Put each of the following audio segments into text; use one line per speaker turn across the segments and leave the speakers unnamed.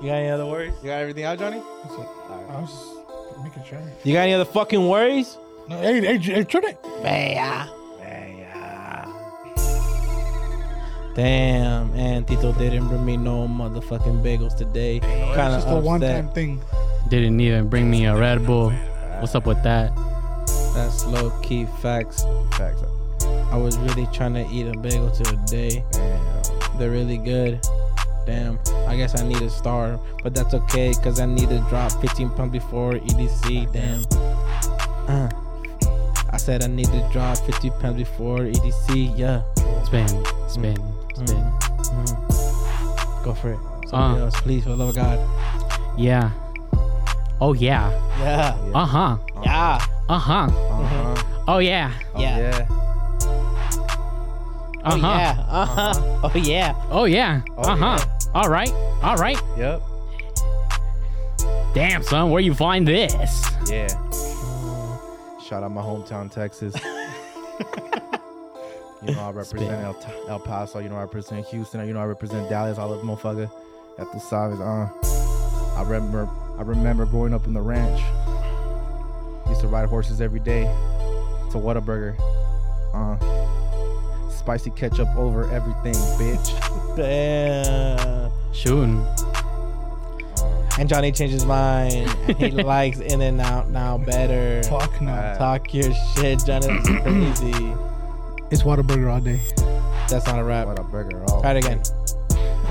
You got any other worries?
You got everything out, Johnny?
That's it. I was just making sure.
You got any other fucking worries?
No, hey, hey, hey, Trinity.
Damn, and Tito didn't bring me no motherfucking bagels today. Kind of
It's just a one
upset.
time thing.
Didn't even bring me a Red Bull. What's up with that?
That's low key facts.
Facts.
I was really trying to eat a bagel today.
Damn. Uh-huh.
They're really good. Damn, I guess I need a star, but that's okay, cause I need to drop 15 pounds before EDC. Damn. Uh, I said I need to drop 50 pounds before EDC. Yeah.
Spin, spin, spin.
Mm. Go for it. Somebody
Uh.
else, please, for the love of God.
Yeah. Oh yeah.
Yeah.
Uh huh.
Yeah.
Uh huh.
Uh-huh.
Oh yeah.
Oh, yeah.
Uh huh.
Uh huh. Oh yeah.
Oh yeah.
Oh,
Uh huh. All right. All right.
Yep.
Damn son, where you find this?
Yeah. Shout out my hometown, Texas. you know I represent El, El Paso. You know I represent Houston. You know I represent Dallas. I love motherfucker. At the Savage, uh, I remember. I remember growing up in the ranch. Used to ride horses every day to Whataburger. Uh, spicy ketchup over everything, bitch.
Damn.
Shooting.
Uh, And Johnny changed his mind. He likes In and Out now better.
Fuck no.
Uh,
Talk your shit, Johnny. That's crazy.
it's Whataburger all day.
That's not a rap.
Whataburger. oh. All
Try it again.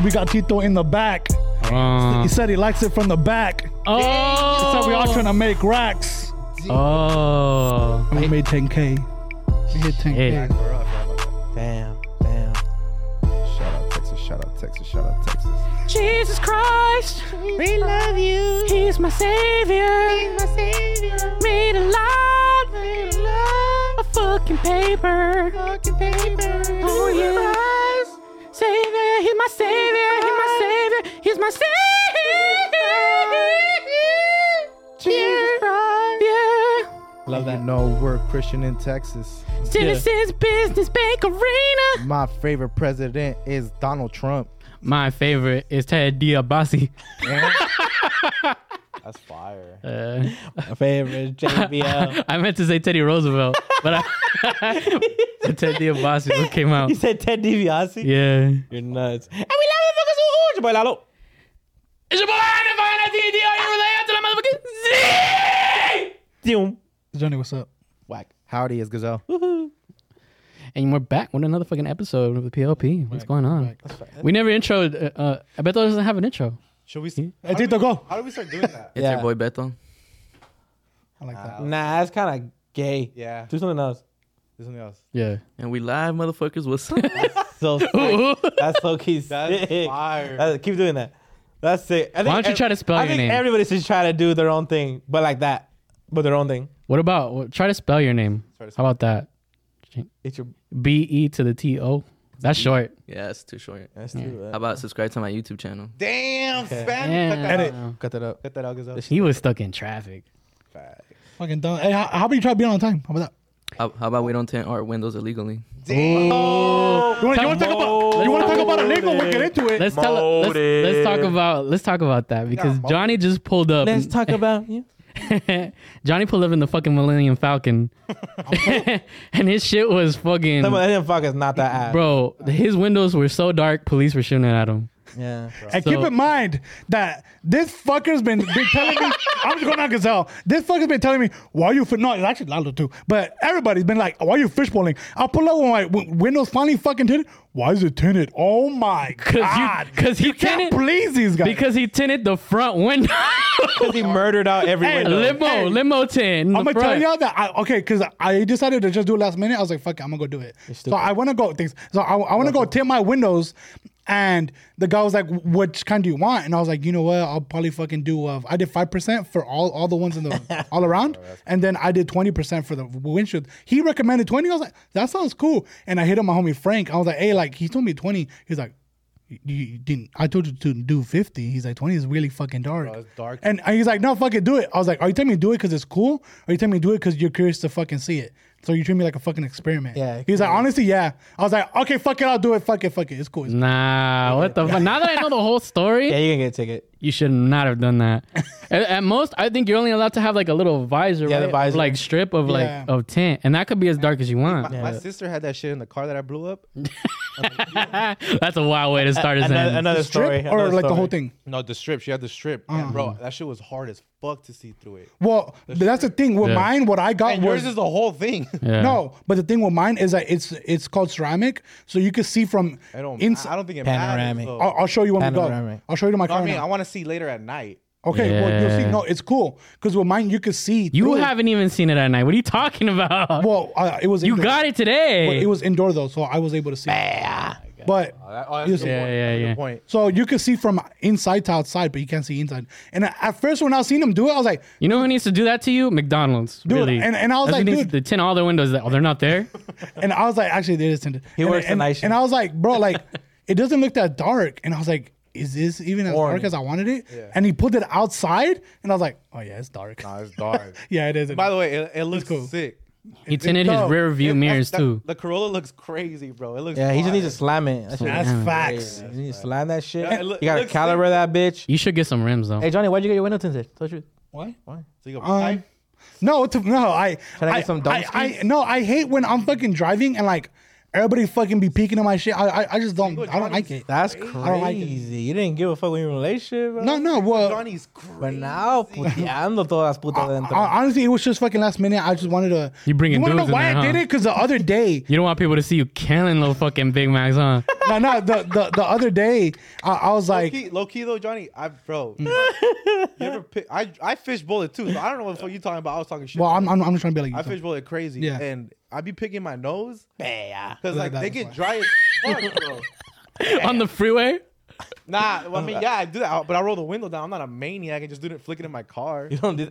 We got Tito in the back.
Uh,
He said he likes it from the back.
oh.
So we all trying to make racks.
Oh.
And we made 10K. We hit 10K.
Hey.
We're up, we're up, we're
Damn. Damn.
up. Shout out Texas. Shout out Texas. Shout out Texas.
Jesus Christ.
We love you.
He's my savior. He's my savior. Made a lot. Made a lot. Of fucking paper. Fucking paper. Oh yeah. Savior. He's my savior. He's my savior. He's my savior. Jesus Christ. Yeah.
Love
You
that.
know we're Christian in Texas.
Citizens Business Bank Arena.
My favorite president is Donald Trump.
My favorite is Ted Diabasi.
That's fire.
Uh,
My favorite JBL.
I meant to say Teddy Roosevelt, but I, Ted Diabasi came out.
you said Ted DiBiase?
Yeah.
You're nuts. And we love you, fuckers. Ooh, ooh. It's your boy Lalo.
It's your boy, Andy Vine, D&D, are you related to that motherfucking Z?
Doom.
Johnny, what's up?
Whack. Howdy is Gazelle.
And we're back with another fucking episode of the PLP. What's going on? We never introed. Uh, uh, Beto doesn't have an intro.
Should we? How
Hey, Tito, go.
do we start doing that?
It's
Yeah.
your boy Beto.
I like that.
Nah, that's kind of gay.
Yeah.
Do something else.
There's something else.
Yeah.
And we live, motherfuckers. What's up?
So sick. that's so key.
That's
sick.
fire.
That's- keep doing that. That's sick. I think
Why don't you
ev-
try to spell
I
your
think
name?
Everybody should try to do their own thing, but like that, but their own thing.
What about well, try to spell your name?
to
How about that?
It's your.
B E to the T O. That's short.
yeah, it's too short.
That's true.
How about subscribe to my YouTube channel?
Damn,
Damn.
Spanish.
Cut that up.
Cut that out, Gazelle.
He was stuck in traffic.
Fucking done. Hey, how, how about you try to be on time? How about
How, how about we don't tear our windows illegally?
that? You want, you want to talk about? You want to talk about illegal? We'll get into it.
Let's, tell, let's, let's talk about let's talk about that because Johnny just pulled up.
Let's talk about you.
Johnny pulled up in the fucking Millennium Falcon, and his shit was fucking
Some of them fuckers not that ass.
bro. His windows were so dark, police were shooting at him.
Yeah.
And keep in mind that this fucker's been, been telling me, I'm just going on Gazelle. This fucker's been telling me, why are you, fi-" no, it's actually Lalo too, but everybody's been like, why are you fishbowling? I'll pull up when my w- windows finally fucking tinted. Why is it tinted? Oh my
you-
God.
'cause he
you can't
tinted-
please these guys.
Because he tinted the front window,
Because he murdered out every
Hey,
window.
limo,
Hey,
limo tint.
I'm gonna tell y'all that I, okay, cause I decided to just do it last minute. I was like, "Fuck it, I'm gonna go do it." So I want to go. Things. So I, I want to go tint my windows, and the guy was like, "Which kind do you want?" And I was like, "You know what? I'll probably fucking do. Uh, I did five percent for all all the ones in the all around, and then I did twenty percent for the windshield." He recommended twenty. I was like, "That sounds cool." And I hit up my homie Frank. I was like, "Hey, like he told me twenty. He's like." You, you didn't. I told you to do fifty. He's like twenty is really fucking dark.
it's dark.
And he's like, no, fuck it, do it. I was like, are you telling me to do it because it's cool? Or are you telling me to do it because you're curious to fucking see it? So you treat me like a fucking experiment.
Yeah,
He's like, honestly, yeah. I was like, okay, fuck it, I'll do it. Fuck it, fuck it. It's cool. It's
Nah, what the fuck? Now that I know the whole story,
Yeah, you can get a ticket.
you should not have done that. at, at most, I think you're only allowed to have like a little visor,
Yeah,
right?
the visor.
like strip of like
Yeah.
of tint, and that could be as dark as you want.
My sister had that shit in the car that I blew up.
That's a wild way to start his
Another,
end.
another
strip
story.
or
another
like the
story.
whole thing.
No, the strip. She had the strip, and bro, that shit was hard as fuck to see through it.
Well, that's the thing with
Yeah.
mine. What I got
And
was
yours is the whole thing.
Yeah.
no, but the thing with mine is that it's it's called ceramic, so you can see from
I don't.
inside.
I don't think it
Panoramic.
matters. though.
I'll, I'll show you when we
Panoramic.
go. I'll show you to my
No,
car.
I mean,
now.
I want to see later at night.
okay, well, you'll see.
Yeah.
No, it's cool because with mine you could see.
you
through it.
haven't even seen it at night. What are you talking about?
Well, uh, it was
you
indoor.
got it
But
today.
it was indoor though, so I was able to see. But
Oh, that- oh, that's a good
Yeah,
point.
yeah,
That's a good
yeah.
Point.
so you could see from inside to outside, but you can't see inside. And at first, when I seen him do it, I was like,
you know who needs to do that to you? McDonald's.
Dude,
really.
and- and I was
That's who
like,
needs
dude-
to tint all the windows. That, oh, they're not there.
and I was like, actually, they just tinted. He and,
works the
and,
night shift.
and I was like, bro, like it doesn't look that dark. And I was like, is this even as
Warning.
dark as I wanted it? And he put it outside, and I was like, oh yeah, it's dark.
Nah, it's dark.
Yeah, it is.
By the way, it, it looks sick.
He tinted his
no,
rear
It-
view
that's-
mirrors
that-
too.
The Corolla looks crazy, bro. It looks.
Yeah, he just
fire.
needs to slam it. That shit-
that's
Yeah.
facts.
You need to slam that shit.
Yeah, it loo-
you gotta
looks
caliber that bitch.
You should get some rims though.
Hey Johnny, why'd you get your window tinted? Tell the truth.
What?
So you go,
Um, no, it's- no, I.
Can I get some
I,
Domskis?
I, no, I hate when I'm fucking driving and like everybody fucking be peeking at my shit. I, I, I just don't. I don't like it.
That's
don't like it.
crazy. You didn't give a fuck when your relationship. Bro.
No, no. Well,
Johnny's crazy.
But now, puteando todas las putas
I-
dentro.
honestly, it was just fucking last minute. I just wanted to.
You bringing
wanna know
dudes in
why
there,
I did
huh?
it? Because the other day,
You don't want people to see you killing little fucking Big Macs, huh?
no, no, the, the the other day, I, I was
Low
like,
key, low key though, Johnny, I bro,
Hmm.
you ever pick, I I fish bullet too. So I don't know what the fuck you talking about. I was talking shit.
well, I'm I'm, I'm just trying to be
I
like, you.
fish bullet crazy,
Yeah.
and I be picking my nose
Yeah.
because like
that,
they
that's why.
get dry as fuck, bro.
On the freeway?
Nah, well, I mean, yeah, I do that, but I roll the window down. I'm not a maniac. I just do it, flick it in my car.
You don't do.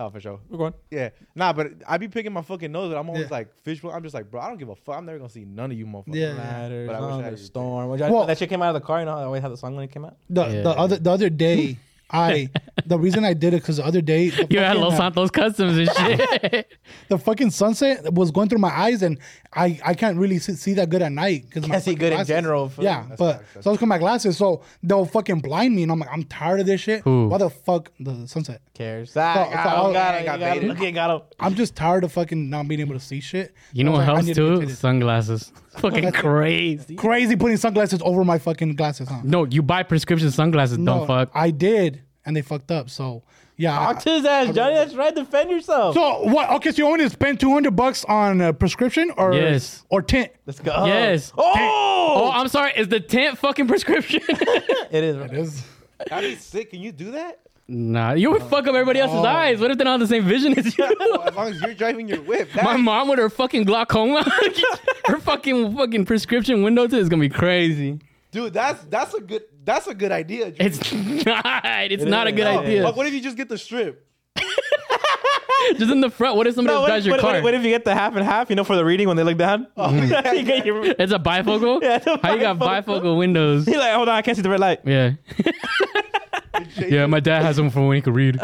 Oh, for sure.
We're going.
Yeah, nah, but I be picking my fucking nose, and I'm always
Yeah.
like fish bullet. I'm just like, bro, I don't give a fuck. I'm never gonna see none of you motherfuckers.
Yeah.
Matters
But I wish I
on
had
the
your-
storm. When Johnny,
Well-
that shit came out of the car. You know, how I always had the song when it came out.
the the other the other day, I the reason I did it because the other day, the
You had
fucking,
Los
uh,
Santos Customs and shit.
the fucking sunset was going through my eyes, and I, I can't really see, see that good at night because
Can't see good in general for-
yeah,
That's
but so I was with my glasses, so they'll fucking blind me, and I'm like, I'm tired of this shit.
Who?
Why the fuck the sunset?
Cares.
So- so I was-
got
I
it. Got
got
it.
baited.
Look at got him.
I'm just tired of fucking not being able to see shit.
you know what
I was
helps
like, I need to
too?
get tinted.
Sunglasses. Fucking crazy.
Crazy putting sunglasses over my fucking glasses, huh?
No, you buy prescription sunglasses,
No,
don't fuck.
I did, and they fucked up. So yeah. I-
Talk to his ass, Johnny. That's right. Defend yourself.
so what? Okay, so you want me to spend 200 bucks on a prescription or
Yes.
or tint?
Let's go.
Yes. Oh,
Oh,
I'm sorry. Is the tent fucking prescription?
it is. It is.
That'd be sick. Can you do that?
nah, you would fuck up everybody else's
Oh.
eyes. What if they don't have the same vision as you?
Well, as long as you're driving your whip.
My
that-
mom with her fucking glaucoma, her fucking fucking prescription window tint is gonna be crazy.
dude, that's that's a good that's a good idea. Drew.
It's not. It's not a
is.
good
No.
idea.
Like, what if you just get the strip?
Just in the front. What if somebody
No,
else
what, if-
drives your
what,
car?
what, what if you get the half and half? You know, for the reading when they look down. you get your, you're
It's a bifocal.
Yeah, it's a
How you got
bifocal.
bifocal windows?
like, hold on, I can't see the red light.
Yeah. yeah, my dad has them for when he could read.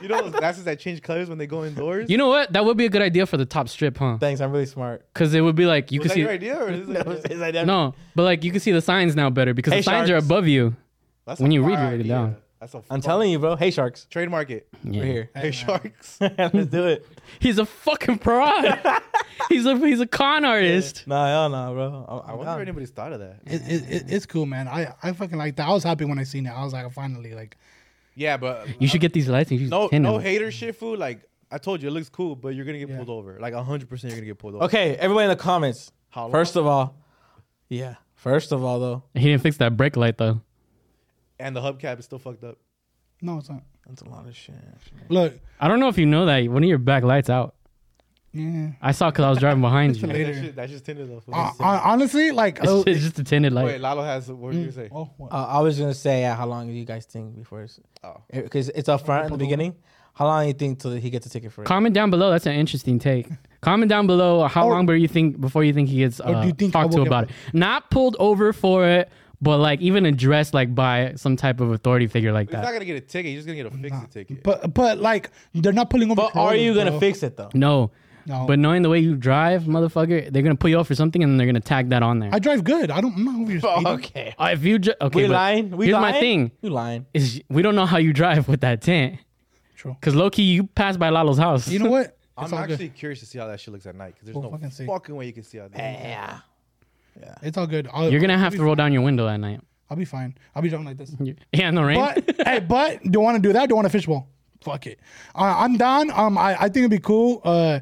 You know those glasses that change colors when they go indoors.
You know what? That would be a good idea for the top strip, huh?
Thanks, I'm really smart.
Because it would be like you
was
could
that
see.
your idea or is it
It's like that-
No, but like you can see the signs now better because
Hey,
the signs
sharks.
are above you.
That's
When
a
you read,
fire
you write it
idea.
down.
That's a.
I'm telling you, bro. Hey, sharks,
Trademark it.
we're here.
Hey, sharks.
Let's do it.
He's a fucking fraud. he's a he's a con artist.
Nah, hell nah, bro. I'm-
I
I'm
wonder if
down.
anybody's thought of that.
It, it, it, it's cool, man. I, I fucking like that. I was happy when I seen it. I was like, finally, like
Yeah, but
You should get these lights and you should
no
tint
no
them.
hater shit food. Like I told you, it looks cool, but you're gonna get pulled over. Like hundred percent, you're gonna get pulled over.
Okay, everybody in the comments.
How long?
First of all, yeah. First of all, though,
He didn't fix that brake light though.
And the hubcap is still fucked up.
no, it's not.
that's a lot of shit.
Look,
I don't know if you know that one of your back lights out.
yeah.
I saw because I was driving behind you.
That
Later.
shit, that shit's tinted though.
Uh, honestly, like oh,
It's just a tinted light.
Wait, Lalo has what did you say?
oh, what?
Uh, I was gonna say, uh, how long do you guys think before? It's,
Oh.
because it's up front in the beginning. How long do you think till he gets a ticket for it?
Comment down below. That's an interesting take. Comment down below how
Or- Oh,
long before you think before you think he gets uh,
do you think I
talked
will
to
get
about it. Not pulled over for it, but like even addressed like by some type of authority figure like
He's not
that.
gonna get a ticket. He's just gonna get a fix it ticket.
but but like they're not pulling over.
but are
Corollas,
you gonna
bro.
fix it though?
No,
No.
But knowing the way you drive, motherfucker, they're gonna pull you off for something, and then they're gonna tag that on there.
I drive good. I don't. I'm not over here speeding.
Okay.
Uh, if you ju- okay,
we
but
lying. We
here's
lying?
my thing:
You lying.
is we don't know how you drive with that tent.
True.
Cause low key, you passed by Lalo's house.
You know what?
I'm
It's all good.
actually curious to see how that shit looks at night because there's
We'll
no
fucking see. Eh,
fucking, way you can see out there.
Yeah.
It's all good. I'll,
You're gonna
I'll
have
be
to roll down your window at night.
I'll be fine. I'll be driving like this.
Yeah, in the rain.
But hey, but don't want to do that. Don't want a fishbowl. Fuck it. Uh, I'm down. Um, I, I think it'd be cool. Uh,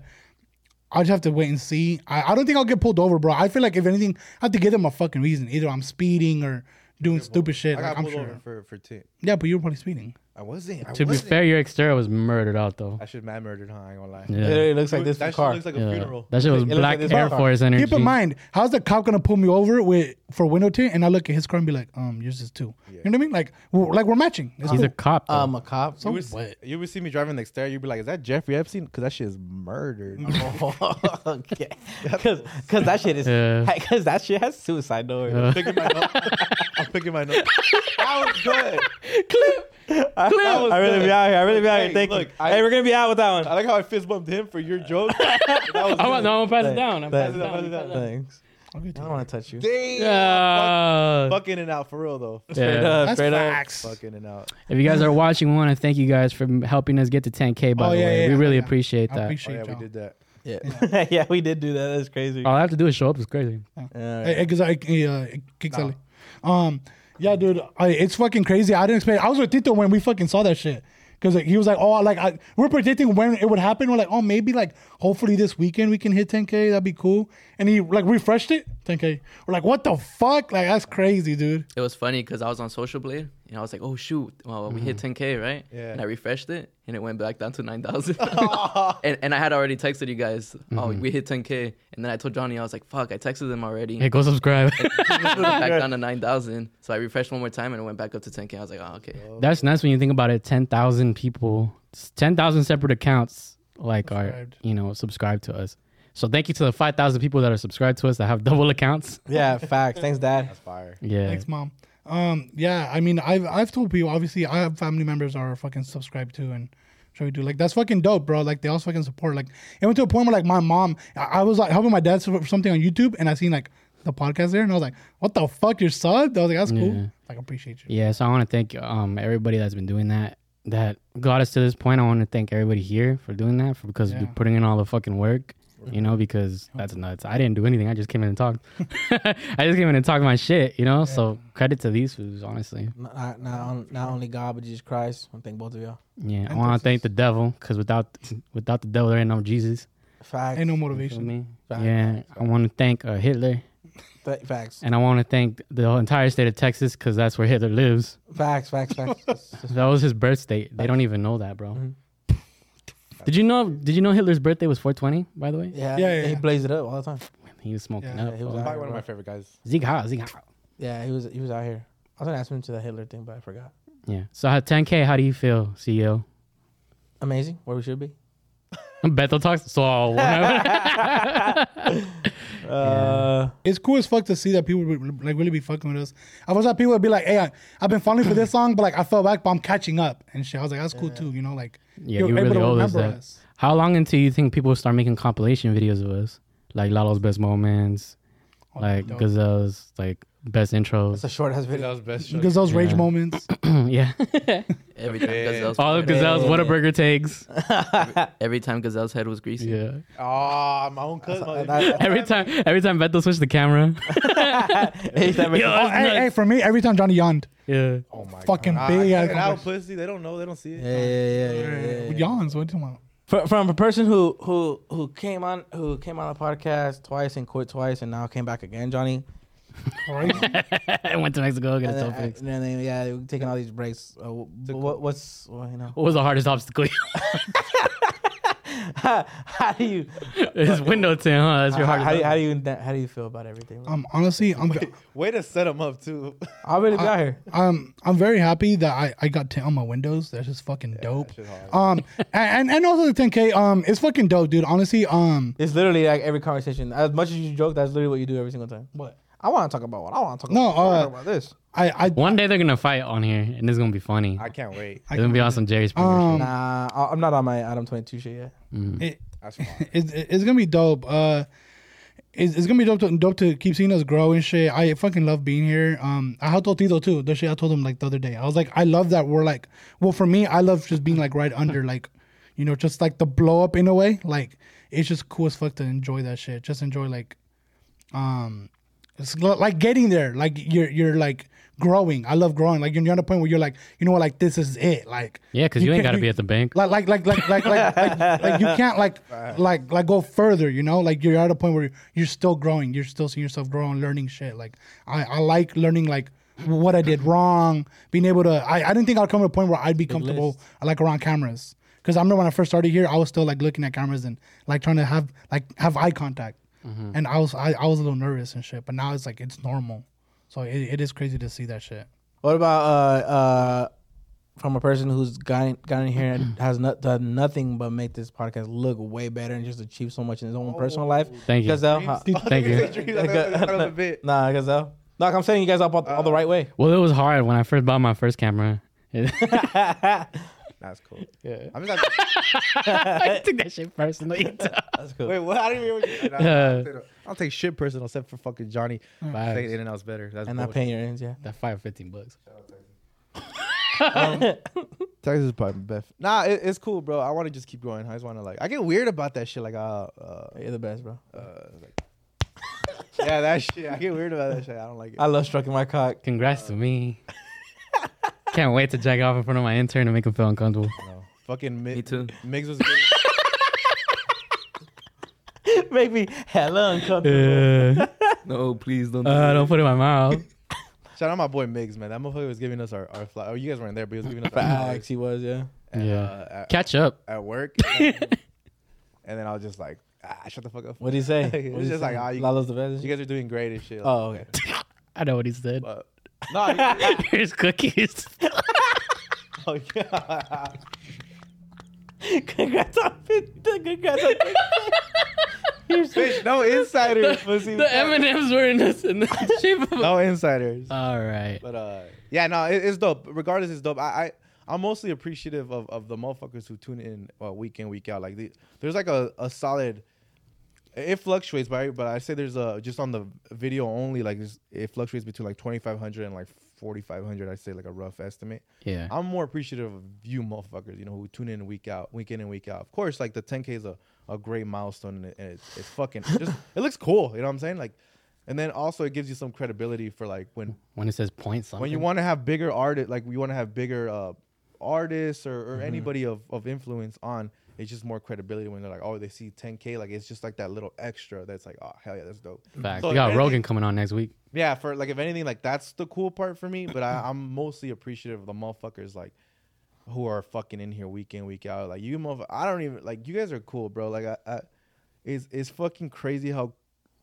I just have to wait and see. I, I don't think I'll get pulled over, bro. I feel like if anything, I have to give them a fucking reason. Either I'm speeding or doing stupid shit.
I got
Like, I'm
pulled
sure.
over for for tint.
Yeah, but you were probably speeding.
I wasn't. I
to be
wasn't.
fair, your Xterra was murdered out though.
I should mad murdered, huh? I ain't gonna lie.
Yeah.
It literally looks like this
that shit
car.
looks like a
Yeah.
funeral.
That shit was
looks like
black
this
Air
car.
Force energy.
Keep in mind, how's the cop gonna pull me over with for window tint, and I look at his car and be like, um, yours is two. You know what I mean? Like, we're, like we're matching. It's
He's
cool.
a cop. though.
um, a cop.
You would, s- you would see me driving next there. You'd be like, "Is that Jeffrey Epstein?" Because that shit is murdered.
okay. Because that shit is.
Yeah.
Because that shit has suicide doors.
I'm picking my nose. I'm picking my nose. That was good.
I,
That was
I really
good.
be out here. I really be out here.
Hey,
Thank
look,
you.
I-
hey, we're gonna be out with that one.
I like how I fist bumped him for your joke. That was
I'm
good.
gonna, Oh, no, I'm gonna pass it down. I'm gonna
Thanks.
pass it down. I'm gonna pass it down.
Thanks.
I'll get
I
to
don't
it.
want to touch you.
Damn.
Yeah.
Fuck in and out for real though.
Straight
Yeah.
up,
That's
straight up.
facts.
Fuck in and out.
If you guys are watching, we want to thank you guys for helping us get to 10K, by
Oh,
the
yeah,
way.
yeah,
we
yeah,
really
yeah.
appreciate
I
that.
Oh,
appreciate
yeah,
y'all.
we did that.
Yeah. yeah, we did do that. That's crazy.
All I have to do is show up. It's crazy.
Yeah.
Hey, exactly. Uh, exactly. Um, yeah, dude, I, it's fucking crazy. I didn't expect. I was with Tito when we fucking saw that shit because like, he was like, "Oh, like I, we're predicting when it would happen." We're like, "Oh, maybe like hopefully this weekend we can hit 10k. That'd be cool." And he like refreshed it 10k. We're like, "What the fuck? Like that's crazy, dude."
It was funny because I was on Social Blade and I was like, oh shoot, well, we hit 10K, right?
Yeah.
And I refreshed it and it went back down to 9,000. and, and I had already texted you guys, oh, we hit 10K. And then I told Johnny, I was like, fuck, I texted him already.
Hey, go subscribe.
It went back down to 9,000. So I refreshed one more time and it went back up to 10K. I was like, oh, okay.
That's nice when you think about it. 10,000 people, 10,000 separate accounts, like are,
Subscribed.
you know, subscribe to us. So thank you to the 5,000 people that are subscribed to us that have double accounts.
Yeah, facts. Thanks, Dad.
Fire.
Yeah.
Thanks, mom. Um, yeah, I mean, I've I've told people obviously I have family members that are fucking subscribed to and sure we do like that's fucking dope, bro. Like they also fucking support. Like it went to a point where like my mom, I, I was like helping my dad for something on YouTube and I seen like the podcast there and I was like, what the fuck, you're subbed? I was like, that's cool.
Yeah.
Like I appreciate you.
Yeah, so I want to thank um everybody that's been doing that that got us to this point. I want to thank everybody here for doing that for because
Yeah.
we're putting in all the fucking work. You know, because that's nuts. I didn't do anything. I just came in and talked. I just came in and talked my shit. You know, so credit to these fools, honestly.
Not, not, on- not only God, but Jesus Christ. I thank both of y'all.
Yeah, I
And
want
this
to thank the devil because without without the devil, there ain't no Jesus.
Facts.
Ain't no
You feel
motivation.
me?
Facts.
Yeah, I want to thank uh, Hitler,
Th- facts.
and I want to thank the whole entire state of Texas because that's where Hitler lives.
Facts. Facts. Facts. It's just-
That was his birth date. They don't even know that, bro. Did you know? Did you know Hitler's birthday was 420? By the way,
yeah,
Yeah, yeah,
He
yeah.
blazed it up all the time.
he was smoking
Yeah,
up.
he was
bro.
out.
Probably one of my favorite guys.
Zeke how? Zeke how?
Yeah, he was. He was out here. I was gonna ask him to the Hitler thing, but I forgot.
Yeah. So how- 10K. How do you feel, E CEO?
Amazing. Where we should be.
Bethel talks. So whatever.
Uh,
It's cool as fuck to see that people would, like really be fucking with us. I was like people would be like, hey, I, I've been falling for this song, but like I fell back, but I'm catching up and shit. I was like, that's cool too, you know, like
yeah,
you're
you
able
really
to
owe us
remember
that.
us.
How long until you think people start making compilation videos of us, like Lalo's best moments, like
Oh, dope.
Gazelle's like best
it's a
intros?
short ass video.
was best.
Because those rage
Yeah.
moments.
yeah.
Every time,
Yeah.
Gazelle's,
All of Gazelle's
Yeah.
Whataburger takes.
every time Gazelle's head was greasy.
Yeah.
Ah, my own cousin.
That's- that's-
Every time, every time Bethel switched the camera.
Anytime we-
Oh, hey, hey, for me, every time Johnny yawned,
yeah.
oh my
fucking
God.
big
Ah,
ass
cut it out, pussy. They don't know. They don't see it.
Yeah, yeah, yeah, yeah, yeah, yeah.
yawns. What do you want?
Fr- From a person who who who came on who came on the podcast twice and quit twice and now came back again, Johnny.
I went to Mexico,
And
got a
then, and
toe fixed.
then, yeah, we're taking all these breaks. Uh, what, what's well, you know?
What was the hardest obstacle?
How do you
His window tint, huh? That's your
how, how do you how
hardest. obstacle.
do you how do you feel about everything?
Um, honestly, I'm
Way to set them up too.
I'll really be out here.
um I'm very happy that I I got 10 on my windows. That's just fucking dope.
shit hard.
Um, and and- and also the 10k. Um, it's fucking dope, dude. Honestly, um,
It's literally like every conversation. As much as you joke, that's literally what you do every single time. What? I want to talk about what I want to talk
No,
about. I wanna
uh,
talk about this.
I I
One day they're gonna fight on here, and it's gonna be funny.
I can't wait.
Um, It's gonna be on some Jerry Springer.
um
Mm.
Nah, I- I'm not on my Adam 22 shit yet.
it,
That's fine.
it's, it's gonna be dope. Uh, it's, it's gonna be dope to, dope to keep seeing us grow and shit. I fucking love being here. Um, I had told Tito too. The shit I told him like the other day. I was like, I love that we're like. Well, for me, I love just being like right under like, you know, just like the blow up in a way. Like it's just cool as fuck to enjoy that shit. Just enjoy like, um, it's lo- like getting there. Like you're you're like growing. I love growing. Like you're you're at a point where you're like, you know what? Like this is it. Like
Yeah, because you, ain't
can't-
got to be at the bank.
like like like like like like, like, like you can't like like like go further you know like you're at a point where you're still growing you're still seeing yourself growing learning shit like i i like learning like what i did wrong being able to i, I didn't think i'd come to a point where i'd be comfortable uh, like around cameras because i remember when i first started here i was still like looking at cameras and like trying to have like have eye contact
Mm-hmm.
and i was I, I was a little nervous and shit but now it's like it's normal so it, it is crazy to see that shit
What about uh uh from a person who's gotten gotten here and has not done nothing but make this podcast look way better and just achieve so much in his own
Oh.
personal life?
Thank you.
Gazelle, how-
Thank you.
nah, Gazelle. No, I'm saying you guys up all, all the right way.
Well, it was hard when I first bought my first camera. I
That's cool. Yeah. I'm just like,
took that shit personally.
wait, what? I didn't even. hear what you-
Uh,
I'll take shit personal except for fucking Johnny. I think
vibes.
In and out's better. That's
And I
bullshit.
pay your ends, yeah.
that five fifteen bucks.
Texas is probably best. Nah, it, it's cool, bro. I want to just keep going. I just want to like. I get weird about that shit. Like, uh, uh,
You're the best, bro.
yeah, that shit. I get weird about that shit. I don't like it.
I love stroking my cock.
Congrats to me. Can't wait to jack off in front of my intern and make him feel uncomfortable.
Fucking mi-
Me too.
Migs was. Good.
Make me hella uncomfortable.
Uh,
No, please don't.
uh, don't put it in my mouth.
Shout out my boy Migs, man. That motherfucker was giving us our our fly. Oh, you guys weren't there, but he was giving us our
Facts,
flags
he was, yeah.
at,
Yeah.
uh, at,
Catch up.
at work. and then I was just like, ah, shut the fuck up.
What'd he say?
It
What'd
was
he
just
say?
like, ah, you-
Lalo's the best.
You guys are doing great and shit.
oh, okay.
I know what he said.
But, no, you-
Here's cookies.
oh, yeah.
congrats on Congrats on
Bitch, no insiders, pussy.
the M and M's were in this in the shape of.
no insiders.
All right.
But uh, yeah, no, it, it's dope. Regardless, it's dope. I, I I'm mostly appreciative of, of the motherfuckers who tune in uh, week in week out. Like the, there's like a, a solid. It fluctuates, right? But I say there's a just on the video only. Like there's- it fluctuates between like 2,500 and like 4,500. I say like a rough estimate.
Yeah.
I'm more appreciative of you motherfuckers, you know, who tune in week out, week in and week out. Of course, like the 10K is a, a great milestone and, it, and it's, it's fucking, just, it looks cool. You know what I'm saying? Like, and then also it gives you some credibility for like when,
When it says point something.
when you want to have bigger artists, like you want to have bigger uh, artists or, or anybody of, of influence on, it's just more credibility when they're like, oh, they see 10K. Like, it's just like that little extra that's like, oh, hell yeah, that's dope.
Facts.
So
we
if
got
anything-
Rogan coming on next week.
yeah, for like if anything, like that's the cool part for me. But I, I'm mostly appreciative of the motherfuckers like who are fucking in here week in week out. Like you, motherf- I don't even like you guys are cool, bro. Like I, I it's it's fucking crazy how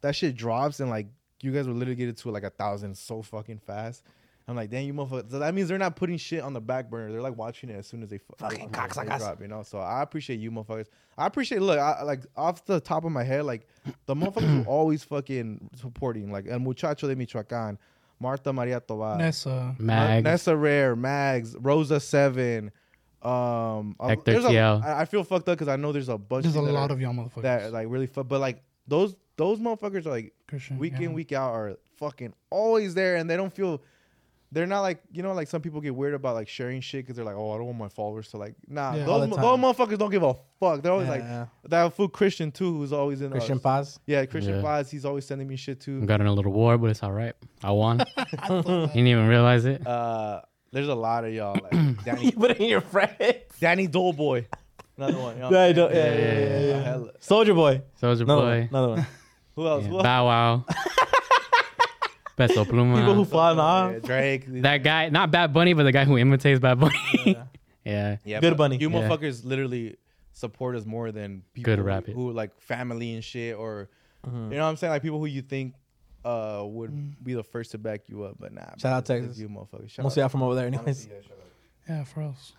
that shit drops and like you guys were literally get it to like a thousand so fucking fast. I'm like, damn, you motherfuckers. So that means they're not putting shit on the back burner. They're like watching it as soon as they fu- fucking cocks like drop, you know. So I appreciate you motherfuckers. I appreciate. Look, I, like off the top of my head, like the motherfuckers who always fucking supporting, like El Muchacho de Michoacán, Marta Maria Tovar,
that's uh
Mag.
Nessa Rare, Mags, Rosa Seven. Um, uh,
Hector
there's a-
TL.
I I feel fucked up because I know there's a bunch.
there's a
that
lot
are-
of y'all motherfuckers
that like really fu- but like those those motherfuckers are like
Christian,
week
yeah.
in week out are fucking always there and they don't feel they're not like you know like some people get weird about like sharing shit because they're like oh I don't want my followers to like nah
Yeah. All
those,
the
mo- those motherfuckers don't give a fuck they're always
Yeah,
like
yeah.
that fool Christian too who's always in uh,
Christian Paz.
yeah Christian
Yeah.
Paz he's always sending me shit too
Got in a little war, but it's all right. I won. you didn't even realize it.
uh there's a lot of y'all like Danny
Put it in your friend.
Danny Doleboy another one you know?
Yeah, yeah, yeah,
Hella-
Soldier Boy.
Soldier
Another one.
Boy.
Another one.
who else
Yeah,
who else?
Bow Wow. Peso Pluma.
People who fly in the
Yeah,
arm.
Drake
that guy, not Bad Bunny, but the guy who imitates Bad Bunny. Yeah.
Yeah,
Good
but
Bunny.
You
Yeah.
motherfuckers literally support us more than people
Good
who-
rabbit.
who like family and shit, or
Mm-hmm.
you know what I'm saying, like people who you think uh would be the first to back you up, but nah.
Mm. Shout out
it's just
Texas.
you motherfuckers. Shout
We'll see
out.
out from over there, anyways.
yeah for us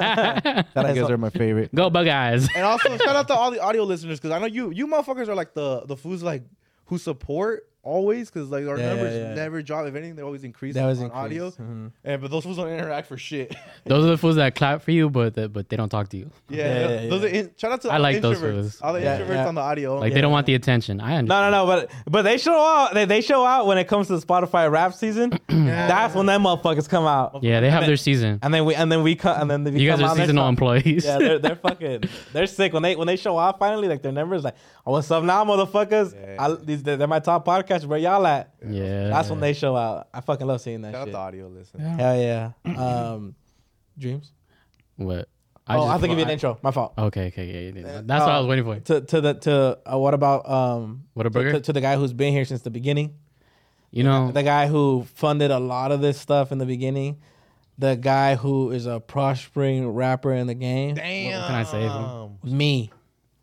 Shout out to-
my favorite.
Go Bug Eyes.
and also shout out to all the audio listeners because I know you you motherfuckers are like the the fools like who support always because like our
Yeah, yeah,
numbers
yeah.
never drop. If anything, they always increase
That was
on
increased.
audio.
Mhm.
And but those fools don't interact for shit.
Those are the fools that clap for you, but the, but they don't talk to you.
yeah,
yeah,
those
yeah.
Are in, shout out to
I
all the
like those
introverts.
fools.
All the
Yeah,
introverts
yeah.
on the audio.
Like they don't want the attention. I
No,
understand.
no, no. But but they show out. They, they show out when it comes to the Spotify rap season. That's when them motherfuckers come out.
Yeah, they have
then-
their season.
And then we and then we cut and then we
You
come
guys are
out, they're
seasonal
fuck-
employees.
Yeah, they're, they're fucking they're sick when they when they show out finally like their numbers like oh what's up now motherfuckers
Yeah.
I, these they're my top podcast where y'all at
Yeah.
that's when they show out I fucking love seeing that
shout out
shit
to audio listen.
Yeah.
hell yeah um dreams
What?
oh
just-
I think of you Uh, an
I-
intro my fault
Okay, okay, yeah, you did. That's what I was waiting for.
to to the to uh, what about um
What
to,
a burger!
to the guy who's been here since the beginning
You know,
the guy who funded a lot of this stuff in the beginning, the guy who is a prospering rapper in the game,
Damn.
What can I say,
Uh.
fool?
me.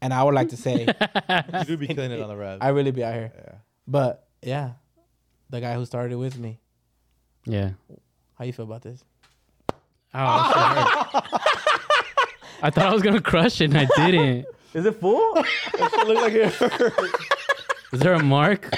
And I would like to say,
You do be killing it on the rap.
I really be out here.
Yeah.
But yeah, the guy who started it with me.
yeah.
How you feel about this?
Oh, that shit hurt. I thought I was gonna crush it, and I didn't.
Is it full?
it looked like it hurt.
Is there a mark?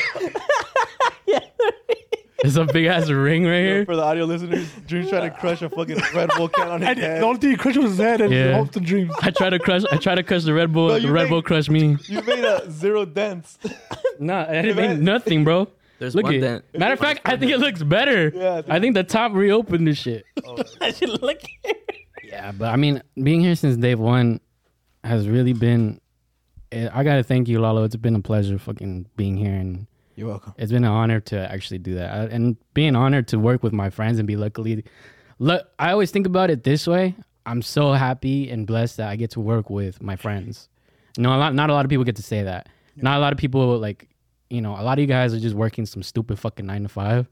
There's a big ass ring right here.
for the audio listeners. Dream's trying to crush a fucking Red Bull can on his
And
head.
the only thing he crushed was his head and
Yeah.
hopes and dreams.
I try to crush. I try to crush the Red Bull.
Bro,
the
you
Red
make-
Bull crushed me.
You made a zero dents.
Nah, I didn't make
made-
nothing, bro.
There's
Look
one
at
dent.
it. Matter of fact, I think it looks better.
Yeah, I think- Oh,
I think the top reopened this shit.
I should look here.
Yeah, but I mean, being here since day one has really been. eh, I gotta thank you, Lalo. It's been a pleasure, fucking being here, and
You're welcome.
it's been an honor to actually do that, I, and being honored to work with my friends and be luckily. Look, I always think about it this way. I'm so happy and blessed that I get to work with my friends. No, a lot, not a lot of people get to say that. Not a lot of people like, you know, a lot of you guys are just working some stupid fucking nine to five,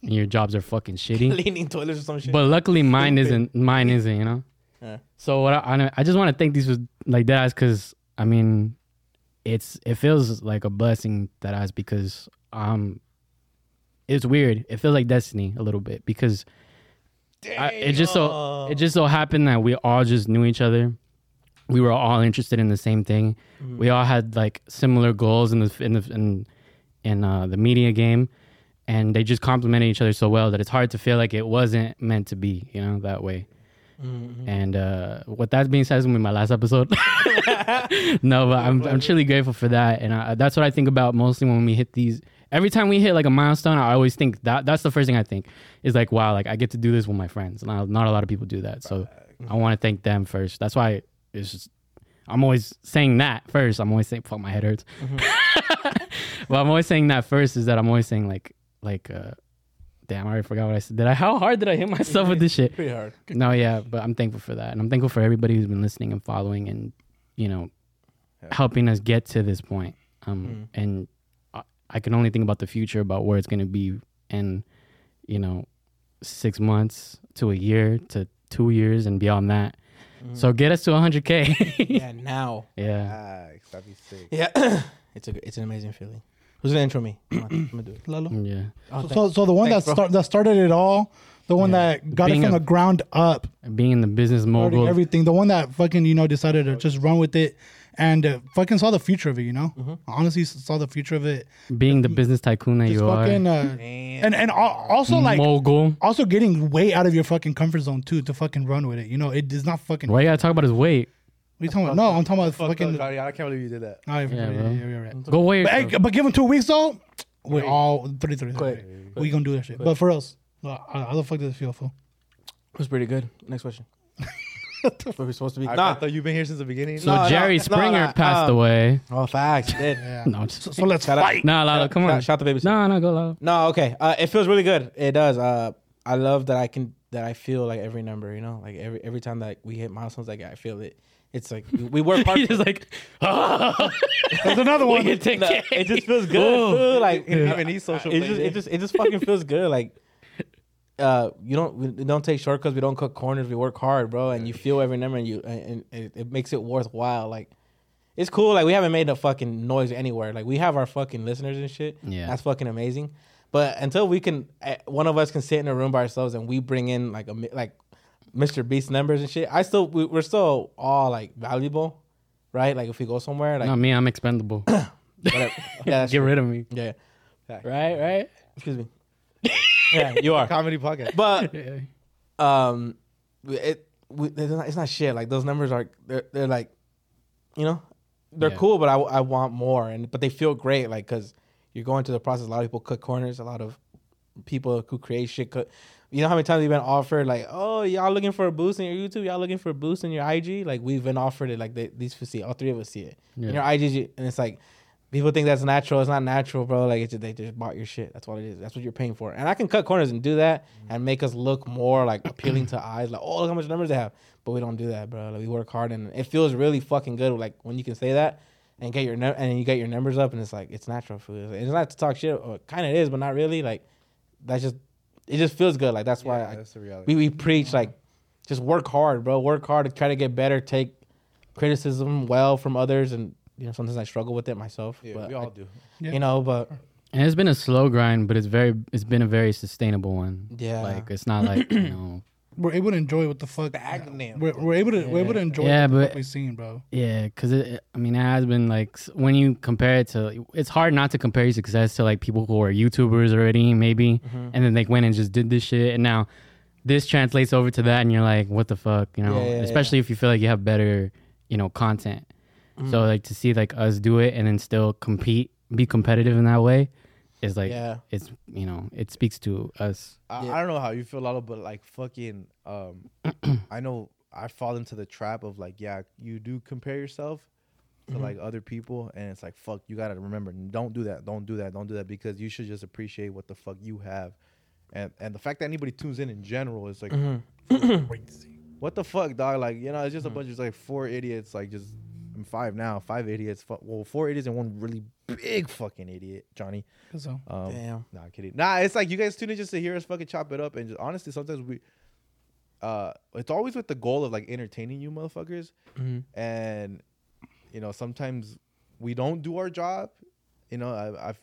and your jobs are fucking shitty.
Leaning toilets or some shit.
But luckily, mine isn't. Mine isn't. You know.
Yeah.
So what I, I I just want to thank these was like that because I mean, it's it feels like a blessing that I because um, it's weird. It feels like destiny a little bit because I, it just so it just so happened that we all just knew each other. We were all interested in the same thing. We all had like similar goals in the in the in, in uh, the media game, and they just complemented each other so well that it's hard to feel like it wasn't meant to be. You know that way. And uh, with that being said, it's gonna be my last episode. no, but I'm I'm truly grateful for that, and I, that's what I think about mostly when we hit these. Every time we hit like a milestone, I always think that that's the first thing I think is like, wow, like I get to do this with my friends. Not not a lot of people do that, so I want to thank them first. That's why it's just I'm always saying that first. I'm always saying, fuck, my head hurts. but I'm always saying that first is that I'm always saying like like uh, damn, I already forgot what I said. Did I? How hard did I hit myself with this shit?
pretty hard.
No, yeah, but I'm thankful for that, and I'm thankful for everybody who's been listening and following, and you know, helping us get to this point. Um, and I, I can only think about the future, about where it's going to be, and you know, six months to a year to two years and beyond that. So get us to 100k.
Yeah, now.
yeah,
Ah, that'd be sick.
Yeah. it's a it's an amazing feeling. Who's gonna intro me? Come on, I'm gonna do it.
Lalo.
yeah.
Oh,
So, so the one
Thanks,
that,
bro.
start, that started it all, the one that got
Being
it from
a-
the ground up,
Being in the business
started
mogul.
everything, the one that fucking, you know, decided to just run with it and uh, fucking saw the future of it, you know?
Mm-hmm.
Honestly, s- saw the future of it.
being the business tycoon that
Just
you are.
fucking, uh, and, and al- also like,
mogul.
also getting way out of your fucking comfort zone too to fucking run with it. You know, it is not fucking.
Why you gotta talk about his weight?
What you talking about? No, I'm talking about
Fuck
fucking.
up, Johnny. I can't believe you did that.
Oh, yeah, yeah,
bro.
yeah, yeah, yeah, yeah.
Go weigh
But,
yourself.
hey, but give him two weeks though. We all three, three, three.
Quick.
We gonna do that shit. But for us, uh, how the fuck does it feel, fool?
It was pretty good. Next question. Where we supposed to be?
I, I thought you've been here since the beginning.
So
no,
Jerry
no,
Springer
no,
passed
um,
away.
Oh, facts. you Did.
Yeah.
No, I'm just,
So, so let's
Shout out-
fight.
nah, Lalo, come on.
Shout, shout the baby.
No, no, go Lalo.
No, okay. Uh, it feels really good. It does. Uh, I love that I can that I feel like every number. You know, like every every time that we hit milestones, like I feel it. It's like we, we work hard.
He's just like, oh,
There's another one.
you take
No,
it.
it just feels good.
Ooh.
dude. Like
Yeah. Having these social
it just, it just it just fucking feels good. Like. Uh, you don't we don't take shortcuts. We don't cut corners. We work hard, bro, and you feel every number, and you and, and it, it makes it worthwhile. Like, it's cool. Like we haven't made a fucking noise anywhere. Like we have our fucking listeners and shit.
Yeah.
that's fucking amazing. But until we can, eh, one of us can sit in a room by ourselves and we bring in like a mi- like Mr. Beast numbers and shit. I still we, we're still all like valuable, right? Like if we go somewhere, like
Not me, I'm expendable.
whatever. yeah, that's
Get
true.
rid of me.
yeah.
Fact.
right, right.
Excuse me. yeah, you are.
Comedy podcast.
But
Yeah.
um, it we, it's, not, it's not shit. Like those numbers are they're, they're like, you know, they're
Yeah.
cool, but I, I want more. And but they feel great, like because you're going through the process. A lot of people cut corners. A lot of people who create shit. Cut, you know how many times we've been offered like, oh, y'all looking for a boost in your YouTube? Y'all looking for a boost in your IG? Like we've been offered it. Like they, these people see it. All three of us see it. And your IG, and it's like. People think that's natural. It's not natural, bro. Like it's just, they just bought your shit. That's what it is. That's what you're paying for. And I can cut corners and do that and make us look more like appealing to eyes. Like, oh, look how much numbers they have. But we don't do that, bro. Like we work hard and it feels really fucking good. Like when you can say that and get your num- and you get your numbers up and it's like it's natural food. It's not to talk shit. Or kind of is, but not really. Like that's just it. Just feels good. Like that's why
Yeah,
I,
that's the reality.
we we preach like just work hard, bro. Work hard to try to get better. Take criticism well from others, and you know sometimes I struggle with it myself.
Yeah,
but
we
I-
all do.
Yeah.
You know, but
And it's been a slow grind, but it's very it's been a very sustainable one.
Yeah.
Like it's not like you know
We're able to enjoy what the fuck.
agony.
We're, we're able to we're able to enjoy
Yeah,
what the
but-
fuck we've seen, bro.
yeah, because it, it- I mean it has been like s- when you compare it to it's hard not to compare your success to like people who are YouTubers already maybe,
Mm-hmm.
and then they went and just did this shit, and now this translates over to that, and you're like, what the fuck, you know?
Yeah, yeah, yeah.
Especially if you feel like you have better you know content.
Mm-hmm.
So like to see like us do it and then still compete, be competitive in that way, is like
Yeah.
it's you know it speaks to us.
I,
Yeah.
I don't know how you feel, Lalo, but like fucking, um, I know I fall into the trap of like, yeah, you do compare yourself to like other people, and it's like, fuck, you gotta remember, don't do that, don't do that, don't do that, because you should just appreciate what the fuck you have, and and the fact that anybody tunes in in general is like, what the fuck, dog? Like, you know, it's just a bunch of like four idiots, like just I'm five now, five idiots, fu- well, four idiots and one really big fucking idiot, Johnny.
So
Um,
Damn.
Nah, kidding. Nah, it's like you guys tune in just to hear us fucking chop it up, and just, honestly, sometimes we, uh, it's always with the goal of like entertaining you, motherfuckers, and you know sometimes we don't do our job. You know, I I,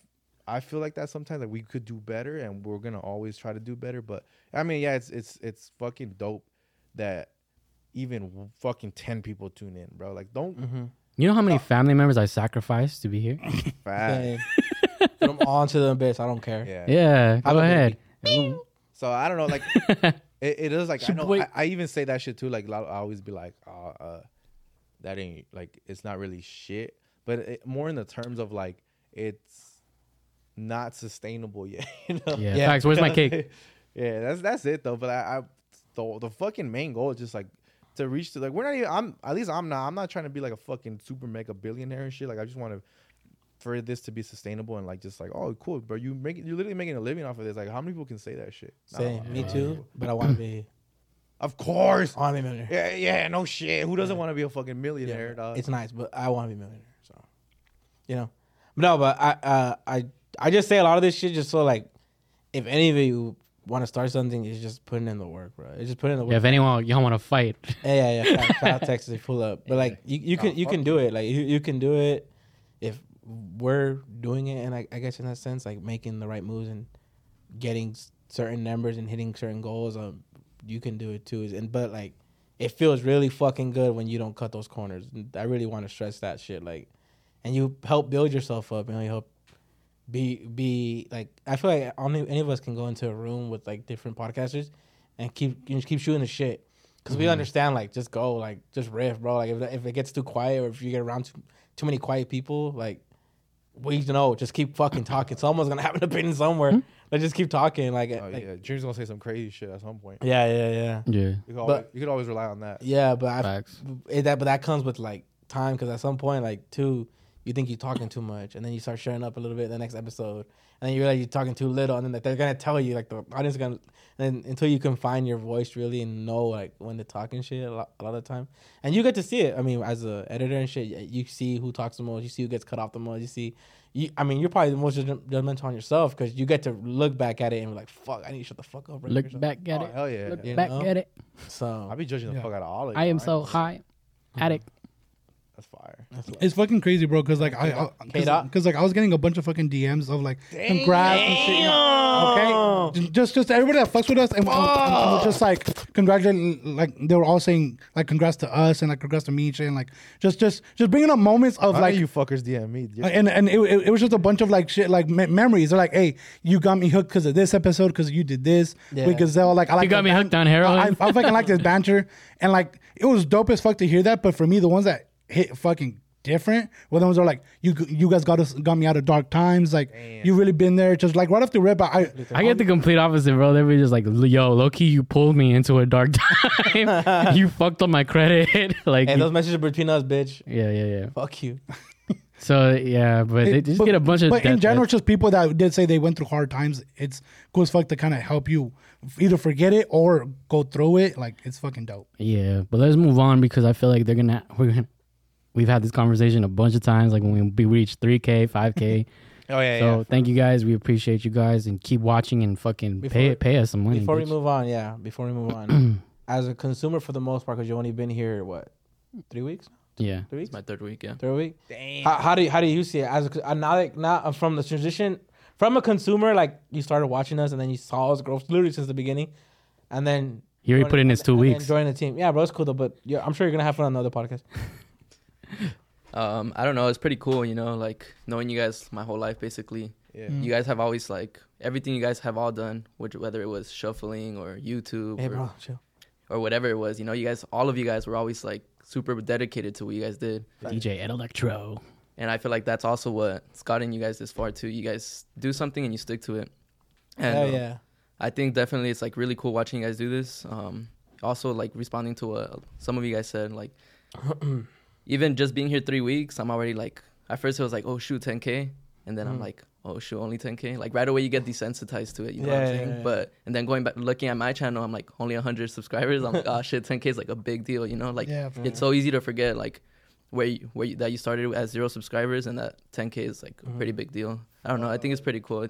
I feel like that sometimes like we could do better, and we're gonna always try to do better. But I mean, yeah, it's it's it's fucking dope that even fucking ten people tune in, bro. Like, don't
You know how
Oh.
many family members I sacrificed to be here?
fast.
Put them all to the abyss. I don't care.
Ah. Yeah.
Yeah, go
about
ahead.
So I don't know, like it, it is like I know
boy-
I, I even say that shit too. Like I always be like, oh, uh, that ain't like it's not really shit, but it, more in the terms of like it's not sustainable yet. You know?
Yeah, facts. Where's my cake?
yeah, that's that's it though. But I, I the, the fucking main goal is just like to reach to like we're not even. I'm at least I'm not. I'm not trying to be like a fucking super mega billionaire and shit. Like I just want to for this to be sustainable and like just like oh cool, bro. You make you're literally making a living off of this. Like how many people can say that shit? Not a
Same.
lot.
Me too. But I want to be.
Of course.
I want to be a millionaire.
Yeah, yeah, no shit. Who doesn't want to be a fucking millionaire, dog?
It's nice, but I want to be a millionaire. So, you know, no, but I, uh, I, I just say a lot of this shit just so like, if any of you want to start something, it's just putting in the work, bro. It's just putting in the work.
Yeah, if anyone y'all want to fight,
Yeah, yeah, yeah. Shout- Shout out Texas, they full up. But like, you, you can you can do it. Like, you, you can do it if we're doing it, and I, I guess in that sense, like making the right moves and getting s- certain numbers and hitting certain goals. Um, you can do it too. And but like, it feels really fucking good when you don't cut those corners. I really want to stress that shit. Like, and you help build yourself up, and you help be be like I feel like only any of us can go into a room with like different podcasters and keep you just keep shooting the shit because we understand like just go like just riff bro like if that- if it gets too quiet or if you get around too, too many quiet people like we know just keep fucking talking someone's gonna have an opinion somewhere let's just keep talking like,
Oh,
like-
yeah, Junior's gonna say some crazy shit at some point.
yeah yeah yeah
yeah,
You could always, you could always rely on that.
yeah but I,
facts.
it, that but that comes with like time because at some point like too you think you're talking too much and then you start showing up a little bit in the next episode and then you realize you're talking too little and then like, they're gonna tell you like the audience is gonna and until you can find your voice really and know like when to talk and shit a lot, a lot of the time and you get to see it I mean as a editor and shit y- you see who talks the most you see who gets cut off the most you see you I mean you're probably the most judg- judgmental on yourself because you get to look back at it and be like fuck I need to shut the fuck up right
Look back at
Oh,
it.
hell yeah.
Look
You
back
know?
at it.
so
I'll be judging the fuck out of all of you.
I am so high, addict.
That's fire.
It's fucking crazy, bro. Because like I,
K-Dot?
because like I was getting a bunch of fucking DMs of like congrats and shit. you know? Okay, J- just just everybody that fucks with us and, and- and- and was just like congratulate, like they were all saying like congrats to us and like congrats to me and shit, and like just just just bringing up moments of
Like
like Oh,
you fuckers DM me. You're-
and and it, it, it was just a bunch of like shit like me- memories. They're like, hey, you got me hooked because of this episode because you did this.
Yeah.
We gazelle like I like
You got
the
me hooked on heroin.
I, I fucking like this banter and like it was dope as fuck to hear that. But for me, the ones that hit fucking different were the ones that were like you you guys got us got me out of dark times. Like you really been there. Just like right off the rip, I. I
I get the complete opposite, bro. They were just like, yo, low key, you pulled me into a dark time. you fucked up my credit. like,
Hey,
you-
those messages between us, bitch.
yeah, yeah, yeah.
Fuck you.
So, yeah, but they just
but-
get a bunch of.
But in
death
general,
threats.
just people that did say they went through hard times. It's cool as fuck to kind of help you either forget it or go through it. Like it's fucking dope.
Yeah, but let's move on because I feel like they're gonna we're gonna we've had this conversation a bunch of times. Like when we reach three k, five k.
oh yeah,
So thank you guys. We appreciate you guys and keep watching and fucking pay
Before-
pay us some money.
Before we
bitch.
move on, yeah. Before we move on, as a consumer for the most part, because you've only been here what three weeks,
yeah,
three weeks,
It's my third week, yeah.
three weeks. How, how do you, how do you see it as a, uh, now like now uh, from the transition from a consumer like you started watching us and then you saw us grow literally since the beginning, and then
He already
join-
put in his
and-
two
and then
weeks.
Join the team, yeah, bro. It's cool though, but yeah, I'm sure you're gonna have fun on another podcast.
Um, I don't know. It's pretty cool, you know, like knowing you guys my whole life, basically.
Yeah.
Mm.
You guys have always like everything you guys have all done, which whether it was shuffling or YouTube
Hey,
or,
bro, chill.
or whatever it was, you know, you guys, all of you guys were always like super dedicated to what you guys did.
DJ Ed Electro.
And I feel like that's also what it's gotten you guys this far too. You guys do something and you stick to it. And,
Hell
um,
yeah.
I think definitely it's like really cool watching you guys do this. Um, also, like responding to what some of you guys said, like even just being here three weeks, I'm already like at first it was like oh shoot 10k, and then I'm
Mm.
like oh shoot only 10k. Like right away you get desensitized to it, you know what
Yeah,
I'm
yeah,
saying?
yeah.
But and then going back looking at my channel, I'm like only 100 subscribers. I'm like oh shit 10k is like a big deal, you know? Like
Yeah, for
it's so easy to forget like where you, where you, that you started as zero subscribers and that 10k is like
Mm.
a pretty big deal. I don't know. I think it's pretty cool.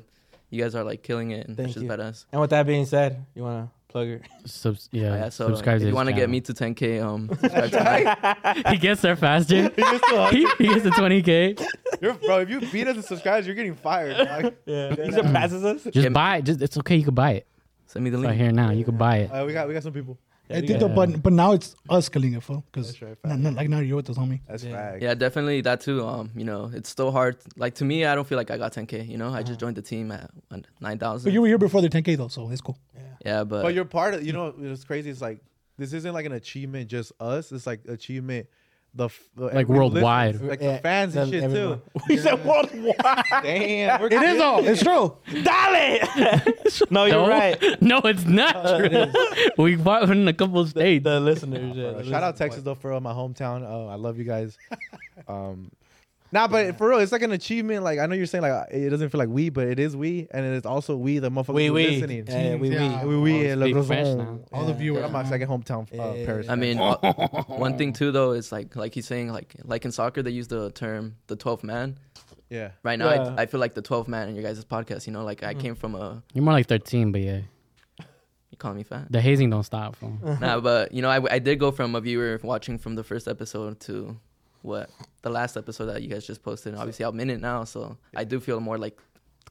You guys are like killing it and
Thank
it's just
you.
badass.
And with that being said, you wanna plug your
Subs- yeah,
Yeah, so
subscribe
if
to
you
his
want to get
channel.
me to 10k, um, subscribe to my-
he gets there faster. he, he gets to twenty k.
You're, bro, if you beat us and subscribers, you're getting fired. Dog.
he surpasses us.
Just
Yeah.
buy it. Just it's okay. You could buy it
send me the
It's
link.
right here now. You could buy it.
Uh, we got we got some people.
I think the, but but now it's us killing it, fool. Because
That's right,
like now you're with us, homie.
That's
Yeah.
fact.
Yeah, definitely that too. Um, you know, it's still hard. Like to me, I don't feel like I got 10k. You know, I just joined the team at one-
But you
9,000.
were here before the 10k though, so it's cool.
Yeah, but,
But you're part of. You know, it's crazy. It's like this isn't like an achievement just us. It's like achievement. The f- the- everybody
worldwide.
listens, like
Yeah,
the fans
then
and shit
everyone.
too.
We said worldwide.
Damn, we're
It is though. It's true.
Dale! no, you're
No,
right.
no, it's not. True. we bought it in a couple of states.
The listeners. Yeah, the
Uh,
listeners.
shout out Texas though for uh, my hometown. Oh, I love you guys. Um, nah, but for real, it's like an achievement. Like I know you're saying like it doesn't feel like we, but it is we, and it's also we the motherfuckers
We
who are
we.
listening.
Yeah, we
Yeah.
we.
We we
Oh,
Le
speak
Breton.
French now.
All the viewers.
That's my second hometown uh,
Yeah.
Paris.
I mean, uh, one thing too though is like, like he's saying, like, like in soccer they use the term the 12th man.
yeah.
Right now,
Yeah.
I, I feel like the 12th man in your guys' podcast. You know, like I came from a.
You're more like thirteen, but yeah,
You call me fat?
the hazing don't stop. fool.
nah, but you know, I, I did go from a viewer watching from the first episode to what the last episode that you guys just posted. And obviously, I'm in it now, so I do feel more like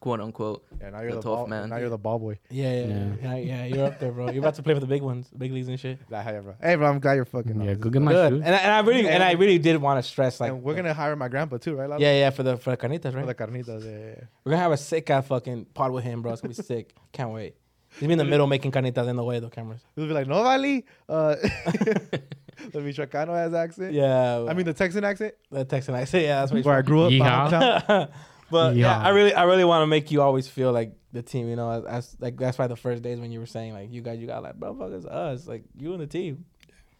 quote unquote.
Yeah, now you're the,
The
ball,
12th man.
Now you're the ball boy.
Yeah, yeah, yeah, yeah, yeah. You're up there, bro. You're about to play for the big ones, big leagues and shit.
Nah, Hey, bro. Hey, bro. I'm glad you're fucking.
Yeah,
Yeah,
go get my
Good.
shoes.
And I, and I really and I really did want to stress like
and we're gonna hire my grandpa too, right? Lalo?
yeah, yeah, for the for the carnitas,
For
right?
the carnitas. Yeah, yeah, yeah.
We're gonna have a sick guy fucking pod with him, bro. It's gonna be sick. Can't wait. He's be in the middle making carnitas in the way of the cameras.
We'll be like, no valley. Uh, the Michoacano has accent.
Yeah,
I mean the Texan accent.
the Texan accent. Yeah, that's what he's
Where I grew up. my
Yeehaw.
hometown.
But yeah,
Yeah.
I really, I really want to make you always feel like the team. You know, as, like that's why the first days when you were saying like you guys, you got like bro, fuck, it's us, like you and the team.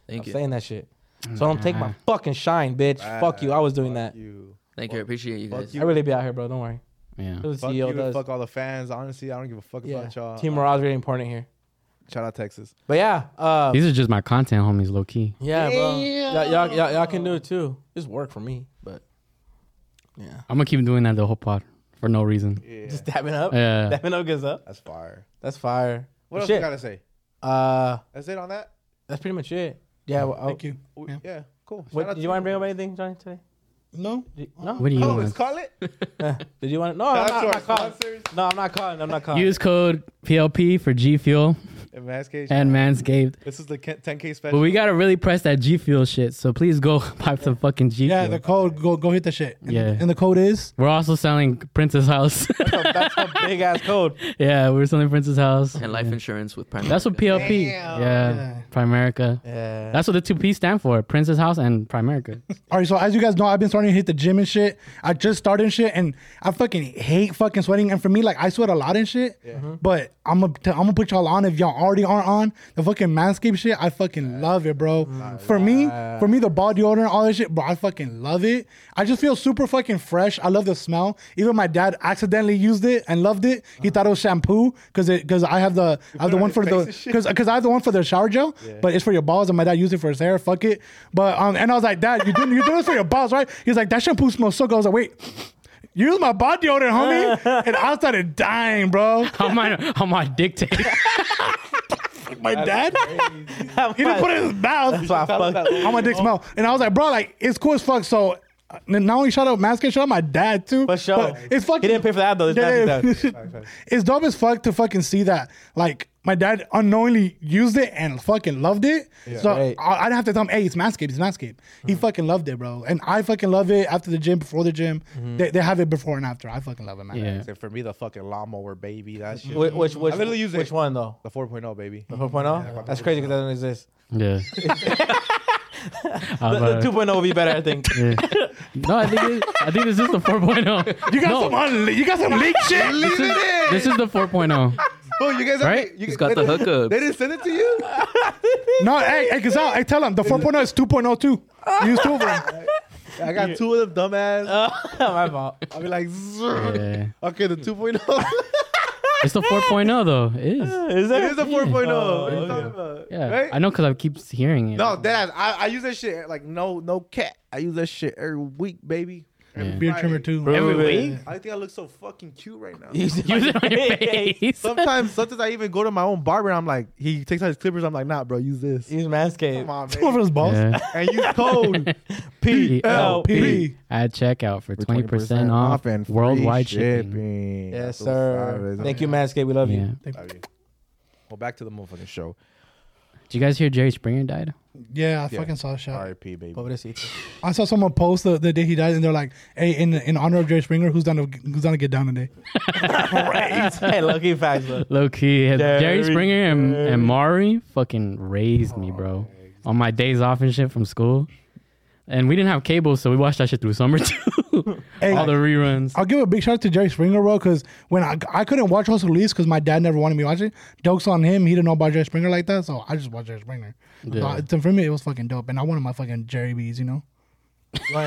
Thank
I'm
you,
saying that shit.
Mm,
So don't take my fucking shine, bitch.
Ah,
fuck you. I was doing
Fuck
that.
you.
thank you, I appreciate you
Fuck
guys.
you.
I really be out here, bro. Don't worry.
Yeah.
That's
Fuck
what
you,
CEO
and
E does.
fuck all the fans. Honestly, I don't give a fuck
yeah.
about y'all. Uh,
Team morale's really important here.
Shout out Texas.
But yeah, uh,
These are just my content homies, low key.
yeah, bro. Y'all, y'all, y'all, y'all can do it too. It's work for me, but yeah,
I'm gonna keep doing that the whole pod for no reason. Uh,
Yeah,
just dabbing up.
Yeah.
Dabbing up gets up.
that's fire.
That's fire.
What
But
else you
shit.
gotta say?
Uh,
That's it on that.
that's pretty much it. Yeah, well, I'll-
Thank you.
W-
Yeah.
Yeah. cool. Shout
What,
out
did you
to-
want to bring up anything, Johnny, today?
No.
Did- No.
What do you
Oh,
want?
let's call it.
Did you want? No, I'm
Shout
not,
out
I'm
to our
not calling.
sponsors.
No, I'm not calling. I'm not calling.
Use code PLP for G Fuel
And Manscaped.
and Manscaped.
this is the 10K
But
special.
we gotta really press that G Fuel shit. So please go pipe some fucking G
Yeah,
Fuel.
the code. Go go hit the shit. And,
Yeah.
And the code is.
we're also selling Princess House.
That's a big ass code.
yeah, we're selling Princess House.
and life insurance with Prime.
That's what
America.
PLP. Yeah,
Yeah.
Primerica.
Yeah.
That's what the two P stand for: Princess House and Primerica.
All right, so as you guys know, I've been starting to hit the gym and shit. I just started and shit, and I fucking hate fucking sweating. And for me, like I sweat a lot and shit. But I'm gonna t- I'm gonna put y'all on if y'all already aren't on the fucking manscaped shit. I fucking love it, bro. For me, for me, the ball deodorant, all that shit, bro. I fucking love it. I just feel super fucking fresh. I love the smell. Even my dad accidentally used it and loved it. He thought it was shampoo because it because I have the I
Uh-huh. put it
have the
on
one
your
for
face
the
and shit?
because because I have the one for the shower gel, but it's for your balls, and my dad used it for his hair. Fuck it. But um, and I was like, Dad, you doing you doing this for your balls, right? He's like, that shampoo smells so good. I was like, wait. Use my body odor, homie, and I started dying, bro.
I'm on, I'm on dictate.
My dad, he didn't put it in his mouth.
That's why I fuck.
How my dick smell? And I was like, bro, like it's cool as fuck. So uh, not only shout out Manscaped, shout out my dad too.
For sure.
But it's fucking.
He didn't pay for the ad, though. It's not his ad. Sorry, sorry.
it's dope as fuck to fucking see that. Like my dad unknowingly used it and fucking loved it. So
Right.
I, I'd have to tell him, hey, it's Manscaped. It's Manscaped. He fucking loved it, bro. And I fucking love it after the gym, before the gym.
Mm-hmm.
They, they have it before and after. I fucking love it, man.
yeah,
Except for me, the fucking lawnmower, baby. That shit.
Which which which,
I literally use
which
it.
one though?
The 4.0, baby.
The 4.0. That's crazy because that doesn't exist.
yeah. I
The,
was,
the
uh,
2.0 will be better, I think.
yeah. No, I think it, I think this is the oh. 4.0.
You got
no,
some unle- you got some leak shit.
Leave
this, is, this is the 4.0.
Oh, you guys,
Right?
You,
He's got the
they-
hookup.
They didn't send it to you.
No, hey, hey, cause I, I tell him the 4.0 is 2.02. Use two of them.
I got two of them, dumbass.
My fault.
I'll be like, "Zzzz."
Yeah.
okay, the oh. 2.0.
It's the 4.0 though. It is.
Is it is a 4.0. what are you talking about?
Yeah.
Right?
I know because I keep hearing it.
No, that I, I use that shit like no no cat. I use that shit every week, baby. Every
Beard
Friday.
trimmer too.
Every week?
I think I look so fucking cute right now.
Use it on your face.
sometimes sometimes I even go to my own barber and I'm like, he takes out his clippers. I'm like, nah, bro, use this.
Use
Come
Manscaped.
on,
Two of
man.
his balls.
Yeah.
and use code
PLP
PLP.
at checkout for 20%, off,
and free
worldwide shipping.
Yes,
That's what
sir.
it is.
Thank you, Manscaped. We love
Yeah.
you.
Love you. Well, back to the motherfucking show.
Did you guys hear Jerry Springer died?
Yeah, I
Yeah.
fucking saw a shot.
R.I.P. Baby.
What would I see?
I saw someone post the, the day he died, and they're like, "Hey, in in honor of Jerry Springer, who's down to who's down to get down today?"
hey, lucky facts, bro.
Low key. Jerry,
Jerry-
Springer and, and Maury fucking raised me, bro. On my days off and shit from school. And we didn't have cable, so we watched that shit through summer too.
Hey,
All the reruns.
I'll give a big shout out to Jerry Springer, bro, because when I, I couldn't watch Hustle Luis because my dad never wanted me watching. Jokes on him, he didn't know about Jerry Springer like that, so I just watched Jerry Springer.
Yeah.
So, I- for me, it was fucking dope, and I wanted my fucking Jerry bees, you know.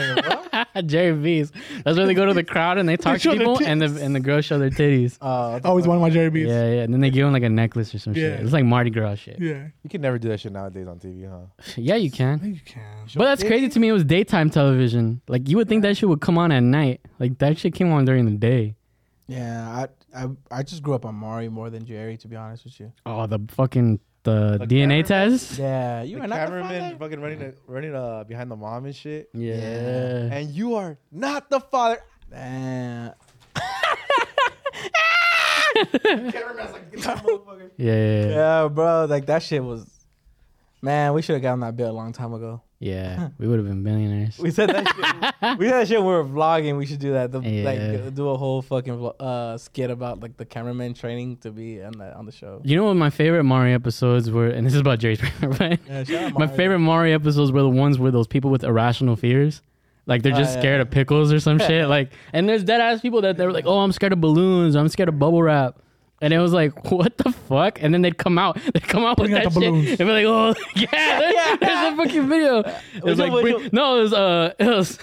Jerry V's. That's where they go to the crowd and they talk
show
to
their
people and the and the girls show their titties.
Uh,
I always wanted my Jerry bees.
yeah, yeah. And then they give them like a necklace or some shit.
Yeah.
It's like Mardi Gras shit. Yeah,
Yeah.
you can never do that shit nowadays on TV, huh?
you can.
you can.
But that's crazy to me. It was daytime television. Like you would think that shit would come on at night. Like that shit came on during the day.
Yeah, I, I I just grew up on Mari more than Jerry, to be honest with you.
Oh, the fucking the, DNA test.
Yeah, you
The
are not the
cameraman
father.
fucking running the, running uh, behind the mom and shit.
Yeah.
And you are not the father.
Damn.
Cameraman's like, get that motherfucker.
Yeah. Yeah. yeah.
Yeah, bro. Like that shit was. Man, we should have gotten that bill a long time ago.
Yeah. we would have been billionaires.
We said that shit. We said that shit. When we were vlogging. We should do that. The,
Yeah.
Like do a whole fucking vlo- uh, skit about like the cameraman training to be on the on the show.
You know what my favorite Mario episodes were, and this is about Jerry Springer, but
Yeah, shout out
my
Mario.
favorite Mario episodes were the ones where those people with irrational fears, like they're just
Oh, yeah.
scared of pickles or some shit. Like, and there's dead ass people that they're like, oh, I'm scared of balloons, I'm scared of bubble wrap. And it was like, what the fuck? And then they'd come out, they'd come out
Bring
with
out the
that shit,
balloons.
and be like, oh, yeah, there- there's a fucking video. It was
one- which
like, bring-
one?
no, it was uh, it was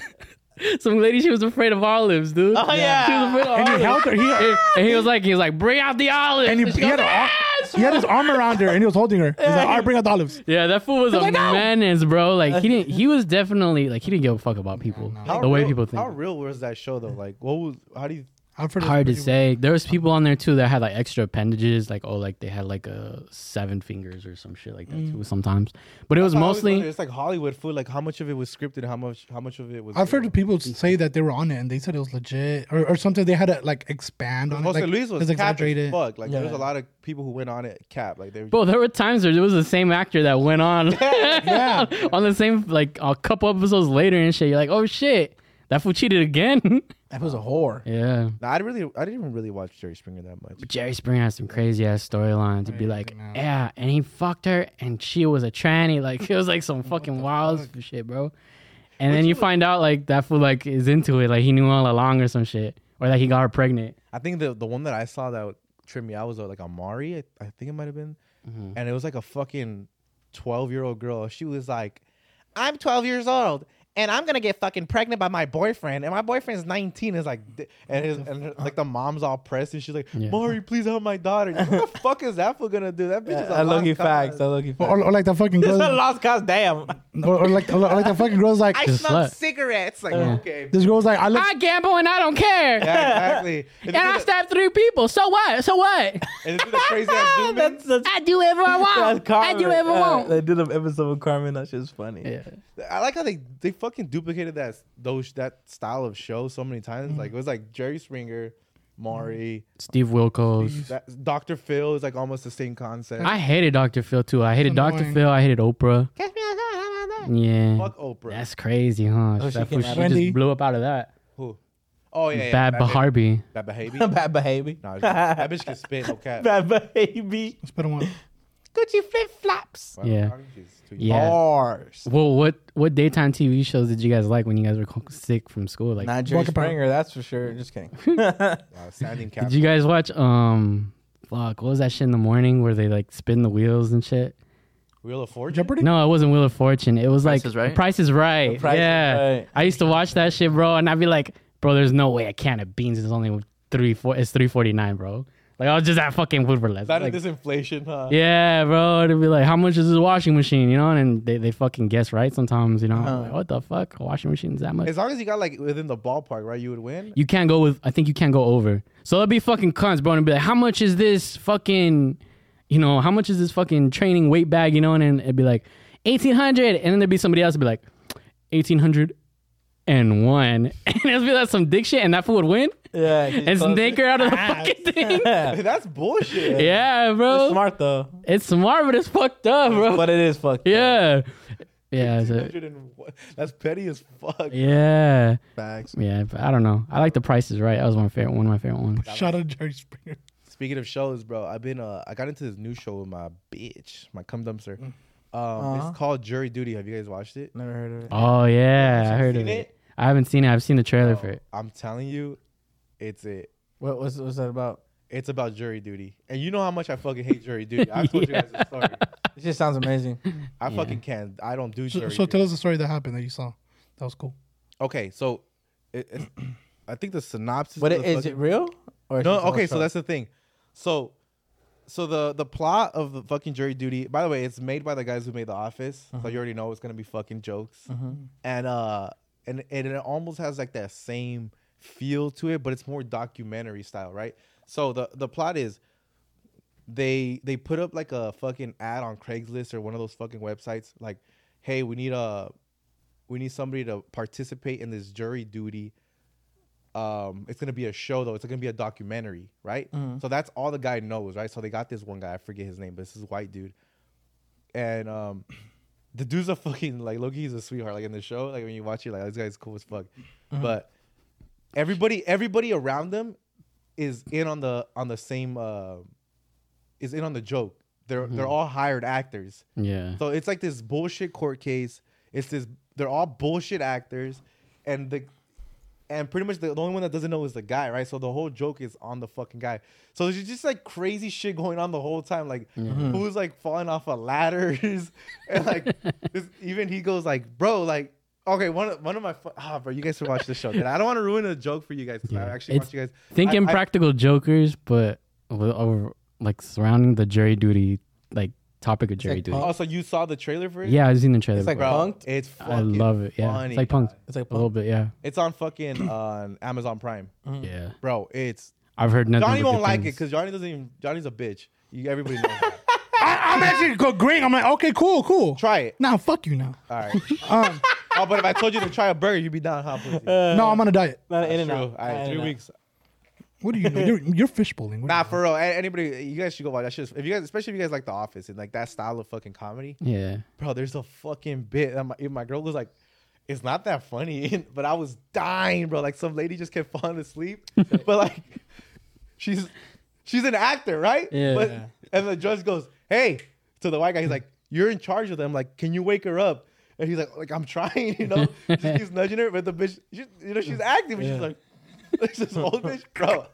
some lady. She was afraid of olives, dude.
Oh, yeah.
she was afraid of
And
olives.
he held her. He,
And- and he was like, he was like, bring out the olives.
and he,
And she
he, had
goes,
a, he had his arm around her, and he was holding her. He's like, "All right, bring out the olives."
Yeah, that fool was a menace, bro. Like he didn't. He was definitely like he didn't give a fuck about people.
How
The way
real-
people
How
think.
real was that show though? Like, what was? How do you?
I've heard it's
hard to
pretty-
say. There was people on there too that had like extra appendages, like oh, like they had like a seven fingers or some shit like that too sometimes. But it was
Mm. I always wonder,
mostly
it's like Hollywood food. Like how much of it was scripted? How much? How much of it was?
I've heard people say that they were on it and they said it was legit, or, or sometimes they had to like expand on it.
Jose
like,
Luis was capped as
it's exaggerated.
fuck. Like there was a
Yeah.
lot of people who went on it cap. Like they.
Bro, there were times where it was the same actor that went on
Yeah.
on the same like a couple episodes later and shit. You're like, oh shit, that fool cheated again.
That was a whore.
yeah.
Nah, I didn't really, I didn't even really watch Jerry Springer that much.
But Jerry Springer has some crazy ass storylines to be like, yeah, and he fucked her and she was a tranny. Like it was like some fucking wild shit, bro. And then you find out like that fool like is into it, like he knew all along or some shit, or like he got her pregnant.
I think the the one that I saw that tripped me out was uh, like Amari. I, I think it might have been, and it was like a fucking twelve year old girl. She was like, "I'm twelve years old." And I'm gonna get fucking pregnant by my boyfriend, and my boyfriend's 19. Is like, d- and his, and her- like the mom's all pressed, and she's like,
Yeah.
"Mari, please help my daughter." What the fuck is that for gonna do? That bitch is a
I look
lost
he
cause.
facts. I look he facts.
Or, or like that fucking
It's a
girl,
lost cause. Damn,
or, or like or like that fucking girl's like
I
It's a
smell
slut.
cigarettes. Like, okay,
this girl's like I look
I gamble and I don't care.
yeah, exactly. And,
And I stabbed three people. So what? So what?
it's a crazy ass zoom in.
That's such
I do whatever I
that's
want. I
Carmen.
do whatever I
Uh,
want.
They did an episode of Carmen. That shit's funny.
Yeah.
I like how they they fucking duplicated that those that style of show so many
Mm.
times. Like it was like Jerry Springer, Maury,
Steve Wilkos.
that, Dr. Phil is like almost the same concept.
I hated Dr. Phil too. I hated Dr.
annoying.
Phil. I hated Oprah. Yeah.
Fuck Oprah.
That's crazy, huh?
Oh, she
that
came
fool,
out
she
of-
Wendy.
just blew up out of that.
Who? Oh yeah, yeah
Bad
Baby.
Harvey.
Bad behavior.
Bad behavior.
Nah, that bitch can spit. No cap.
Bad behavior.
it's been a while.
Gucci flip flops.
Wow,
Yeah.
Cardi is tweaking.
Yeah.
Bars.
Well, what what daytime TV shows did you guys like when you guys were co- sick from school? Like,
Not Jerry
Walker Power.
Springer, that's for sure. Just kidding.
Wow, standing cap.
did you guys watch um, fuck, what was that shit in the morning where they like spin the wheels and shit?
Wheel of Fortune.
Jeopardy.
No, it wasn't Wheel of Fortune. It was
Price
like
is Right?
The Price is Right.
Price is
yeah,
Right.
I used to watch that shit, bro, and I'd be like, bro, there's no way a can of beans is only three four. It's three forty nine, bro. Like I was just at fucking Woodward.
Not
Like,
this inflation, huh?
Yeah, bro. To be like, how much is this washing machine? You know, and they, they fucking guess right sometimes. You know, I'm like, what the fuck? A washing machine is that much?
As long as you got like within the ballpark, right, you would win.
You can't go with. I think you can't go over. So it'd be fucking cunts, bro, and be like, how much is this fucking? You know, how much is this fucking training weight bag? You know, and then it'd be like eighteen hundred, and then there'd be somebody else would be like eighteen hundred and one, and it'd be like some dick shit, and that fool would win
Yeah.
and
close
snake
it.
her out of the fucking thing.
Yeah.
That's bullshit.
yeah, bro.
It's smart though.
It's smart, but it's fucked up, bro.
But it is fucked. up.
Yeah. Yeah. so-
101. That's petty as fuck.
yeah.
Facts.
Yeah. but I don't know. I like the prices right. That was my favorite one of my favorite ones.
Shout out Jerry Springer.
Speaking of shows, bro, I've been uh I got into this new show with my bitch, my cum dumpster. Um it's called Jury Duty. Have you guys watched it?
Never heard of it.
Oh yeah. I heard
seen
of it.
it? Oh.
I haven't seen it. I've seen the trailer for it.
I'm telling you, it's it.
What was was that about?
It's about jury duty. And you know how much I fucking hate jury duty. I told you guys the story.
It just sounds amazing.
I fucking can't. I don't do
So,
jury
so
duty.
tell us the story that happened that you saw. That was cool.
okay, so it, it's, I think the synopsis
But
of
it,
the
is
fucking-
it real? Or is
No,
it just
okay,
a
so
show?
that's the thing. So so the the plot of the fucking jury duty, by the way, it's made by the guys who made The Office. So you already know it's gonna be fucking jokes. And uh and, and it almost has like that same feel to it, but it's more documentary style, right? So the the plot is they they put up like a fucking ad on Craigslist or one of those fucking websites like, hey, we need a we need somebody to participate in this jury duty um it's gonna be a show though it's gonna be a documentary right so that's all the guy knows right so they got this one guy i forget his name but this is a white dude and um the dude's a fucking like loki he's a sweetheart like in the show like when you watch it like this guy's cool as fuck but everybody everybody around them is in on the on the same uh is in on the joke they're they're all hired actors
Yeah.
so it's like this bullshit court case. It's this. They're all bullshit actors, and the and pretty much the, the only one that doesn't know is the guy, right? So the whole joke is on the fucking guy. So there's just like crazy shit going on the whole time, like
Mm-hmm.
who's like falling off of ladders, and like this, even he goes like, bro, like. Okay, one of, one of my fu- ah, bro, you guys should watch the show. dude. I don't want to ruin the joke for you guys. 'cause I
Yeah.
actually
It's-
watched you guys.
Think
I- I-
impractical jokers, but with, over, like surrounding the jury duty like topic of Jerry
like
dude.
punk.
Oh, so you saw the trailer for it?
Yeah, I've seen the trailer.
It's like
before.
Bro.
punked. It's fucking
I love it. Yeah,
funny,
it's like punk.
dog.
It's like
a little bit. Yeah,
It's on fucking on Amazon Prime,
yeah.
bro. It's
I've heard nothing.
Mm-hmm. Johnny
but
won't
good
like it
things.
because Johnny doesn't even. Johnny's a bitch. You, everybody knows. that.
I, I'm actually agreeing. I'm like, okay, cool, cool.
Try it.
Now, fuck you now.
All right. oh, but if I told you to try a burger, you'd be down, huh? pussy?
no, I'm on a diet.
Not an Uh, in and
True.
out.
All right, three weeks.
What do you know? You're, you're fish bowling. What do
Nah,
you
for real. a- Anybody, you guys should go watch that shit. If you guys, especially if you guys like The Office and like that style of fucking comedy,
Yeah,
bro. There's a fucking bit. And my, and my girl was like, "It's not that funny," but I was dying, bro. Like some lady just kept falling asleep, but like she's she's an actor, right?
Yeah.
But and the judge goes, "Hey," to the white guy. He's like, "You're in charge of them. Like, can you wake her up?" And he's like, "Like I'm trying, you know." she keeps nudging her, but the bitch, she, you know, she's acting, but she's like, "This is old bitch, bro."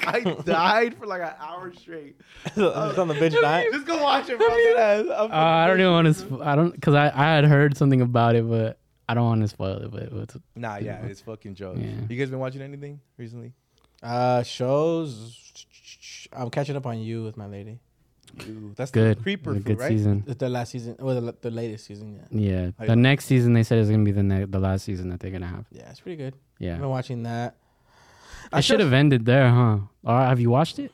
I died for like an hour straight.
It's on the bitch diet.
Just go watch it, bro. Deadass. I'm
uh, I don't even want to. Sp- I don't because I, I had heard something about it, but I don't want to spoil it. But it's,
Nah, yeah, it's fucking jokes.
Yeah.
You guys been watching anything recently?
Uh, shows. I'm catching up on you with my lady.
Ooh, that's the
good.
creeper
It was a
food,
good
right?
season.
It's the last season, well, the, the latest season. Yeah,
Yeah,
How you
the
like-
next season they said is gonna be the ne- the last season that they're gonna have.
yeah, it's pretty good. I've
Yeah,
been watching that.
I should have ended there, huh? Or have you watched it?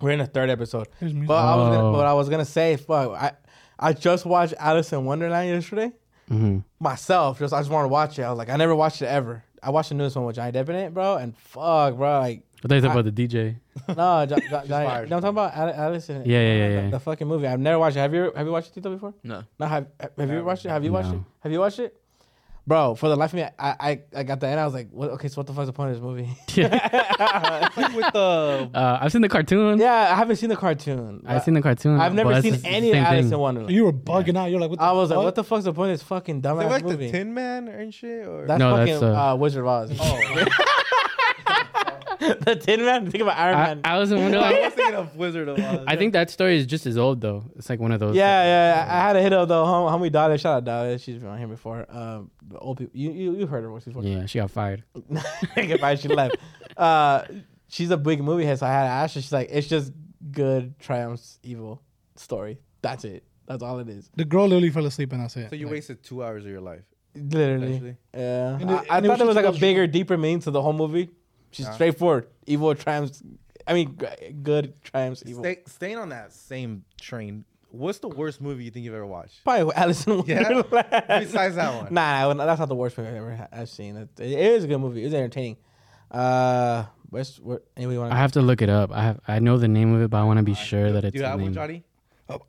We're in the third episode.
There's music.
But I was gonna,
Oh.
but I was gonna say, fuck, I I just watched Alice in Wonderland yesterday
Mm-hmm.
myself. Just I just want to watch it. I was like, I never watched it ever. I watched the newest one with Johnny Depp in it, bro, and fuck, bro, like
I thought you
I-
talked about the DJ.
no, jo- jo- Johnny.
fired.
no, I'm talking about Ali- Alice in
Yeah, yeah, yeah,
the-
yeah.
The fucking movie. I've never watched it. Have you have you watched it Tito before?
No.
No, have have you watched it? Have you watched it?
No.
Have you watched it? Bro, for the life of me, I I, I got the end. I was like, what, okay, so what the fuck's the point of this movie?
It's like with the
Uh, I've seen the cartoon.
yeah, I haven't seen the cartoon.
I've seen the cartoon.
I've never
but it's
seen
the s-
any of
same
Alice
thing.
in Wonderland.
You were bugging out. You're like, what the
I was like,
fuck?
what the fuck's the point of this fucking
is it
dumbass
like
movie?
the Tin Man and shit? Or
that's
No,
fucking
that's, uh,
uh, Wizard of Oz.
Oh.
the Tin Man. Think about Iron
I,
Man.
Alice in Wonderland.
I was thinking of Wizard of Oz.
I think that story is just as old though. It's like one of those.
yeah, yeah. I I had a hit of the hom- homie Dada. Shout out Dada. She's been on here before. Um, the old people. You you, you heard her voice before.
yeah. She got fired.
Goodbye. She left. Uh, she's a big movie head, so I had to ask her. She's like, it's just good triumphs evil story. That's it. That's all it is.
the girl literally fell asleep and that's it.
so. You wasted two hours of your life.
Literally.
Actually.
Yeah.
And
I,
it-
I
and it
thought it
was
was
just
like a
illustrative.
bigger, deeper meaning to the whole movie. She's
Yeah.
straightforward. Evil triumphs. I mean, g- good triumphs evil.
Stay, staying on that same train. What's the worst movie you think you've ever watched?
Probably Alice in
Yeah.
Wonderland.
Besides that one.
Nah, nah, that's not the worst movie I've ever ha- I've seen. It, it is a good movie. It was entertaining. Uh, what's what? Anybody want
I have to look it up. I have. I know the name of it, but I want to be sure that it's.
you
the
have one,
name.
Johnny?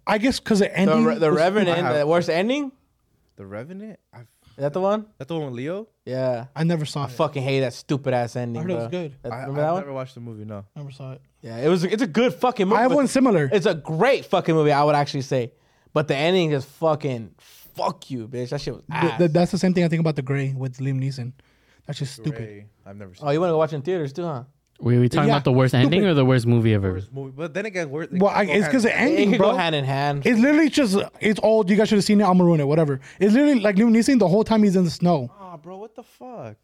I guess because the
the,
ending.
Re- the
was-
Revenant?
I have-
The worst ending?
The Revenant? I,
Is that the one?
that's the one with Leo?
Yeah.
I never saw it.
Fucking hate that stupid ass ending.
I heard it was
bro.
good.
That-
I, I've
remember that one?
never watched the movie, no.
Never saw it.
Yeah, it was. It's a good fucking movie.
I have
but
one similar.
It's a great fucking movie. I would actually say, but the ending just fucking fuck you, bitch. That shit was
Th-
ass.
th- that's the same thing I think about the Gray with Liam Neeson. That's just stupid.
Ray, I've never seen
oh, you want to go watch in theaters too, huh?
We we talking
Yeah,
about the worst ending
stupid.
or the worst movie
the
ever?
worst movie. But then again, worth
Well, I, it's because the
It
ending,
could
bro.
go hand in hand.
It's literally just it's old. You guys should have seen it. I'm gonna ruin it. Whatever. It's literally like Liam Neeson the whole time he's in the snow.
Oh, bro, what the fuck?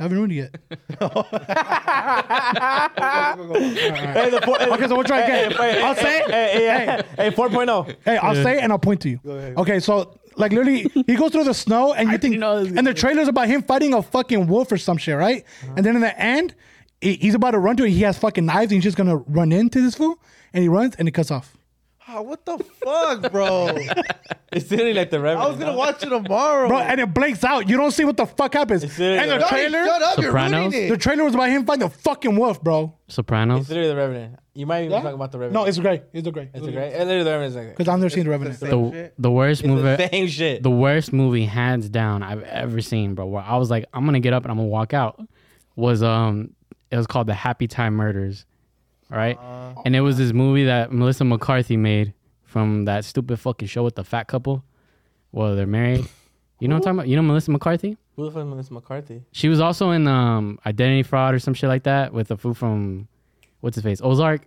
I haven't ruined it yet.
hey, the four,
Okay, so we'll try again. I'll say it.
Hey, hey, hey, hey, oh. 4.0.
Hey, I'll say it and I'll point to you. Okay, so like literally, he goes through the snow and you think,
know this was
and the trailer's about him fighting a fucking wolf or some shit, right? And then in the end, he- he's about to run to it. He has fucking knives and he's just gonna run into this fool, and he runs and it cuts off.
Ah, what the fuck, bro?
It's literally like the
I
Revenant.
was gonna watch it tomorrow.
Bro, and it blinks out. You don't see what the fuck happens.
It's literally
And the
the-
Johnny,
trailer,
shut up,
Sopranos?
you're
the
ruining it.
trailer was about him fighting the fucking wolf, bro.
It's
Sopranos.
literally the Revenant. You might even
Yeah?
talk about the Revenant.
No, it's great. It's the great.
it's a great. It's literally the Revenant. It's
Because I've never seen the Revenant.
same
The,
shit.
the worst movie.
the same shit.
The worst movie, hands down, I've ever seen, bro. Where I was like, I'm gonna get up and I'm gonna walk out. Was um, it was called The Happy Time Murders, right?
Uh-huh.
and it was this movie that Melissa McCarthy made from that stupid fucking show with the fat couple. Well, they're married. You know what I'm talking about? You know Melissa McCarthy?
Who the fuck is Melissa McCarthy?
She was also in um Identity Fraud or some shit like that with the food from what's his face Ozark.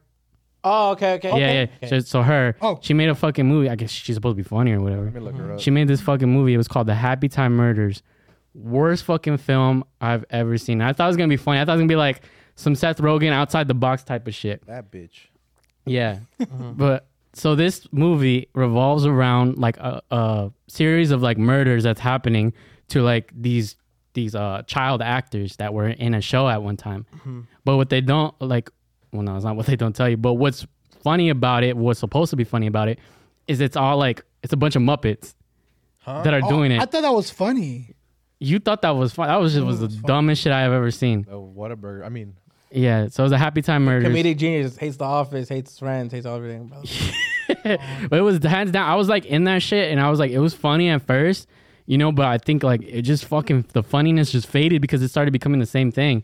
Oh, okay, okay.
Yeah,
okay.
yeah. So, so her,
Oh.
she made a fucking movie. I guess she's supposed to be funny or whatever.
Let me look her up.
Mm-hmm. She made this fucking movie. It was called The Happy Time Murders. Worst fucking film I've ever seen. I thought it was gonna be funny. I thought it was gonna be like some Seth Rogen outside the box type of shit.
That bitch.
Mm-hmm. Yeah, but so this movie revolves around like a, a series of like murders that's happening to like these these uh child actors that were in a show at one time but what they don't like well no it's not what they don't tell you but what's funny about it what's supposed to be funny about it is it's all like it's a bunch of muppets that are doing it
Oh, I thought that was funny.
you thought that was fun that was just was the dumbest shit i have ever seen
Oh, what a burger. I mean,
yeah so it was a happy time murder
Comedic genius hates the office, hates friends, hates everything, bro.
but it was hands down. I was like in that shit, and I was like, it was funny at first, you know. But I think like it just fucking the funniness just faded because it started becoming the same thing,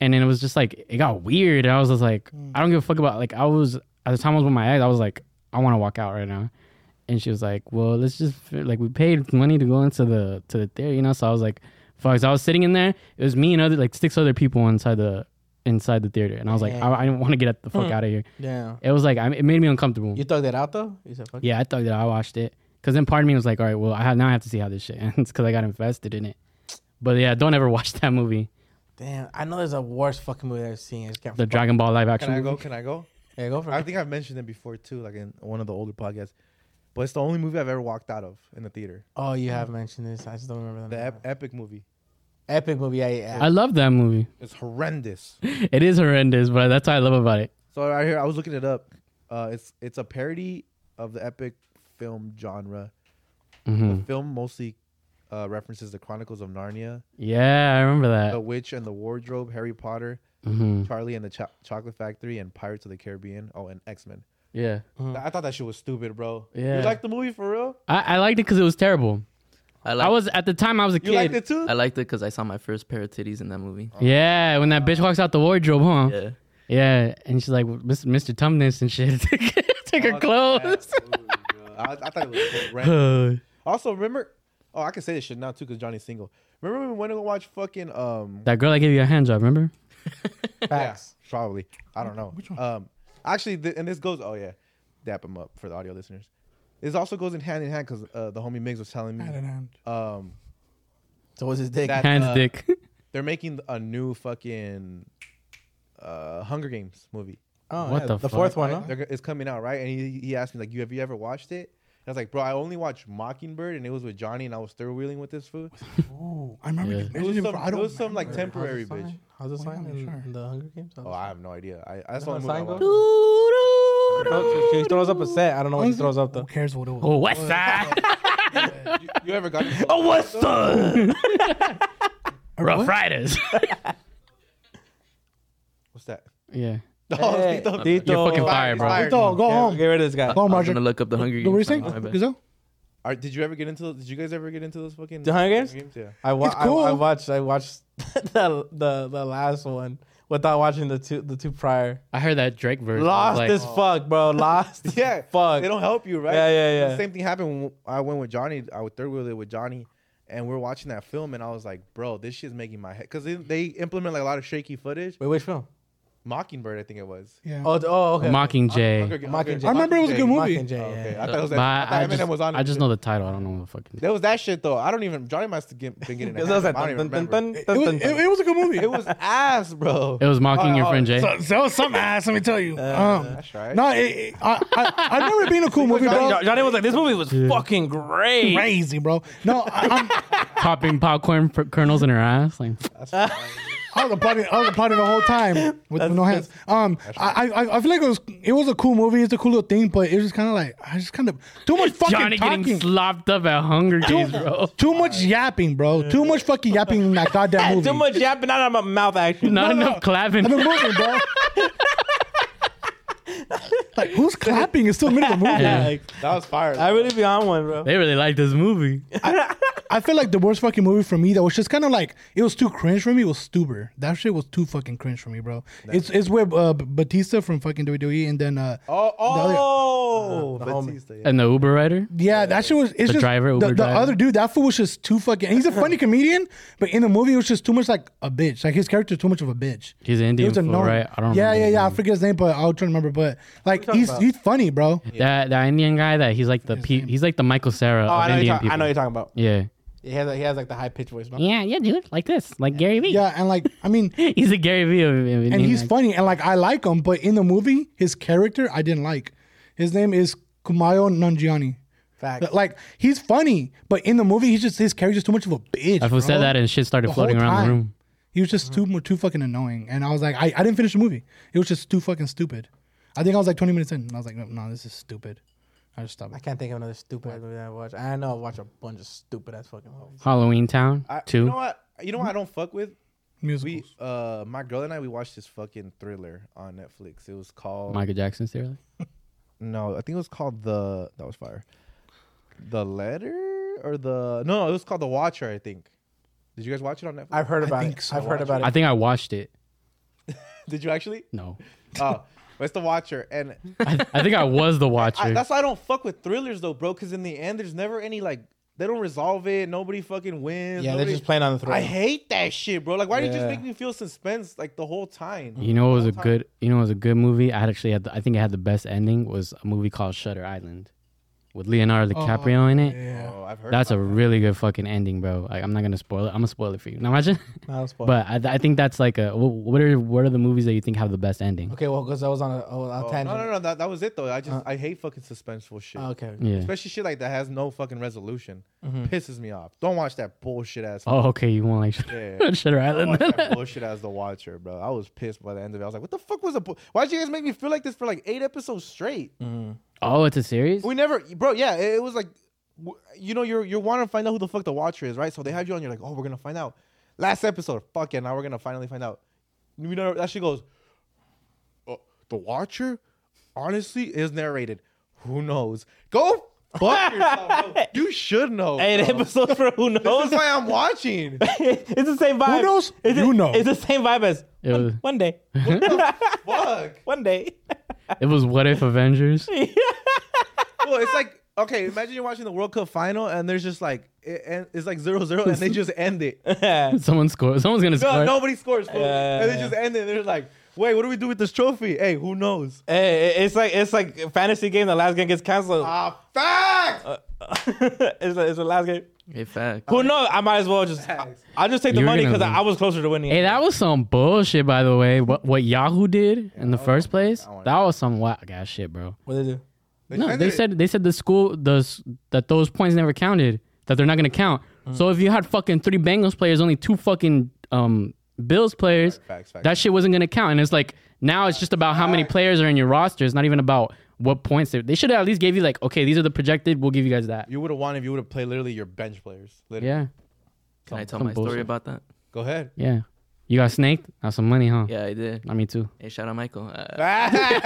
and then it was just like it got weird. And I was just like, I don't give a fuck about like I was at the time I was with my ex. I was like, I want to walk out right now, and she was like, well, let's just like we paid money to go into the to the theater, you know. So I was like, fuck. So I was sitting in there. It was me and other like six other people inside the inside the theater, and I was like, I, I didn't want to get the fuck out of here.
Damn.
It was like I, it made me uncomfortable.
You thought that out though? You said fuck.
Yeah, I thought that I watched it. Cause then part of me was like, all right, well, I have, now I have to see how this shit ends because I got invested in it. But yeah, don't ever watch that movie,
Damn. I know there's a worst fucking movie I've seen. I just can't
the Dragon Ball live
can I
action.
go?
movie.
Can I go?
Yeah, go for
I
it.
think I've mentioned it before too, like in one of the older podcasts. But it's the only movie I've ever walked out of in the theater.
Oh, you have mentioned this. I just don't remember
The
the
ep-
name.
epic movie.
epic movie. Yeah, yeah.
I love that movie.
It's horrendous.
It is horrendous, but that's what I love about it.
So right here, I was looking it up. Uh, it's it's a parody of the epic film genre.
Mm-hmm.
The film mostly uh, references the Chronicles of Narnia,
Yeah, Mm-hmm. I remember
The
that.
Witch and the Wardrobe, Harry Potter, Charlie and the Cho- Chocolate Factory, and Pirates of the Caribbean. Oh, and X Men.
Yeah,
I thought that shit was stupid, bro.
Yeah.
You like the movie for real?
I, I liked it because it was terrible.
I like.
I was at the time I was a
You
kid.
liked it too?
I liked it because I saw my first pair of titties in that movie.
Yeah, when that bitch walks out the wardrobe, huh? Yeah,
Yeah.
and she's like, "Mis- Mr. Tumnus and shit, take her
Oh,
clothes.
I, I thought it was horrendous. Also, remember? Oh, I can say this shit now too because Johnny's single. Remember when we went to go watch fucking um?
that girl I gave you a hand job, remember?
Facts.
Yeah, probably. I don't know. Which one? Um, actually, th- and this goes. Oh yeah, dap him up for the audio listeners. This also goes in hand in hand because uh, the homie Migs was telling me
I don't know.
um
So what's his dick?
that
Hands
uh,
dick.
they're making a new fucking uh Hunger Games movie.
oh,
What the
the
fuck?
fourth one? Huh?
They're go- it's coming out right, and he, he asked me like, "You have you ever watched it?" And I was like, "Bro, I only watched Mockingbird, and it was with Johnny, and I was third wheeling with this food.
Oh, I remember.
Yeah.
you
It was
mentioned
some,
but I
it
don't
was some like
remember.
temporary bitch.
How's this
Why
sign
not?
in
Sure.
the Hunger Games?
Oh, I have no idea. I that's the
how
only
the
movie I
sign
watched.
goes? Oh, she, she throws up a set. I don't know what she throws up
Who
though.
cares what it was?
Oh, West Side,
You, you ever got? oh, what's
Rough Riders.
What's that?
yeah.
Oh,
Hey,
Tito.
Tito.
You're fucking
Fire,
fired, bro.
fire.
Tito, go home.
Get rid of this guy.
Go home,
I was
Roger.
gonna look up Oh, the Hunger
What
Games.
were you saying?
now, my bad.
Gizzo?
Are, did you ever get into? those- Did you guys ever get into those fucking
The Hunger Games?
Yeah.
I, wa-
It's cool.
I, I watched. I watched the, the the last one without watching the two the two prior.
I heard that Drake verse. I
Lost
was like,
as fuck, bro. Lost. as
Yeah.
Fuck.
They don't help you, right?
Yeah, yeah,
The
yeah.
same thing happened when I went with Johnny. I would third wheel it with Johnny, and we were are watching that film, and I was like, "Bro, this shit's making my head." Because they, they implement like a lot of shaky footage.
Wait, which film?
Mockingbird, I think it was.
Yeah.
Oh, th- oh, okay.
Mockingjay.
Hunger- Hunger-
Mockingjay.
I remember it was a good movie.
Mockingjay,
Oh,
yeah,
okay.
yeah.
I thought it was.
But
I,
I,
thought Eminem
just,
was on.
I
it.
just know the title. I don't know the fucking.
There was that shit though. I don't even. Johnny must have get- been getting.
It
It
was
I
like
don't even
dun, dun,
remember.
dun,
It
dun,
was,
dun,
it,
dun.
it was a good movie.
It was ass, bro.
It was mocking
Oh,
your
oh,
friend Jay.
So, so some ass, let me tell you. um,
That's right.
no, it, it- I, I, I remember it being a cool movie, bro.
Johnny Uh, was like, "This movie was fucking great."
Crazy, bro. No, I, I'm,
Popping popcorn fr- kernels in her ass. Like,
I was applauding. I was applauding the whole time with no hands. Um, I, I I feel like it was it was a cool movie. It's a cool little thing, but it was kind of like I just kind of too much fucking
Johnny getting
talking.
slopped up at Hunger Games, bro.
too much yapping, bro. Too much fucking yapping in that goddamn movie.
Too much yapping out of my mouth action.
Not
no,
enough
no.
clapping.
in the movie, bro. like who's clapping? It's still mid of the movie.
Yeah.
Like,
That was fire.
I really be on one, bro.
They really like this movie.
I feel like the worst fucking movie for me that was just kind of like it was too cringe for me was Stuber. That shit was too fucking cringe for me, bro. It's it's with uh, Batista from fucking WWE and then uh,
Oh,
other-
oh,
the homie.
Batista, yeah.
And the Uber rider.
Yeah, that shit was. It's
The
just,
driver,
the,
Uber
the
driver.
other dude, that fool was just too fucking. He's a funny comedian, but in the movie, it was just too much like a bitch. Like his character, too much of a bitch.
He's an
It
Indian
was a
fool,
no-
right? I don't.
Yeah,
remember
yeah,
his
yeah. I
name.
forget his name, but I'll try to remember. But like,
talking
he's
about?
he's funny, bro.
That that Indian guy that he's like the P, he's like the Michael Sarah
Oh, I
of
know, you're
Indian
talk- I
people.
know you're talking about.
Yeah.
He has, he has like the high pitched voice. bro.
Yeah, yeah, dude, like this, like Gary Vee.
Yeah, and like, I mean,
He's a Gary Vee of, of Indian
and he's
act-
funny, and like, I like him, but in the movie, his character, I didn't like. His name is Kumayo Nanjiani.
Facts.
Like he's funny, but in the movie he's just his character's too much of a bitch.
I
bro.
said that and shit started
The
floating
whole
around the
time.
room.
He was just too too fucking annoying, and I was like, I, I didn't finish the movie. It was just too fucking stupid. I think I was like 20 minutes in, and I was like, no, no this is stupid. I just stopped.
I
it.
can't think of another stupid ass movie that I watch. I know I watch a bunch of stupid ass fucking movies.
Halloween Town
I,
two.
You know what? You know what I don't fuck with?
Musicals.
We uh my girl and I we watched this fucking thriller on Netflix. It was called
Michael Jackson's theory.
No, I think it was called the that was fire. The letter or the No, it was called The Watcher, I think. Did you guys watch it on Netflix?
I've heard about
think
it.
so.
I've heard about
I
it.
think I watched it.
Did you actually?
No,
Oh, it's The Watcher and
I, I think I was the
I,
watcher.
that's why I don't fuck with thrillers though, bro, cuz in the end there's never any like they don't resolve it. Nobody fucking wins.
Yeah, they're
nobody-
just playing on the
I
throat.
hate that shit, bro. Like, why do you just
Yeah.
make me feel suspense like the whole time?
You know, it was
The
a
whole time.
good. You know, it was a good movie. I actually had. The, I think it had the best ending. Was a movie called Shutter Island, with Leonardo DiCaprio in it.
yeah.
Oh, I've heard.
That's a
about
really good fucking ending, bro. Like, I'm not gonna spoil it. I'm gonna spoil it for you. Now imagine.
Nah, that's fun.
But I, I think that's like a. wh- What are what are the movies that you think have the best ending?
okay, well, because I was on a, oh, a
that. Oh,
tangent.
No, no, no. That, that was it though. I just I hate fucking suspenseful shit.
Oh, okay. Mm-hmm.
Yeah.
Especially shit like that has no fucking resolution. Pisses me off. Don't watch that bullshit ass.
Oh, okay. You want like
Yeah.
Shutter
Don't
Island?
watch that bullshit as the watcher, bro. I was pissed by the end of it. I was like, "What the fuck was a? Bu- Why'd you guys make me feel like this for like eight episodes straight?
oh, it's a series.
We never, bro. Yeah, it, it was like, w- you know, you're you're wanting to find out who the fuck the Watcher is, right? So they have you on. You're like, oh, we're gonna find out. Last episode, fuck it. Now we're gonna finally find out. You know that shit goes. "Uh, the Watcher, honestly, is narrated. Who knows? Go fuck yourself. bro. You should know.
Hey,
bro.
the episode for who
This
knows?
is why I'm watching.
it's the same vibe.
knows?
It's
You
the,
know.
It's the same vibe as
It was,
one day.
fuck.
One day.
it was What If Avengers.
Well, it's like okay. Imagine you're watching the World Cup final, and there's just like, it, and it's like zero zero, and they just end it.
Someone scores. Someone's
No,
gonna score.
nobody scores. fool.
Yeah.
and they just end it. They're like, wait, what do we do with this trophy? Hey, who knows?
Hey, it- it's like it's like a fantasy game. The last game gets canceled.
Ah, facts.
it's, the, it's the last game.
Hey, fact.
Who knows? I might as well just. I,
Facts.
I'll just take the
You were
money
gonna
because I,
lose.
I was closer to winning.
Hey, that was some bullshit, by the way. What what Yahoo did in the first place?
wanna-
That was some whack ass shit, bro.
What they do?
No,
ended
they
it.
said they said the school those that those points never counted. That they're not gonna count.
Mm.
So if you had fucking three Bengals players, only two fucking um Bills players,
Facts, facts.
that shit wasn't gonna count. And it's like now it's just about how many players are in your roster. It's not even about what points they they should have at least gave you like okay these are the projected. We'll give you guys that.
you would have won if you would have played literally your bench players. Literally.
Yeah,
Can I tell
some
my story
bullshit.
about that?
Go ahead.
yeah. You got snaked? That's some money, huh?
Yeah, I did.
Not me too.
Hey, shout out Michael. Uh,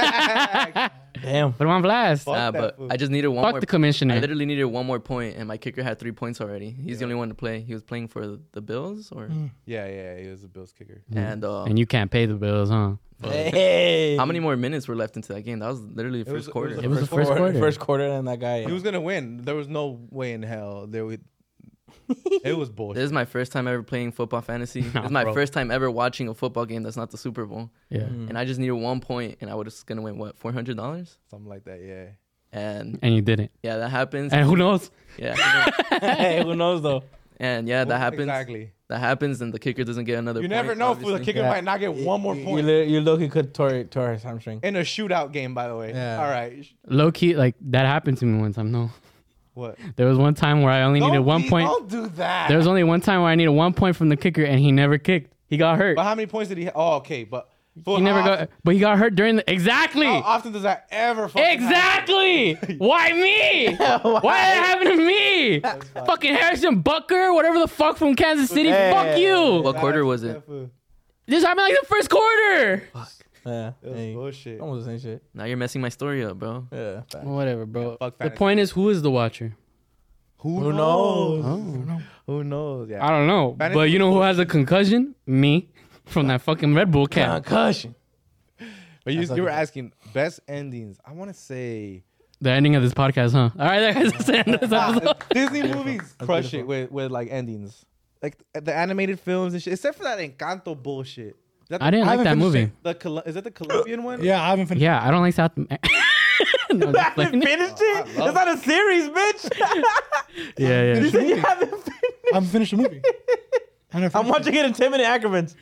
Facts.
Damn.
Put him on blast.
Fuck
nah,
that
but
fool.
I just needed one
Fuck
more.
the commissioner.
I literally needed one more point, and my kicker had three points already. He's the only one to play. He was playing for the Bills, or
yeah, yeah, yeah, he was a Bills kicker.
and uh,
and you can't pay the bills, huh?
Hey.
how many more minutes were left into that game? That was literally the
was-
first
it
quarter.
was a-
It was the
First
first
First
quarter.
quarter. and that guy.
He was gonna win. There was no way in hell there would. it was
This
bullshit.
is my first time ever playing football fantasy. This
Nah,
is my
bro.
first time ever watching a football game that's not the Super Bowl.
Yeah.
Mm.
And I just needed one point, and I was gonna win what four hundred dollars.
Something like that. Yeah.
And
And you didn't.
yeah, that happens.
And who knows?
yeah,
hey, who knows though?
and yeah, that happens.
Exactly.
That happens, and the kicker doesn't get another.
You
point,
never know. Fool, the
obviously.
kicker
Yeah.
might not get one more
You-
point
You, you, you look, he could tore, tore his hamstring.
in a shootout game. By the way.
Yeah.
All right. sh-
Low key, like that happened to me one time. No,
What?
there was one time where I only needed
Don't
one
be-
point.
Don't do that.
There was only one time where I needed one point from the kicker, and he never kicked. He got hurt.
But how many points did he? Ha- oh, okay, but
He never got. But he got hurt during the exactly.
How often does that ever? Fucking
Exactly. Why me? Why that happened to me? Fucking Harrison Bucker, whatever the fuck from Kansas City. Fuck you.
What quarter was it?
Happen?
This happened like the first quarter.
Yeah.
That was
Hey.
bullshit.
Almost the same shit.
Now you're messing my story up, bro.
Yeah. fact.
Whatever, bro.
fuck
the
fantasy.
point is, who is the watcher?
Who
Who knows?
Who knows? Yeah.
I don't know.
Fantasy
But you know who has a concussion? Me. From that fucking Red Bull cap.
Concussion.
But you,
That's
you were
okay.
asking best endings. I want to say
The ending of this podcast, huh? All right, guys, that's the end of this episode.
Disney movies crush it with, with like endings, like the animated films and shit. Except for that Encanto bullshit. Is that the,
I didn't
I
like that
haven't finished
movie.
The Col- is that the Colombian one?
Yeah, I haven't finished.
Yeah, I don't like South. Am- No, just
You
playing.
finished it? It's not a series, bitch.
yeah, yeah.
you haven't finished.
I haven't finished the movie. I never
I'm
finished it.
watching it in ten minute increments.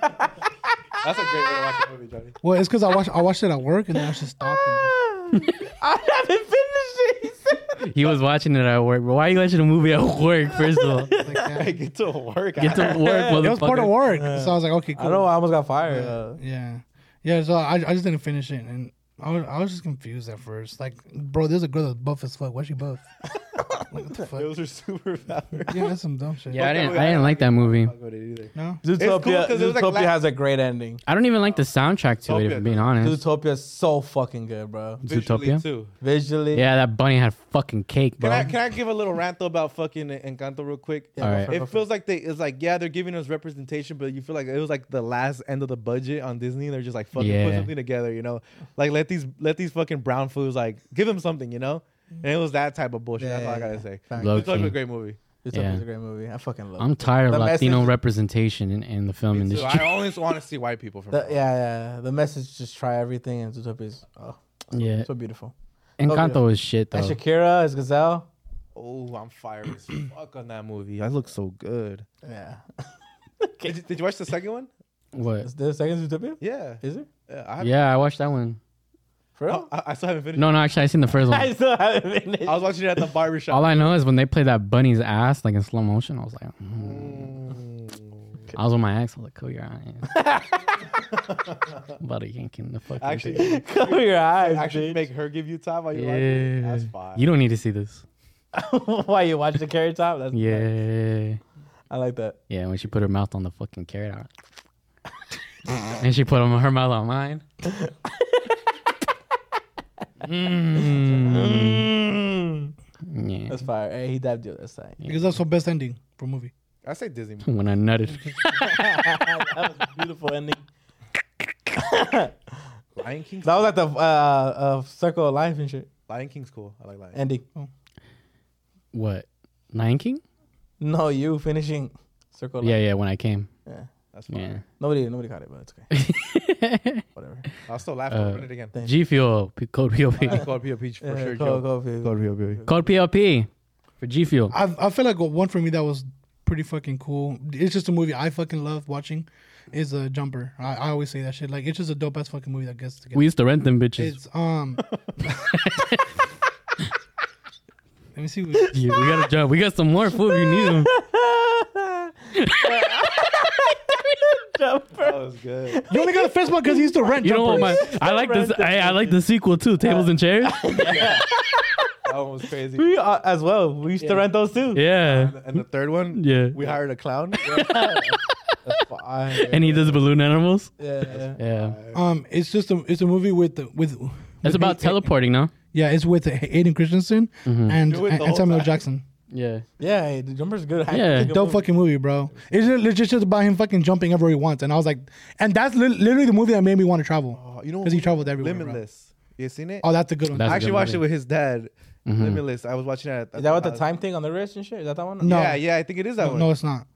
That's a great way to watch a movie, Johnny.
Well, it's because I watched I watched it at work and then I just stopped. And
I haven't finished
He was watching it at work. But why are you watching a movie at work? First of all,
Like, yeah.
I get to work.
get to work,
It was part of
motherfucker.
work, so I was like, okay,
I
cool.
know I almost got fired. Uh,
Yeah, yeah. So I, I just didn't finish it, and I was, I was just confused at first. Like, bro, there's a girl that's buff as fuck. Why she buff? like, what the fuck?
Those are superpowers.
Yeah, that's some dumb shit.
Yeah, I didn't. I didn't like that movie.
Fuck with it either.
No.
Zootopia,
'cause it was like
Zootopia
la-
has a great ending.
I don't even like the soundtrack to it. If I'm being honest,
Zootopia is so fucking good, bro.
Visually,
Zootopia?
too.
Visually,
yeah, that bunny had fucking
Can
cake, bro.
I, can I give a little rant though about fucking Encanto real quick?
All right.
It feels like they it's like yeah they're giving us representation, but you feel like it was like the last end of the budget on Disney. They're just like fucking put
Yeah.
something together, you know, like let these let these fucking brown fools like give them something, you know. And it was that type of bullshit. That's all I
Yeah,
gotta
yeah.
say.
Thank
Low
It's like
key.
a great movie.
Zootopia's
Yeah.
a great movie. I fucking love.
I'm
it.
tired
The
of Latino
message-
representation in, in the film
So
industry.
I always want to see white people from.
The, yeah, yeah. The message just try everything, and Zootopia is oh,
Yeah,
so beautiful.
Encanto is shit
And
though.
Shakira is Gazelle.
Oh, I'm fired as fuck on that movie. I look so good.
Yeah.
Did you, did you watch the second one?
What?
Is there a second Zootopia?
Yeah.
Is there?
Yeah, I, haven't-
Yeah, I watched that one.
For real?
oh, I, I still haven't finished.
No, no, actually, I seen the first
I
one.
still haven't finished.
I was watching it at the barbershop.
All I know is when they played that bunny's ass like in slow motion, I was like, mm.
Mm.
I was with my ex. I was like, "Cool your eyes." About a yanking the fucking.
Actually,
Cover your eyes,
actually
bitch.
make her give you time while you watch it.
yeah.
That's fine.
You don't need to see this.
Why you watch the carrot top? That's
Yeah,
I like that.
yeah. When she put her mouth on the fucking carrot, out. and she put her mouth on mine. Mm. Yeah.
That's fire. Hey, he dabbed you that side.
Because that's the best ending for a movie.
I say Disney. movie.
When I nutted.
that was a beautiful ending.
Lion King.
That was like the uh, uh, circle of life and shit
Lion King's cool. I like Lion. King.
ending.
What? Lion King?
No, you finishing circle. Of
Yeah,
life.
yeah. When I came.
That's fine.
Yeah.
Nobody, nobody caught it, but it's okay. Whatever.
I'll still laugh
Uh,
over it again.
G Fuel. P- Code POP.
Called Pia Peach for
Yeah,
sure.
go,
Joe.
go, Phil.
Called Pia Peach.
Code PLP for G Fuel.
I I feel like one for me that was pretty fucking cool. It's just a movie I fucking love watching. Is a jumper. I, I always say that shit. Like it's just a dope ass fucking movie that gets together.
We used to rent them bitches.
it's um. Let me see. What,
Yeah, we got a job. We got some more food. if You need them.
That was good.
you only got a fist one because he used to rent.
You know what?
jumpers.
My I like this. I, I like the sequel too. Tables and chairs.
That one was crazy.
We uh, as well. We used to rent those too.
Yeah,
And the third one,
yeah.
we hired a clown.
Fire.
And he does balloon animals.
Yeah, yeah.
Yeah,
Um, it's just a it's a movie with with. with
it's about
Hay-
teleporting, no?
Yeah, it's with Hayden Christensen
Mm-hmm.
and,
Do it the
and
whole
Samuel
time.
Jackson.
Yeah,
yeah hey, the jumper's good. I
Yeah.
think
Dope
it
fucking movie, bro. It's just, it's just about him fucking jumping everywhere he wants, and I was like, and that's li- literally the movie that made me want to travel.
Oh, you know,
Because he traveled everywhere, bro.
Limitless. You seen it?
Oh, that's a good one.
That's-
I
a
actually
good
watched
movie.
it with
Mm-hmm.
his dad. Limitless. I was watching that.
was- Is that what the time thing on the wrist and shit? Is that that one?
No.
Yeah, yeah. I think it is that one.
no, it's not.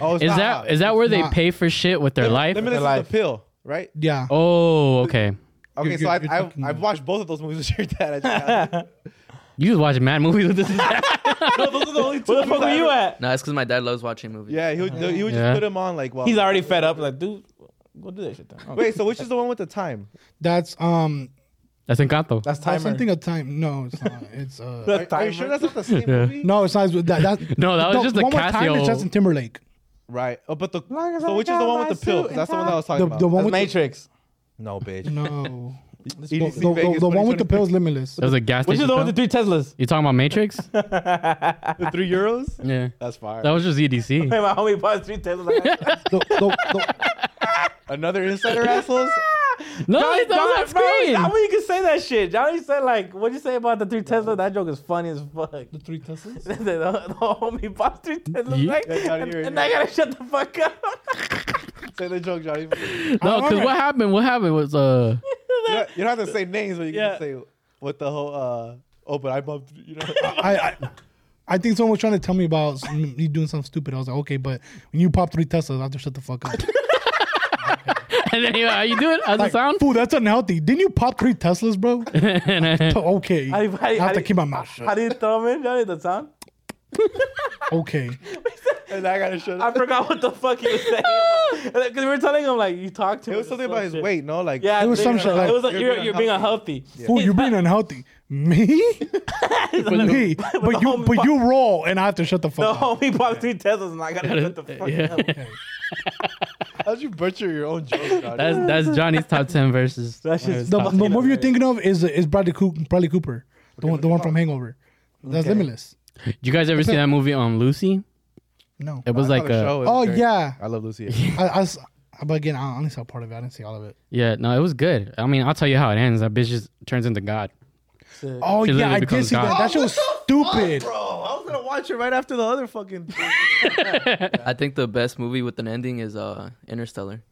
oh, it's
is
not.
that is that where they
not-
pay for shit with their life?
Limitless
Life.
is the pill, right?
Yeah.
Oh, okay.
Okay,
You're-
so I,
you're
I,
talking-
I've watched both of those movies with your dad. I just-
You just watching mad movies with this.
those are the only two.
Where the fuck
movies
were
I
you
ever-
at?
No, that's because my dad loves watching movies.
Yeah, he would, he would just
Yeah.
put him on like. Well,
He's already fed up. Like, dude, go do that shit. Then. Okay.
wait. So which is the one with the time?
That's um.
That's Encanto.
that's
That's
timer.
something of time. No, it's not. It's uh.
Are, are you sure that's not the same
Yeah.
movie?
no, it's not. That, that,
No, that was
the
just the
one with time
Casio.
is Justin Timberlake.
Right. Oh, but the
Long as
so
I
which is
got
the one
my
with the pill?
suit
'Cause That's the one
and
that I was talking
The,
about.
the one
That's
with
Matrix.
no, bitch.
The, no. The,
EDC
the-
Vegas
the one with the
2020.
pills limitless.
That was a gas
Which
station.
is the one
film?
with the three Teslas?
you talking about Matrix?
The three euros.
yeah,
That's fire.
that was just E EDC.
Hey, my homie bought three Teslas. Like,
The- the-
Another insider assholes.
No, that was on
bro,
screen.
How you can say that shit? Johnny said like, what'd you say about the three Teslas? That joke is funny as fuck.
the three Teslas.
the, the homie bought three Teslas.
You-
like,
That's outta
and,
here,
and
yeah.
I gotta shut the fuck up.
Say the joke, Johnny. You
No, because what happened? What happened was uh,
don't, you don't have to say names, but you can
Yeah.
say what the whole. uh Oh, but I bumped. You know.
I, I I think someone was trying to tell me about some- me doing something stupid. I was like, okay, but when you pop three Teslas, I have to shut the fuck up.
and then he, how you do it? How's the
Like,
sound?
Fool, that's unhealthy. Didn't you pop three Teslas, bro? okay. I,
How do you- how do you-
have
how
to
do you-
keep my mouth
How
shut.
do you throw them in, Johnny? The sound?
Okay.
and I gotta shut
I
up.
forgot what the fuck he was saying.
Because we were telling him like you talk to.
It
him
was
or
something
some
about his
shit.
weight, no? Like
Yeah,
It was
they-
some shit, like,
it was like
you're
you're
being
you're being unhealthy.
Fool, you're being unhealthy. Me? Me? But you,
homie
but
pop-
you roll, and I have to shut the
The
fuck up.
homie bought three Teslas and I gotta what the fuck. up.
how'd you butcher your own joke? dog?
That's that's Johnny's top ten verses.
That's just
The, the movie you're thinking of is is Bradley Cooper, Bradley Cooper the one, the one from Hangover. That's Limitless.
Did you guys ever see that movie um, Lucy?
No.
It was
I
like
thought the
a
show was
Oh
great.
yeah.
I love Lucy.
I, I s- but again, I only saw part of it. I didn't see all of it.
yeah, no, it was good. I mean, I'll tell you how it ends. That bitch just turns into God.
Oh
She
yeah,
literally
I did
becomes
see that.
God.
That shit
Oh,
was stupid.
Bro, I was gonna watch it right after the other fucking.
I think the best movie with an ending is uh Interstellar.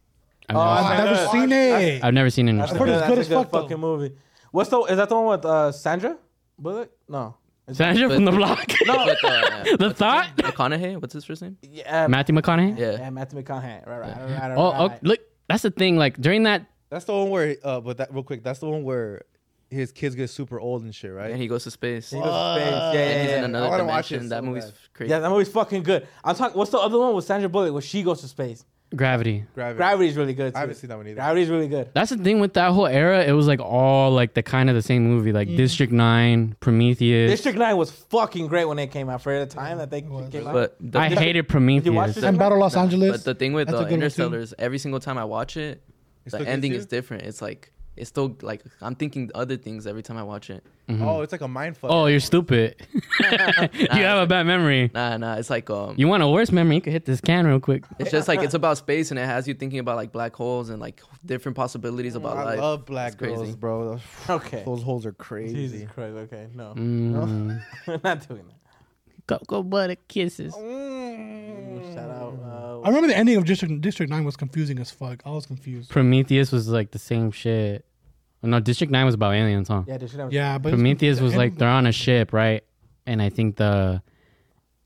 I've,
Oh,
never,
I-
I've never
Yeah.
seen it.
I've never seen it.
That's a
heard
good,
it's
that's
good
a
as
good
fuck, though.
fucking movie. What's the is that the one with uh, Sandra Bullock? No. Is that-
Sandra from the block.
With, uh,
the thought.
McConaughey, what's his first name?
Yeah,
Matthew McConaughey.
Yeah.
yeah, Matthew McConaughey. Right, right, right, right, right,
Oh,
right.
oh, look, that's the thing. Like during that,
That's the one where, uh, but that real quick. That's the one where his kids get super old and shit, right?
And he goes to space.
He goes to space. Uh, Yeah,
And
yeah,
he's
yeah.
in another
wanna
dimension.
watch it
that
so
movie's
bad.
crazy.
Yeah, that movie's fucking good. I'm talking. What's the other one with Sandra Bullock where she goes to space?
gravity.
Gravity.
Gravity's really good. Too.
I haven't seen that one either.
Gravity's really good.
That's the thing with that whole era. It was like all like the kind of the same movie, like District Nine, Prometheus.
District Nine was fucking great when it came out. For the time that they came out,
But the,
I hated Prometheus.
this?
And Battle Los
Nah,
Angeles.
But the thing with
That's a
uh,
good one, too.
Interstellar is every single time I watch it,
still
the
gets
ending
you?
is different. It's like it's still like I'm thinking other things every time I watch it.
Oh, it's like a mind fuck.
Oh, you're stupid. you have a bad memory.
Nah, nah. It's like um,
You want a worse memory? You can hit this can real quick.
it's just like it's about space and it has you thinking about like black holes and like different possibilities about
I
life.
love black
It's
girls,
crazy.
bro. Those-
Okay.
those holes are crazy.
Jesus Christ. Okay, no,
Mm.
we're not doing that.
Cocoa butter kisses.
Mm.
Shout out. uh,
I remember the ending of District District Nine was confusing as fuck. I was confused.
Prometheus was like the same shit. No, District Nine was about aliens, huh?
Yeah, District Nine. was-
Yeah, but it's-
Prometheus was
the
like
end-
they're on a ship, right? And I think the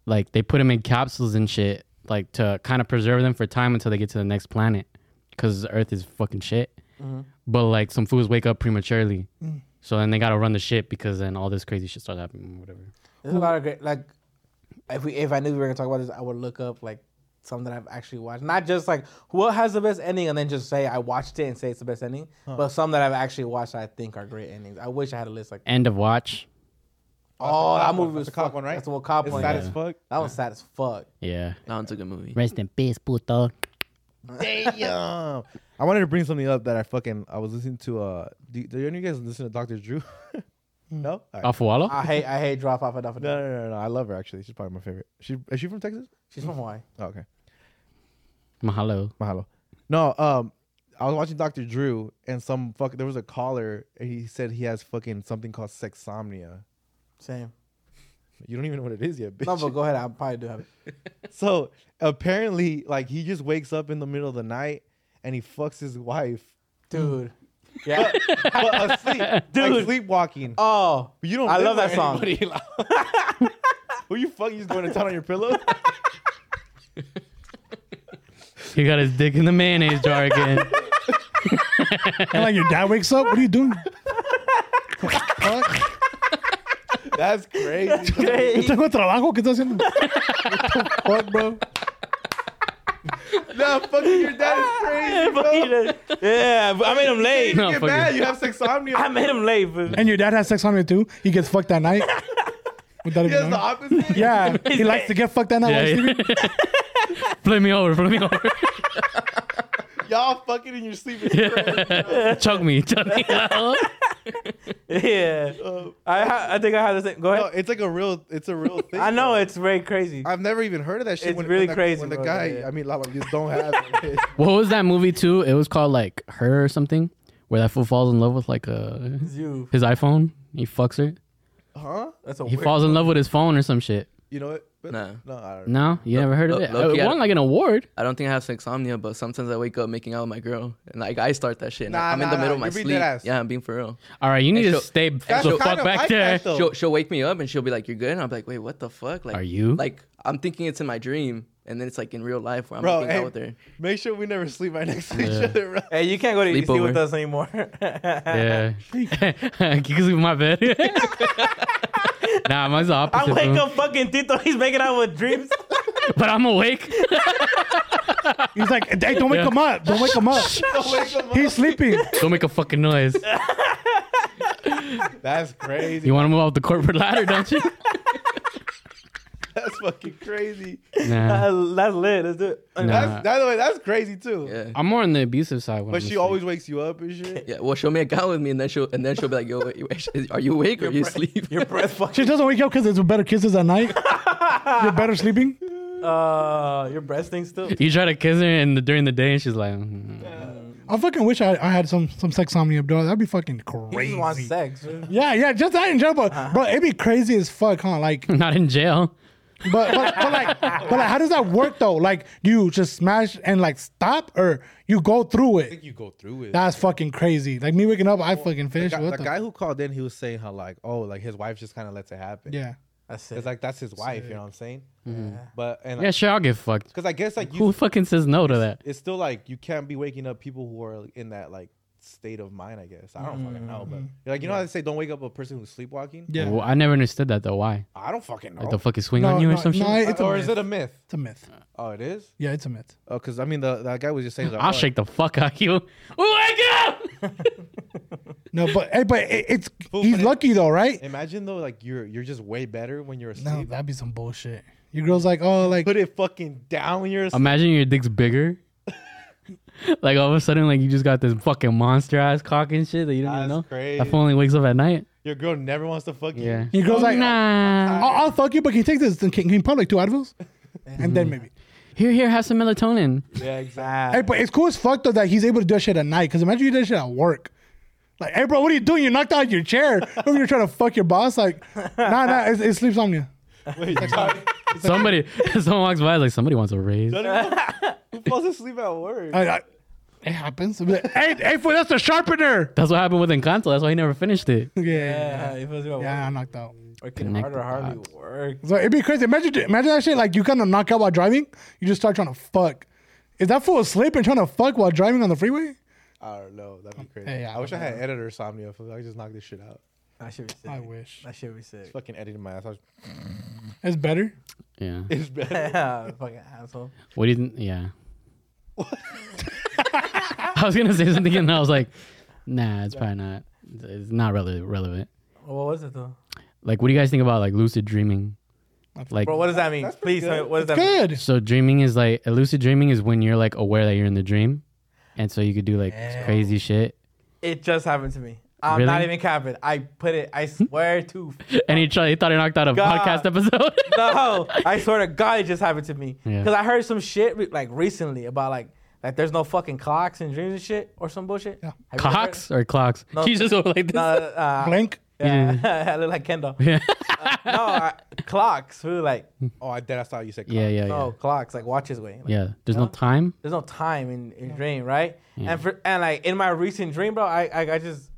like they put them in capsules and shit, like to kind of preserve them for time until they get to the next planet, because Earth is fucking shit.
Mm-hmm.
But like some fools wake up prematurely,
Mm.
so then they gotta run the ship because then all this crazy shit starts happening, whatever.
There's a lot of great like if we if I knew we were gonna talk about this, I would look up like something that I've actually watched. Not just like what has the best ending and then just say I watched it and say it's the best ending, but some that I've actually watched that I think are great endings. I wish I had a list like
End of watch.
oh
That's
that
the
movie
cop one. That's
was
the cop
fuck-
one, right?
That's the one cop
It's
one.
sad
yeah.
as fuck.
That was sad as fuck.
Yeah.
That one's a good movie.
Rest in peace, puto.
Damn. I wanted to bring something up that I fucking I was listening to. Uh, do, do any of you guys listen to Doctor Drew? no. All right.
Off
Ah.
Walla?
I hate I hate drop off and off.
No, no, no, no. I love her actually. She's probably my favorite. She is she from Texas?
She's from Hawaii.
Oh, okay.
Mahalo.
Mahalo. No, um, I was watching Dr. Drew and some fuck. There was a caller and he said he has fucking something called sexomnia.
Same.
You don't even know what it is yet, bitch.
No, but go ahead. I probably do have it.
so apparently, like he just wakes up in the middle of the night and he fucks his wife,
Dude. Yeah.
but asleep, like
Dude.
sleepwalking.
oh.
But you don't.
I
live
love
with
that song.
anybody. Who you fuck? You just going to town on your pillow?
He got his dick in the mayonnaise jar again.
and like your dad wakes up. What are you doing?
That's crazy.
Tengo trabajo. ¿Qué estás haciendo?
fuck, bro. nah, fucking your dad is crazy, bro.
yeah, but I made him late.
No,
You get
fuck
mad.
it.
You have sexomnia.
I made him late. But
And your dad has sex on it too. He gets fucked that night. Would that
He has
even
the
know?
opposite.
Yeah, he likes to get fucked that night. while he's
yeah.
sleeping.
Play me over, play me over.
Y'all fucking in your sleep. Is crazy.
Choke me, choke me.
yeah, I ha- I think I had the same. Go
uh, No,
ahead.
it's like a real. It's a real thing.
I know
bro.
oh, it's very crazy.
I've never even heard of that shit.
It's really
the-
crazy,
When the
bro.
guy,
Yeah.
I mean, like, you just don't have it.
what was that movie too? It was called like Her or something, where that fool falls in love with like a
You.
his iPhone. He fucks her.
huh?
That's a
He
weird.
falls in love with his phone or some shit.
You know it? But-
Nah.
No, I don't know.
No, you never heard of
look-
it.
look,
it
yeah.
won like an award.
I don't think I have insomnia, but sometimes I wake up making out with my girl and like I start that shit. And
Nah,
I'm in
nah,
the middle
nah,
of my
you're
sleep.
being dead ass.
Yeah, I'm being for real.
All right, you need
Hey,
to
so-
stay the
That's kind
fuck
of
back
like
there.
that, though.
She'll, she'll wake me up and she'll be like, "You're good." And I'm like, "Wait, what the fuck?" Like,
Are you?
like I'm thinking it's in my dream, and then it's like in real life where I'm
Bro,
making
hey,
out with her.
make sure we never sleep right next to each other, bro.
Hey, you can't go to
Sleepover.
EDC with us anymore.
yeah, because of my bed. nah, mine's the opposite.
I wake
fool.
up fucking Tito, he's making out with dreams.
but I'm awake.
He's like, hey, don't wake
Yeah.
him up. Don't wake him up. He's sleeping.
Don't make a fucking noise.
That's crazy.
You want to move up the corporate ladder, don't you?
That's fucking crazy.
Nah.
That's, that's lit. Let's do it.
nah.
That's, by the way, that's crazy too.
Yeah.
I'm more on the abusive side. When
But
I'm
she
asleep.
always wakes you up and shit.
Yeah, well, she'll make out with me, and then she'll and then she'll be like, "Yo, wait, wait, are you awake or are you asleep?"
Your breath
She
fucking.
doesn't wake up because there's better kisses at night. You're better sleeping.
Uh, your breath stinks still.
You try to kiss her in the, during the day, and she's like, mm.
I fucking wish I, I had some some sex omnia, bro. That'd be fucking
He
crazy.
just wants sex. dude.
Yeah, yeah, just that in general.
Uh-huh.
But bro, it'd be crazy as fuck, huh? Like,
not in jail.
but but, but like, but like, how does that work though? Like, do you just smash and like stop, or you go through
I
it?
think you go through it.
That's fucking crazy. Like me waking up, I fucking
the
finish.
guy,
What
the
the?
guy who called in, he was saying how like, oh, like his wife just kind of lets it happen.
Yeah.
That's
it's
it.
like that's his wife. You know what I'm saying? But and
Yeah, sure, I'll get fucked.
because I guess like you,
Who fucking says no to that?
it's still like you can't be waking up people who are in that like state of mind. I guess I don't fucking know, but you're like you know how they say don't wake up a person who's sleepwalking.
Yeah.
Well, I never understood that though. Why?
I don't fucking know.
Like the fucking swing
No,
on you
no,
or some
no,
shit?
I- it's a
or
myth.
is it a myth?
It's a myth.
Oh, it is.
Yeah, it's a myth.
Oh, because I mean the that guy was just saying. Like,
I'll
oh,
shake the fuck out of you. Wake up!
No, but hey, but it, it's
Fool,
he's
but it-
lucky though, right?
Imagine though, like you're you're just way better when you're asleep.
No, that'd be some bullshit. Your girl's like, oh, like
Put it fucking down when you're asleep.
Imagine your dick's bigger. like all of a sudden, like you just got this fucking monster ass cock and shit that you don't even
That's
know.
crazy.
That fool only wakes up at night.
Your girl never wants to fuck
Yeah.
you.
your girl's like,
Nah.
I'll, I'll fuck you, but can you take this? Can, can you put like two Advils? And then maybe.
Here, here, have some melatonin.
Yeah, exactly.
Hey, but it's cool as fuck though that he's able to do that shit at night. Cause imagine you did that shit at work. Like, hey, bro, what are you doing? You knocked out your chair. Remember you're trying to fuck your boss. Like, nah, nah, it's, it's sleep somnia.
Wait, sorry.
somebody, someone walks by, like somebody wants a raise.
Who falls asleep at work?
I, I, it happens. I'll be like, hey, hey, fool, that's the sharpener.
That's what happened with Encanto. That's why he never finished it.
Yeah, yeah,
Yeah, he feels like
yeah, I knocked out.
working
Connect
harder,
the
hardly work.
So it'd be crazy. Imagine, imagine that shit. Like you kind of knock out while driving. You just start trying to fuck. Is that fool asleep and trying to fuck while driving on the freeway?
I don't know. That'd be crazy.
Um, Hey, I
I,
don't
wish I had editor somnia. I could just knock this shit out.
That should be sick.
I wish.
That should be sick.
Fucking editing my ass. I was,
It's better.
Yeah.
it's better.
Yeah, fucking asshole.
What do you? th- Yeah. I was gonna say something and I was like, Nah, it's probably not. It's not really relevant.
What was it though?
Like, what do you guys think about like lucid dreaming? Like,
Bro, what does that mean? Please tell me. What does that mean?
Good.
so dreaming is like a lucid dreaming is when you're like aware that you're in the dream, and so you could do like crazy shit.
It just happened to me. I'm
Really?
not even capping. I put it. I swear to.
And he tried. He thought he knocked out a
God.
podcast episode.
no, I swear to God, it just happened to me.
Yeah.
Because I heard some shit re- like recently about like like there's no fucking clocks and dreams and shit or some bullshit. Yeah.
Cocks or clocks?
No.
He's just over like this.
No, uh,
Blank.
yeah, I look like Kendall. Uh,
Yeah.
No, I, clocks. We were like,
Oh, I did. I saw you said.
yeah, yeah, yeah.
no clocks. Like watches way. Like,
Yeah. There's no time.
There's no time in, in dream, right? And for and like in my recent dream, bro, I I, I just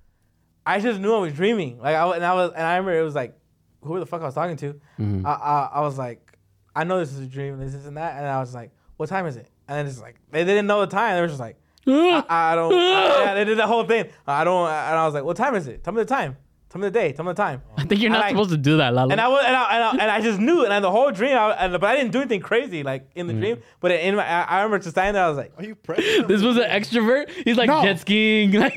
I just knew I was dreaming. Like I wa- and I was and I remember it was like who the fuck I was talking to.
Mm-hmm.
I, I I was like I know this is a dream, this is and that, and I was like, what time is it? And then it's like they didn't know the time. They were just like, I, I don't. yeah, they did the whole thing. I don't. And I was like, what time is it? Tell me the time. Tell me the day. Tell me the time.
I think you're
I
not
like-
supposed to do that, Lalo.
Hmm?
And I was, and I, and I, and I just knew, and I, the whole dream, I, and, but I didn't do anything crazy like in
Hmm.
the dream. But in my, I, I remember just standing there, I was like,
Are you pregnant?
This was an extrovert. He's like
No.
jet skiing, like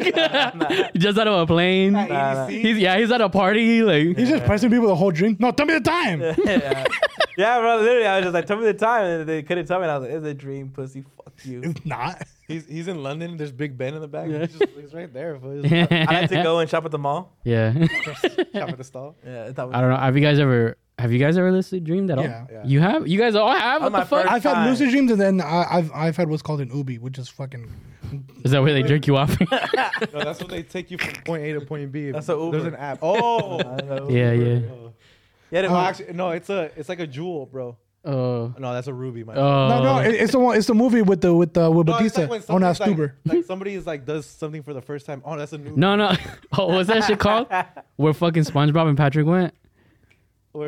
just out of a plane.
nah.
He's yeah, he's at a party. Like
He's just pressing people the whole dream. No, tell me the time.
yeah. yeah, bro. Literally, I was just like, tell me the time, and they couldn't tell me. And I was like, it's a dream, pussy. Fuck you.
It's not.
He's he's in London. There's Big Ben in the back. He's, just, he's right there. fool. He's
I like to go and shop at the mall.
yeah.
shop at the stall.
Yeah, that was,
I don't know. Have you guys ever? Have you guys ever lucid dreamed at all?
Yeah.
Yeah.
You have. You guys all have.
On
What
my
the fuck?
first-
I've had
Time.
lucid dreams and then I, I've I've had what's called an ubi, which is fucking.
Is that where they jerk you off?
No, that's when they take you from point A to point B.
That's a
There's
Uber.
an app. Oh.
yeah, yeah.
yeah, they-
Oh, actually, no. It's a it's like a jewel, bro.
Oh.
No, that's a ruby. My
Oh.
No, no, it, it's the one. It's the movie with the with the with
Oh, No, it's
Batista
like when
on that
somebody's like-
Stuber.
Like somebody is like does something for the first time. Oh, that's a new.
No, no. Oh, what's that shit called? Where fucking SpongeBob and Patrick went?
Where-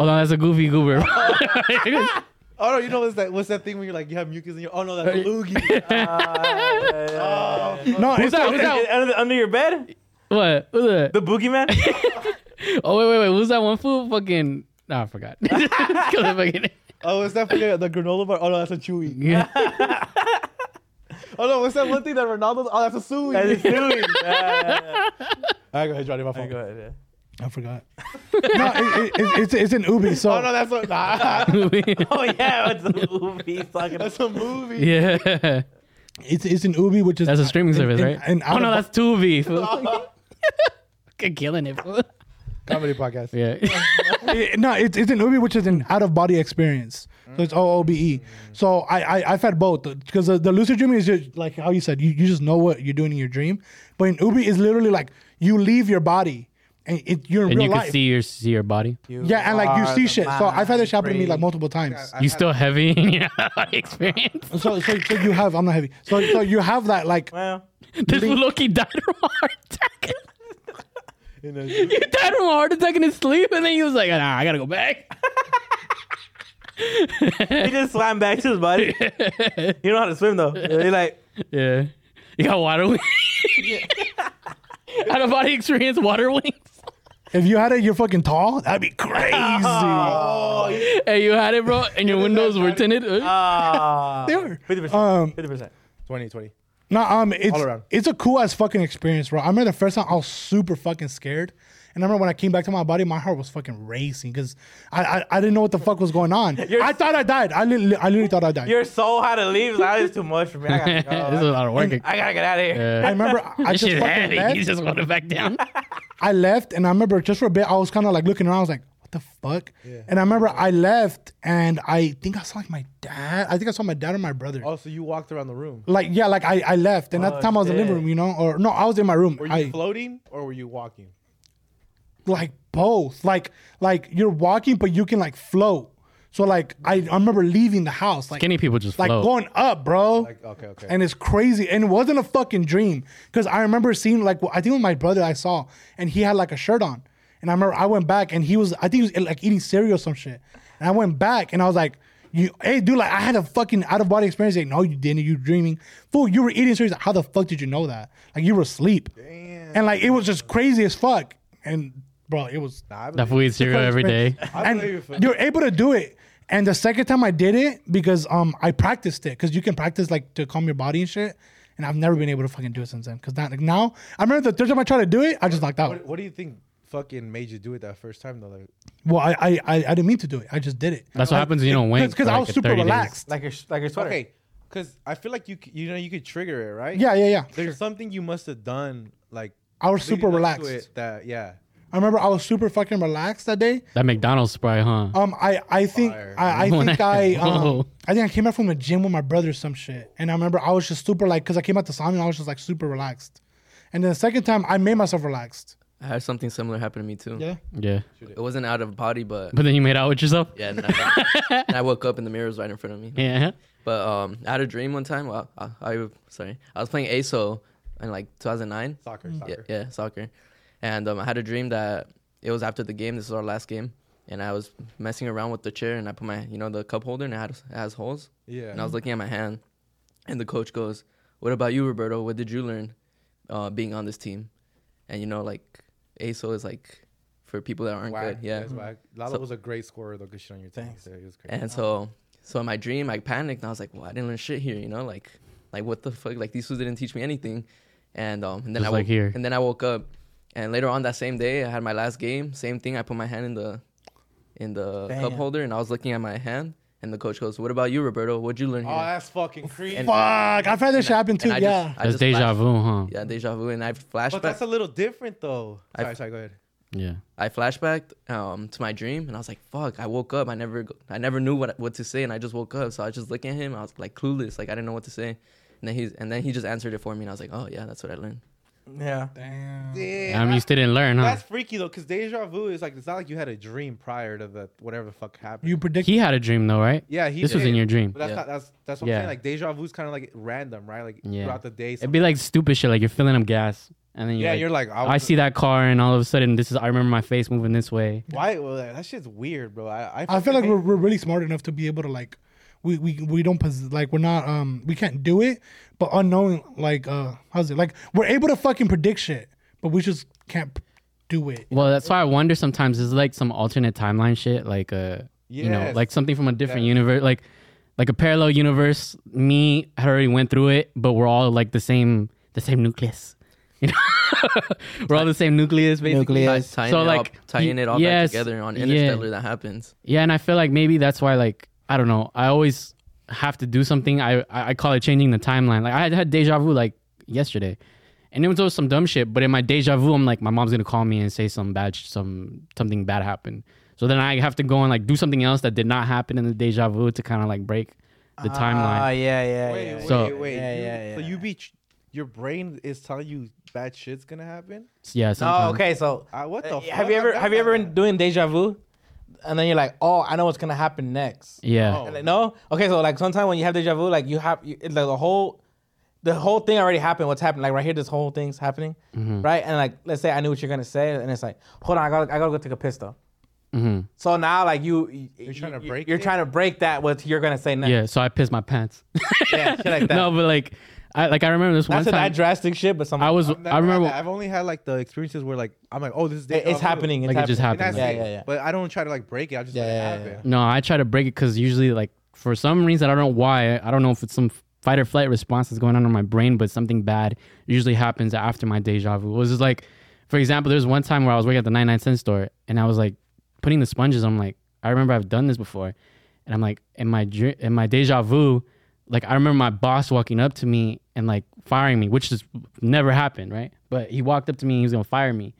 Oh no, that's a goofy goober.
Oh no, you know what's that? What's that thing when you're like you have mucus in your? Oh no, that's a loogie.
No,
who's
it's
that? Who's
Oh,
that?
under, under your bed,
What? Who's that?
the boogeyman.
Oh wait, wait, wait. Who's that one fool? Fucking. Nah, I forgot. Kill the fucking-
oh, is that for the, the granola bar? Oh no, that's a chewy.
Yeah.
Oh no, what's that one thing that Ronaldo's? Oh, that's a suey. That is suey. I go ahead, Johnny. My phone.
Go ahead. Yeah.
I forgot. no, it, it, it's it's an Ubi. So
Oh no, that's a nah,
Oh yeah, it's a movie. He's talking. about.
that's a movie.
yeah.
it's it's an Ubi, which is
That's a streaming service,
and-
right?
and
oh
out
no,
of-
that's Tubi. fool. Fucking killing it. fool.
Comedy podcast.
yeah.
It- no, it's it's an Ubi, which is an out of body experience. So it's O O B
Mm.
E. So I, I I've had both because the, the lucid dreaming is just like how you said you, you just know what you're doing in your dream, but in Ubi is literally like you leave your body and it, you're in
And
real
you can
life.
see your see your body. You,
yeah, and like you
are
see
the
shit. So I've had this happen to me
mind
like multiple times.
still heavy in your experience.
So, so so you have I'm not heavy. So so you have that like
Well,
This Loki died from a heart attack. he died from a heart attack in his sleep, and then he was like, "Nah, I gotta go back."
he just swam back to his buddy. you know how to swim though. He like
Yeah, you got water wings. Out of body experience, water wings.
if you had it, you're fucking tall. That'd be crazy.
Hey, you had it, bro, and your windows were tinted. Uh,
ah.
They were.
Fifty percent.
Um,
Fifty percent.
20, 20.
No, um, it's
All around.
it's a cool ass fucking experience, bro. I remember the first time I was super fucking scared, and I remember when I came back to my body, my heart was fucking racing because I, I I didn't know what the fuck was going on. I thought I died. I literally, I literally thought I died.
Your soul had to leave. That is too much for me. I gotta,
this is a
go.
lot of work.
I gotta get out of here.
I remember I- I
this
just
shit's
fucking
heavy. You
left.
just want to back down.
I left, and I remember just for a bit I was kind of like looking around. I was like, what the fuck? And I remember I left, and I think I saw like my dad. I think I saw my dad or my brother.
Oh, so you walked around the room.
Like yeah, like I, I left, and at the time I was in the living
shit.
room, you know, or no, I was in my room.
Were you
I,
floating or were you walking?
like both like like you're walking but you can like float so like i, I remember leaving the house like
Skinny people just
like
float.
going up bro
Like, okay, okay.
and it's crazy and it wasn't a fucking dream because i remember seeing like i think with my brother i saw and he had like a shirt on and i remember i went back and he was i think he was eh, like eating cereal or some shit and i went back and i was like you, hey dude, like I had a fucking out of body experience. Like, no, you didn't. You dreaming, fool. You were eating cereal. How the fuck did you know that? Like you were asleep, and like it was just crazy as fuck. And bro, it was
I
that food eats cereal every day.
I believe you, Phil.
and you're able to do it. And the second time I did it because um I practiced it because you can practice like to calm your body and shit. And I've never been able to fucking do it since then. Cause now, like now, I remember the third time I tried to do it, I just knocked out.
What, what do you think fucking made you do it that first time though? Like,
Well, I I, I, I didn't mean to do it. I just did it.
That's what happens when you don't wink.
Because
for
I
like
was
a
super
30 days.
relaxed.
Like your like your sweater.
okay, because I feel like you c- you know you could trigger it, right?
Yeah, yeah, yeah.
There's something you must have done like.
I was super
leading up to
relaxed.
it That yeah.
I remember I was super fucking relaxed that day.
That McDonald's sprite, huh?
Um, I I think
Fire.
I, I think I um,
Whoa.
I think I came out from the gym with my brother or some shit, and I remember I was just super like because I came out to sauna and I was just like super relaxed, and then the second time I made myself relaxed.
I had something similar happen to me too.
Yeah.
yeah.
It wasn't out of body, but
But then you made out with yourself.
yeah. And I, and I woke up and the mirror was right in front of me.
Yeah.
But um, I had a dream one time. Well, I, I sorry, I was playing ASO in like 2009.
Soccer,
Yeah,
soccer.
yeah, soccer. And um, I had a dream that it was after the game. This is our last game, and I was messing around with the chair, and I put my, you know, the cup holder, and it, had, it has holes.
Yeah.
And I was looking at my hand, and the coach goes, "What about you, Roberto? What did you learn uh, being on this team?" And you know, like ASO is like for people that aren't
Whack.
good. Yeah.
That's whack. Lalo
So-
was a great scorer though. Good shit on your team. So he was crazy.
And so, so in my dream, I panicked and I was like, "Well, I didn't learn shit here, you know, like, like what the fuck? Like these fools didn't teach me anything." And um, and then
Just
I
like
woke,
here.
and then I woke up, and later on that same day, I had my last game. Same thing. I put my hand in the, in the cup
Damn.
holder, and I was looking at my hand, and the coach goes, "What about you, Roberto? What'd you learn
oh,
here?"
that's fucking creepy.
And-
Fuck, I've had this shit happen too.
and I
yeah.
just, I
That's
just
deja
flashed-
vu, huh?
Yeah, deja vu, and I flashback.
but that's a little different though.
I-
Sorry, sorry. Go ahead.
Yeah.
I flashbacked um, to my dream, and I was like, "Fuck!" I woke up. I never, I never knew what what to say, and I just woke up. So I was just looking at him. I was like clueless. Like I didn't know what to say. And then he's, and then he just answered it for me, and I was like, "Oh yeah, that's what I learned."
Yeah.
Yeah.
I mean, you still didn't learn, huh?
That's freaky though, because deja vu is like it's not like you had a dream prior to the whatever the fuck happened.
you predict
He had a dream though, right?
yeah, he
This was
did,
in your dream.
But that's
Yeah.
not that's that's what I'm
Yeah.
saying. Like deja vu is kind of like random, right? Like
Yeah.
throughout the day.
It'd be like stupid shit, like you're filling up gas, and then you're
yeah,
like,
you're like "Oh,
I see that car, and all of a sudden, this is I remember my face moving this way.
Why? Well, that that shit's weird, bro. I I,
I feel like
hate-
we're, we're really smart enough to be able to like we we, we don't pos- like we're not um we can't do it, but unknowing like uh how's it like we're able to fucking predict shit, but we just can't p- do it.
Well, that's why I wonder sometimes is like some alternate timeline shit, like uh, you know,
Yes.
like something from a different universe, like like a parallel universe. Me had already went through it, but we're all like the same the same nucleus. You know, we're all the same nucleus, basically.
Tie-
Nucleus.
tying
So,
it
like,
all, tying
y-
it all
yes,
back together on
yeah.
Interstellar that happens.
Yeah, and I feel like maybe that's why like I don't know. I always have to do something. I I I call it changing the timeline. Like I had, had deja vu like yesterday, and it was always some dumb shit. But in my deja vu, I'm like, my mom's gonna call me and say some bad, sh- some something bad happened. So then I have to go and like do something else that did not happen in the deja vu to kind of like break the
Ah,
timeline.
yeah, yeah, yeah. yeah.
So-
Yeah,
you-
yeah,
So
yeah.
you be, tr- your brain is telling you bad shit's gonna happen.
Yeah.
Oh,
sometimes.
okay. So
Uh, what the
uh,
fuck?
have you ever
I've
have you
done
ever
that.
doing deja vu, and then you're like, oh, I know what's gonna happen next.
Yeah.
Oh.
And like, no. Okay. So like sometimes when you have deja vu, like you have you, it's like the whole. The whole thing already happened. What's happening? Like right here, this whole thing's happening,
Mm-hmm.
right? And like, let's say I knew what you're gonna say, and it's like, hold on, I gotta, I gotta go take a piss though.
Mhm.
So now, like you, you're
trying to break
You're
it?
trying to break that what you're gonna say next.
Yeah. So I pissed my pants.
Yeah, shit like that.
no, but like, I like I remember this
Not
one
to that
time.
drastic shit, but some.
I was.
I've never
I
had
remember.
that. I've only had like the experiences where like I'm like, oh, this is
It- it's happening. It's
Like, it just
happening.
And that's
happening.
it.
Yeah, yeah, yeah.
But I don't try to like break it. I just
Yeah,
let
yeah,
it
yeah.
happen.
No, I try to break it because usually, like, for some reason, I don't know why. I don't know if it's some fight or flight response that's going on in my brain, but something bad usually happens after my deja vu. It was just like, for example, there's one time where I was working at the 99 cent store and I was like putting the sponges. I'm like, I remember I've done this before. And I'm like, in my, dr- in my deja vu, like, I remember my boss walking up to me and like firing me, which just never happened, right? But he walked up to me and he was going to fire me.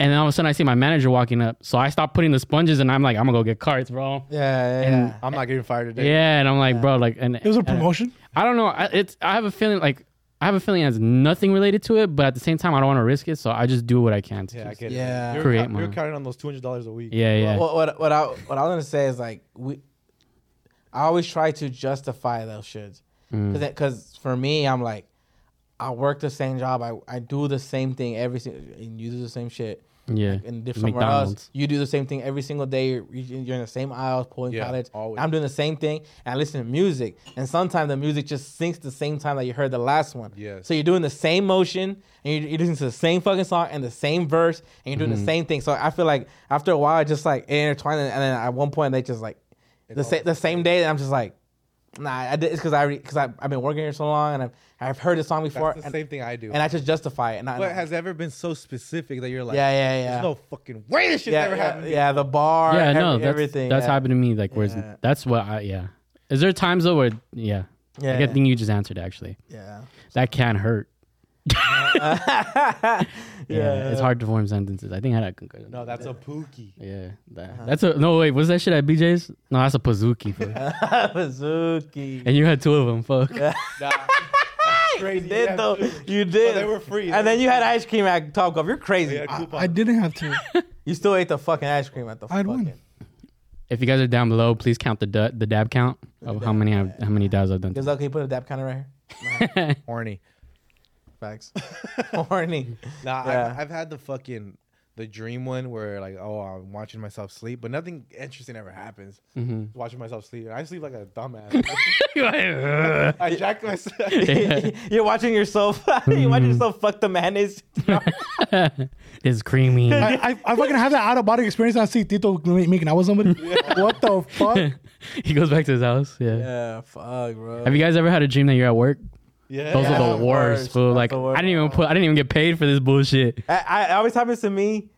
And then all of a sudden, I see my manager walking up. So I stopped putting the sponges, and I'm like, I'm gonna go get carts, bro.
Yeah, yeah,
And-
yeah.
I'm not getting fired today.
Mm. Yeah, and I'm like, bro, like, and
It was a
and-
promotion.
I don't know. I, it's I have a feeling like I have a feeling it has nothing related to it, but at the same time, I don't want to risk it, so I just do what I can. To
Yeah, I
just-
get
Yeah.
it. You're,
Create
count- you're
money.
counting on those two hundred dollars a week.
yeah, yeah.
What, what what I what I was gonna say is like we, I always try to justify those shits, because for me I'm like, I work the same job, I, I do the same thing every single, and you do the same shit
yeah.
in different somewhere else. You do the same thing every single day. You're, you're in the same aisles pulling
Yeah,
pallets.
always.
I'm doing the same thing, and I listen to music, and sometimes the music just syncs the same time that you heard the last one.
Yes.
So you're doing the same motion, and you're, you're listening to the same fucking song and the same verse, and you're doing the same thing. So I feel like after a while, it just like it intertwined, and then at one point they just like the sa- the same day, and I'm just like. Nah, I did, it's because I because I have been working here so long and I've I've heard the song before.
That's the
and,
same thing I do.
and I just justify it. And I,
but has ever been so specific that you're like,
Yeah, yeah, yeah.
There's no fucking way this shit's
yeah,
ever
yeah,
happened. to me."
yeah, the bar, yeah,
Yeah, no, that's,
everything.
That's
yeah.
happened to me. Like, where's
Yeah.
that's what I yeah. Is there times though where yeah?
Yeah,
Like, I
yeah.
think you just answered actually.
Yeah.
That can hurt.
yeah.
Yeah, it's hard to form sentences. I think I had a concussion.
No, that's a pookie.
Yeah, that,
Uh-huh.
that's a no. Wait, was that shit at BJ's? No, that's a Pazuki. fool.
Pazuki.
and you had two of them. Fuck.
Nah,
You did
yeah,
though.
true.
You did.
they were free.
And
They
then you had ice cream at Topgolf. You're crazy.
Yeah, coupon.
I didn't have to.
You still ate the fucking ice cream at the
I had
fucking.
one.
If you guys are down below, please count the du- the dab count of how many I've, how many dabs I've done.
Is that okay? Put a dab counter right here.
horny.
Facts. Horny.
Nah,
Yeah.
I've, I've had the fucking the dream one where like, oh, I'm watching myself sleep, but nothing interesting ever happens. Watching myself sleep, and I sleep like a dumbass. I jack myself.
You're watching yourself. You're watching
Mm-hmm.
yourself fuck the mayonnaise.
it's creamy.
I, I, I fucking have that out of body experience. And I see Tito making out with somebody. What the fuck?
he goes back to his house. Yeah.
yeah. Fuck, bro.
Have you guys ever had a dream that you're at work?
Yeah.
Those are
of
the worst.
course.
fool.
That's
Like
the worst.
I didn't even put. I didn't even get paid for this bullshit.
I, I it always happens to me,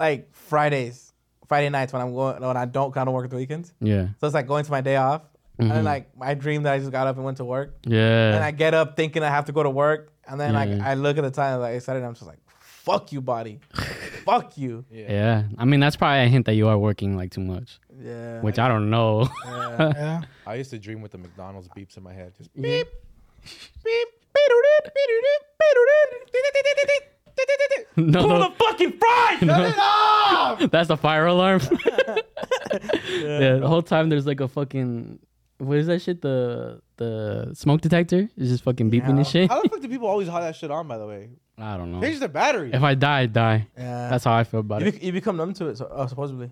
like Fridays, Friday nights when I'm going when I don't kind of work at the weekends.
Yeah.
So it's like going to my day off, and
Mm-hmm.
like I dream that I just got up and went to work, and I
Yeah.
get up thinking I have to go to work, and then like
Yeah.
I look at the time like it's Saturday, and I'm just like, fuck you, body, fuck you,
yeah. I mean, that's probably a hint that you are working like too much,
yeah.
which I don't know.
Yeah.
I used to dream with the McDonald's beeps in my head. Just
Beep. no,
Pull
no,
the fucking fries.
that's the fire alarm. yeah. The whole time there's like a fucking. What is that shit? The the smoke detector is just fucking beeping and shit.
How the fuck do people always hide that shit on? By the way,
I don't know.
change the battery.
If I die, I die.
Yeah.
That's how I feel about
You,
it.
bec you become numb to it, so, oh, supposedly.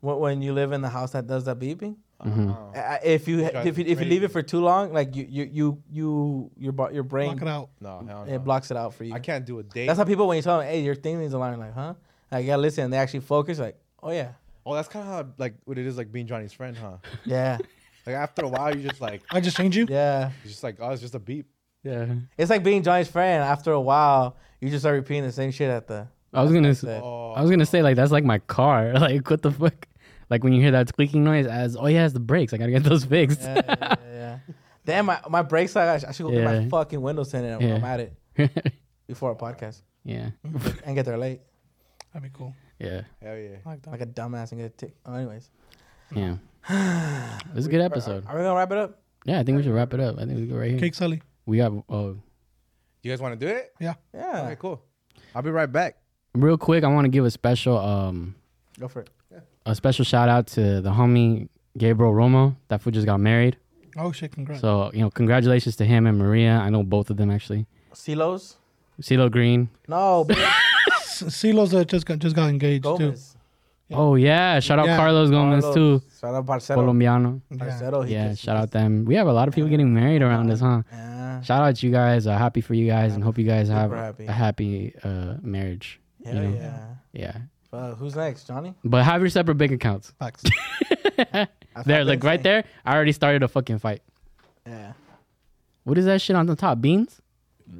When, when you live in the house that does that beeping,
Oh.
Uh, if you
drives
if you,
me
if you leave
crazy.
it for too long, like you you you you your bo- your brain
Knock it out.
No, hell no.
it blocks it out for you.
I can't do a day.
That's how people when you tell them, hey, your thing needs a alarm, like, huh? Like, you gotta listen. And they actually focus, like, oh yeah,
oh, that's kind of how like what it is like being Johnny's friend, huh?
yeah.
Like after a while, you just like,
I just changed you.
Yeah.
it's just like, oh, it's just a beep.
Yeah.
It's like being Johnny's friend. After a while, you just start repeating the same shit at the.
I was gonna. s-
that.
Oh.
I was gonna say like that's like my car. Like what the fuck? Like when you hear that squeaking noise, as oh yeah, it's the brakes. I gotta get those fixed.
Yeah, yeah, yeah. Damn, my, my brakes, I, I should go get my
Yeah.
fucking windows tinted. and
Yeah.
I'm at it before a podcast
yeah.
and get there late
That'd be cool.
Yeah.
Hell yeah.
I like that.
like a dumbass and get a tick. Oh, anyways.
Yeah. It was a good episode.
Are we gonna wrap it up?
Yeah, I think we should wrap it up. I think we go right here.
Cake Sully.
We got oh,
You guys want to do it?
Yeah.
Okay, cool. I'll be right back.
real quick. I want to give a special um
Go for it.
a special shout out to the homie Gabriel Romo. That fool just got married.
Oh shit! Congrats.
So you know, congratulations to him and Maria. I know both of them actually.
Silos?
CeeLo Green.
No,
Silos uh, just got just got engaged too.
Gomez.
Oh yeah, shout out
Yeah.
Carlos Gomez
Carlos.
too.
Shout out Barcelo.
Colombiano.
Yeah.
Barcelo, he
Yeah,
just-
shout out them. We have a lot of people getting married around us, huh?
Yeah.
Shout out you guys. Uh, happy for you guys, and hope you guys have
Super happy.
a happy uh, marriage.
Hell
you know?
yeah.
Yeah,
Fuck, who's next, Johnny?
but have your separate bank accounts.
Facts.
That's
There,
what
look
they
right
say.
there. I already started a fucking fight.
Yeah.
What is that shit on the top? Beans?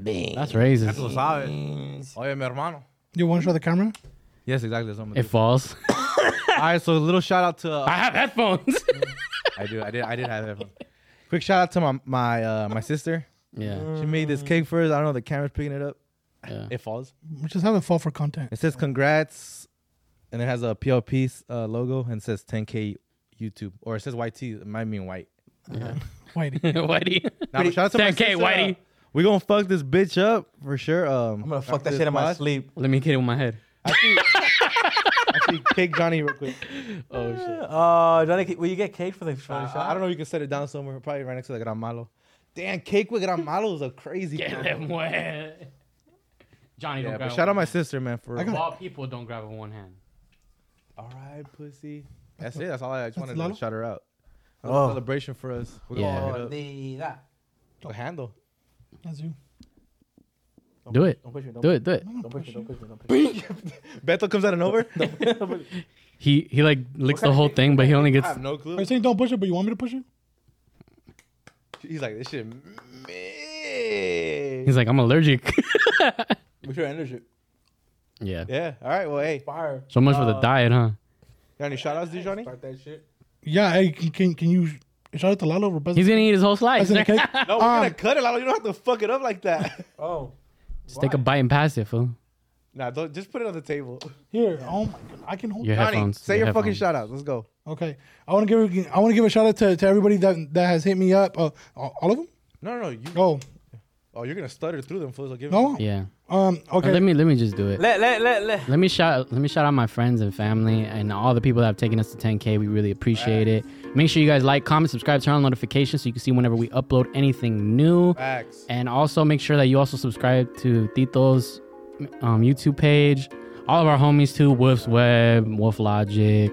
Bing.
That's racist.
Oye, mi hermano.
You want to show the camera?
Yes, exactly. That's what I'm
It
gonna
falls.
do. All right, so a little shout out to. Uh,
I have headphones.
I do. I did. I did have that. Phone. Quick shout out to my my uh, my sister.
yeah.
She made this cake first. I don't know. The camera's picking it up.
yeah.
It falls.
Just have it fall for content.
It says congrats, and it has a PLP uh, logo and says 10k YouTube or it says YT. It might mean white.
Whitey.
Whitey.
Nah, but shout out to my
10K
sister.
Whitey.
We gonna fuck this bitch up for sure. Um,
I'm gonna fuck
after
that
this
shit in my
pod.
sleep.
Let me get it with my head.
Actually, actually, cake Johnny real quick.
Oh shit.
Oh, Johnny, will you get cake for the for the
Uh,
shot?
I don't know. You can set it down somewhere. Probably right next to the gran malo. Damn, cake with gran malo is a crazy.
Get
combo.
them wet. Johnny,
Yeah,
don't
but
grab.
shout out my sister, man. For
all people don't grab with one hand.
all right, pussy. That's it. That's all I, I just wanted
Lalo?
to shout her out. A
Oh.
celebration for us. We're
Yeah.
gonna fuck it
Mordida.
up. The handle.
That's you.
Do it.
Don't push me. Don't
Do it. Do it.
Don't push me. Don't push me. Don't push me.
Beto comes out of nowhere.
He he like licks the whole thing, but he only gets.
I have no
Are you
clue.
saying don't push it, but you want me to push it?
He's like, this shit. Man.
He's like, I'm allergic.
What's your energy?
yeah.
Yeah. All right. Well, hey.
Fire.
So much
Uh,
for the diet, huh?
Got any shout outs, do you, Johnny?
Start that shit.
Yeah. Hey, can can, can you shout out to Lalo? Represent-
He's gonna eat his whole slice.
Is it a
Just
cake? Ah,
No, we're gonna cut it, Lalo. You don't have to fuck it up like that.
Oh.
take a bite and pass it, fool.
nah, don't just put it on the table.
Here. Oh my god. I can hold.
Your
Johnny,
headphones.
say your, fucking
headphones.
shout outs. Let's go.
Okay. I want to give I want to give a shout out to, to everybody that that has hit me up. Uh, all of them.
No, no, no. You,
Oh
oh, you're gonna stutter through them, fools. I'll give
no.
Yeah.
Um.
Or
Okay.
Let me let me just do it.
Let, let, let, let.
Let me shout let me shout out my friends and family and all the people that have taken us to 10k. We really appreciate it. Make sure you guys like, comment, subscribe, turn on notifications so you can see whenever we upload anything new.
Facts.
And also make sure that you also subscribe to Tito's um, YouTube page. All of our homies too, Wolf's Web, Wolf Logic,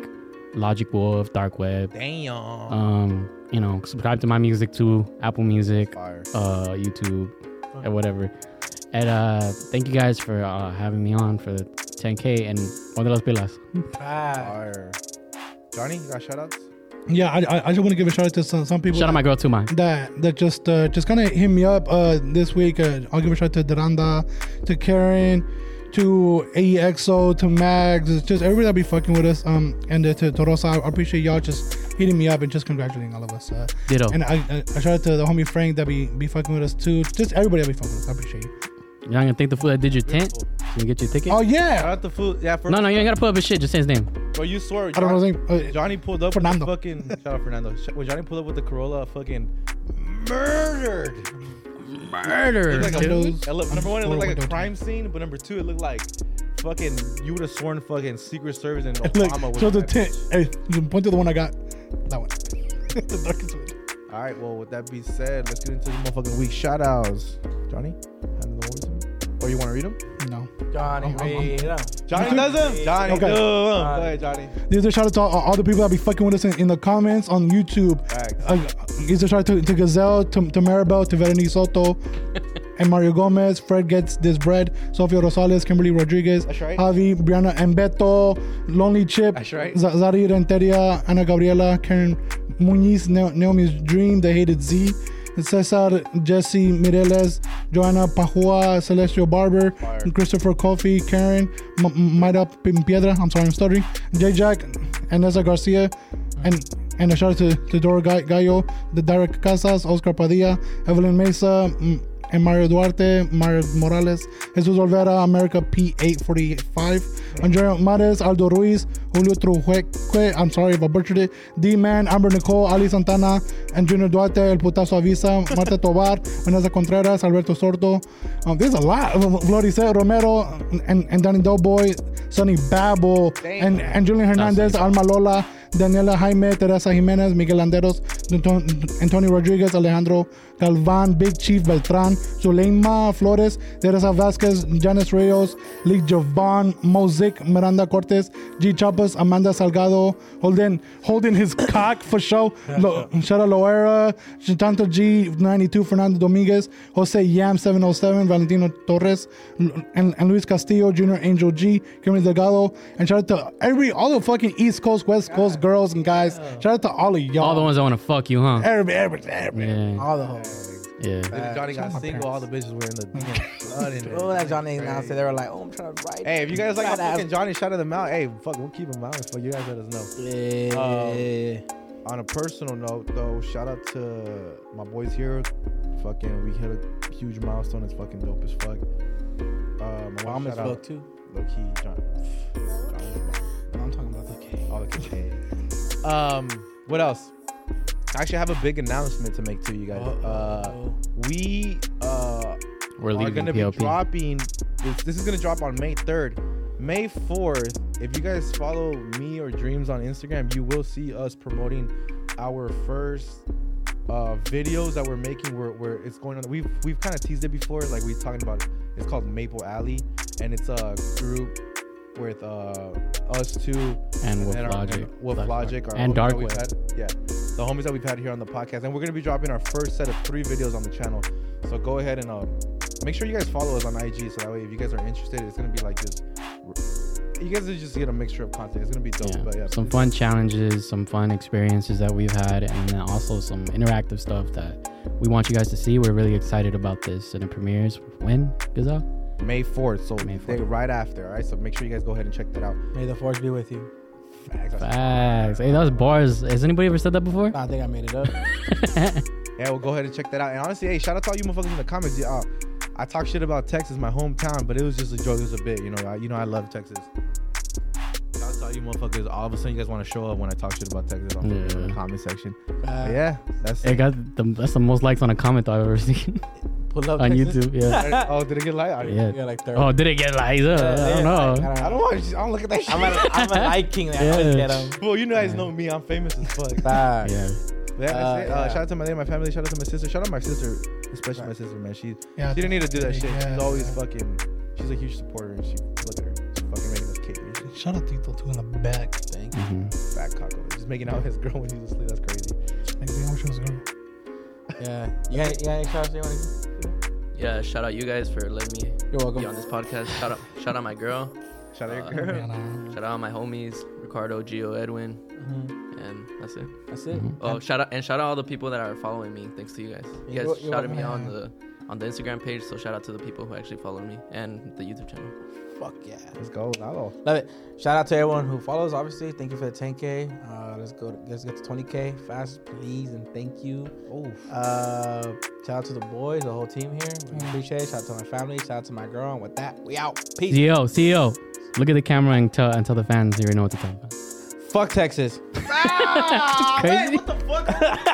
Logic Wolf, Dark Web.
Damn.
Um, you know, subscribe to my music too, Apple Music,
Fire.
uh, YouTube, and whatever. And uh, thank you guys for uh, having me on for the 10K and one de las pilas.
Ah.
Fire. Johnny, you got shout outs?
Yeah. I, I, I just want to give a shout out to some some people.
Shout out my girl Tuma.
that that just uh, just kind of hit me up uh, this week. Uh, I'll give a shout out to Duranda, to Karen, to AEXO, to Mags, it's just everybody that be fucking with us. Um, and uh, to, to Rosa, I appreciate y'all just hitting me up and just congratulating all of us. Uh,
Ditto.
And I, I, I shout out to the homie Frank that be be fucking with us too. Just everybody that be fucking with us. I appreciate you.
You're not gonna thank the fool that did your tent? So you can get your ticket?
Oh yeah,
Shout out the food. Yeah, for
No, no, you ain't gotta put up his shit. Just say his name.
Bro, you swear.
I don't know. his name. Uh,
Johnny pulled up
Fernando.
with the fucking shout out Fernando. Sh- When Johnny pulled up with the Corolla, fucking murdered.
Murder.
Like a-
Potatoes.
it looked- number one, it looked like a
Potatoes.
crime scene, but number two, it looked like fucking you would have sworn fucking Secret Service and Obama
Look,
was.
show the
that
tent.
bitch.
Hey, you can point to the one I got. That one. the darkest one.
All right, well, with that being said, let's get into the motherfucking week shout outs. Johnny, hand them over to me. Or you want to read them?
No.
Johnny,
Oh,
I'm- I'm-
read up.
Johnny does them. Johnny,
Okay.
do 'em. Go ahead, Johnny.
These are shout out to all, all the people that be fucking with us in, in the comments on YouTube.
Facts.
Uh, these are shout out to, to Gazelle, to, to Maribel, to Veronique Soto, and Mario Gomez. Fred gets this bread. Sofia Rosales, Kimberly Rodriguez,
That's right.
Javi, Brianna, and Beto, Lonely Chip,
That's right.
Z- Zari Renteria, Ana Gabriela, Karen Muñiz, Na- Naomi's Dream, The Hated Z, Cesar, Jesse, Mireles, Joanna Pajua, Celestial Barber, Christopher Coffey, Karen, M- M- Mayra P- Piedra, I'm sorry, I'm stuttering, J Jack, Anessa Garcia, and and a shout out to, to Dora Ga- Gallo, the Derek Casas, Oscar Padilla, Evelyn Mesa, M- and Mario Duarte, Mario Morales, Jesus Olvera, America P845, Andrea Mares, Aldo Ruiz, Julio Trujeque, I'm sorry if I butchered it, D-Man, Amber Nicole, Ali Santana, and Junior Duarte, El Putazo Avisa, Marta Tobar, Vanessa Contreras, Alberto Sordo. Um, there's a lot. Florice Romero and, and Danny Doughboy, Sonny Babel, and, and Julian Hernandez, Alma Lola, Daniela Jaime, Teresa Jimenez, Miguel Landeros, Anton- Antonio Rodriguez, Alejandro Galvan, Big Chief Beltran, Zulema Flores, Teresa Vasquez, Janice Reyes, Lee Jovan, Mozik, Miranda Cortez, G Chapas, Amanda Salgado, holding holding his cock for show, Lo, Shara Loera, Tanto G92, Fernando Dominguez, Jose Yam 707, Valentino Torres, L- and, and Luis Castillo, Junior Angel G, Kimberly Delgado, and shout out to every all the fucking East Coast, West Coast girls and guys. Shout out to all of y'all.
All the ones that want to fuck you, huh?
Every, every, every.
Yeah,
All the hoes.
yeah.
Johnny got single. All the bitches were in the blood in
Oh,
there.
that Johnny announced it. They were like, oh, I'm trying to write.
Hey, if you guys like how
Fat ass
fucking Johnny, shout them out. Hey, fuck, we'll keep him out. Fuck, you guys let us know.
Uh,
Um,
Uh,
on a personal note, though, shout out to my boys here. Fucking, we hit a huge milestone. It's fucking dope as fuck. Um, I want
Bomb
to shout
as fuck
out
too.
low key John.
No, I'm talking about the cake.
All the kids. Um, what else? I actually have a big announcement to make to you guys. Uh, we uh,
We're
are
leaving
gonna be
PLP.
dropping this, this is gonna drop on may 3rd may 4th if you guys follow me or dreams on instagram you will see us promoting our first uh videos that we're making where, where it's going on we've we've kind of teased it before like we talking about it. it's called maple alley and it's a group with uh us two
And with
our-
Logic.
and Wolf Logic, our
And
homies that
Dark
we've
Web.
had- Yeah, the homies that we've had here on the podcast, and we're gonna be dropping our first set of three videos on the channel. So go ahead and uh, make sure you guys follow us on IG, so that way if you guys are interested, it's gonna be like this. You guys are just get a mixture of content. It's gonna be dope.
Yeah.
But yeah,
some fun challenges, some fun experiences that we've had, and then also some interactive stuff that we want you guys to see. We're really excited about this, and it premieres when, Gazelle?
May fourth, so
May
Day
4th.
right after. All right, so make sure you guys go ahead and check that out.
May the force be with you.
Facts.
Facts. Hey, that was bars. Has anybody ever said that before?
Nah, I think I made it up.
Yeah, well, go ahead and check that out. And honestly, hey, shout out to all you motherfuckers in the comments. Yeah, uh, I talk shit about Texas, my hometown, but it was just a joke. It was a bit, you know. I, you know, I love Texas. Shout out to all you motherfuckers. All of a sudden, you guys want to show up when I talk shit about Texas on the- in the
Yeah.
comment section. But
Uh,
yeah, that's.
It got the, that's the most likes on a comment I've ever seen
Pull up
on
Texas.
YouTube. Yeah.
oh, did it get light? I,
Yeah.
You got like 30.
Oh, did it get likes? Uh, I don't know.
I
I don't want. to I don't look at that shit.
I'm a, I'm a liking that. I
Yeah.
don't get 'em.
well, you guys know me. I'm famous as fuck. But
Nah.
yeah.
yeah, that's
Uh,
it. Uh,
yeah.
Shout out to my lady, my family. Shout out to my sister. Shout out my sister, especially my sister, man. She
Yeah.
she didn't need to do that shit.
Yeah.
She's always fucking. She's a huge supporter. And she look at her. She's fucking making us cake. and shit.
Shout out to you two in the back. Thank you.
Mm-hmm.
fat cock over. Just making out with his girl when he's asleep. That's crazy.
Yeah. You got, you got any shots you want to
Yeah, shout out you guys for letting me
You're welcome.
be on this podcast. Shout out, shout out my girl.
Shout out
Uh,
your girl.
Shout out my homies, Ricardo, Gio, Edwin, and that's it.
Mm-hmm. That's it.
Mm-hmm.
Oh, shout out and shout out all the people that are following me. Thanks to you guys. You
You're-
guys
you're
shouted
welcome.
me out on the on the Instagram page, so shout out to the people who actually followed me and the YouTube channel.
Fuck yeah.
Let's go, Lalo.
Love it. Shout out to everyone who follows, obviously. Thank you for the 10K. Uh, let's go. let's get to 20K fast, please, and thank you.
Oh,
Uh, shout out to the boys, the whole team here.
Mm.
We appreciate it. Shout out to my family. Shout out to my girl. And with that, we out. Peace.
CEO, CEO, E look at the camera and tell and tell the fans you already know what to talk about.
Fuck Texas.
Crazy.
what the fuck?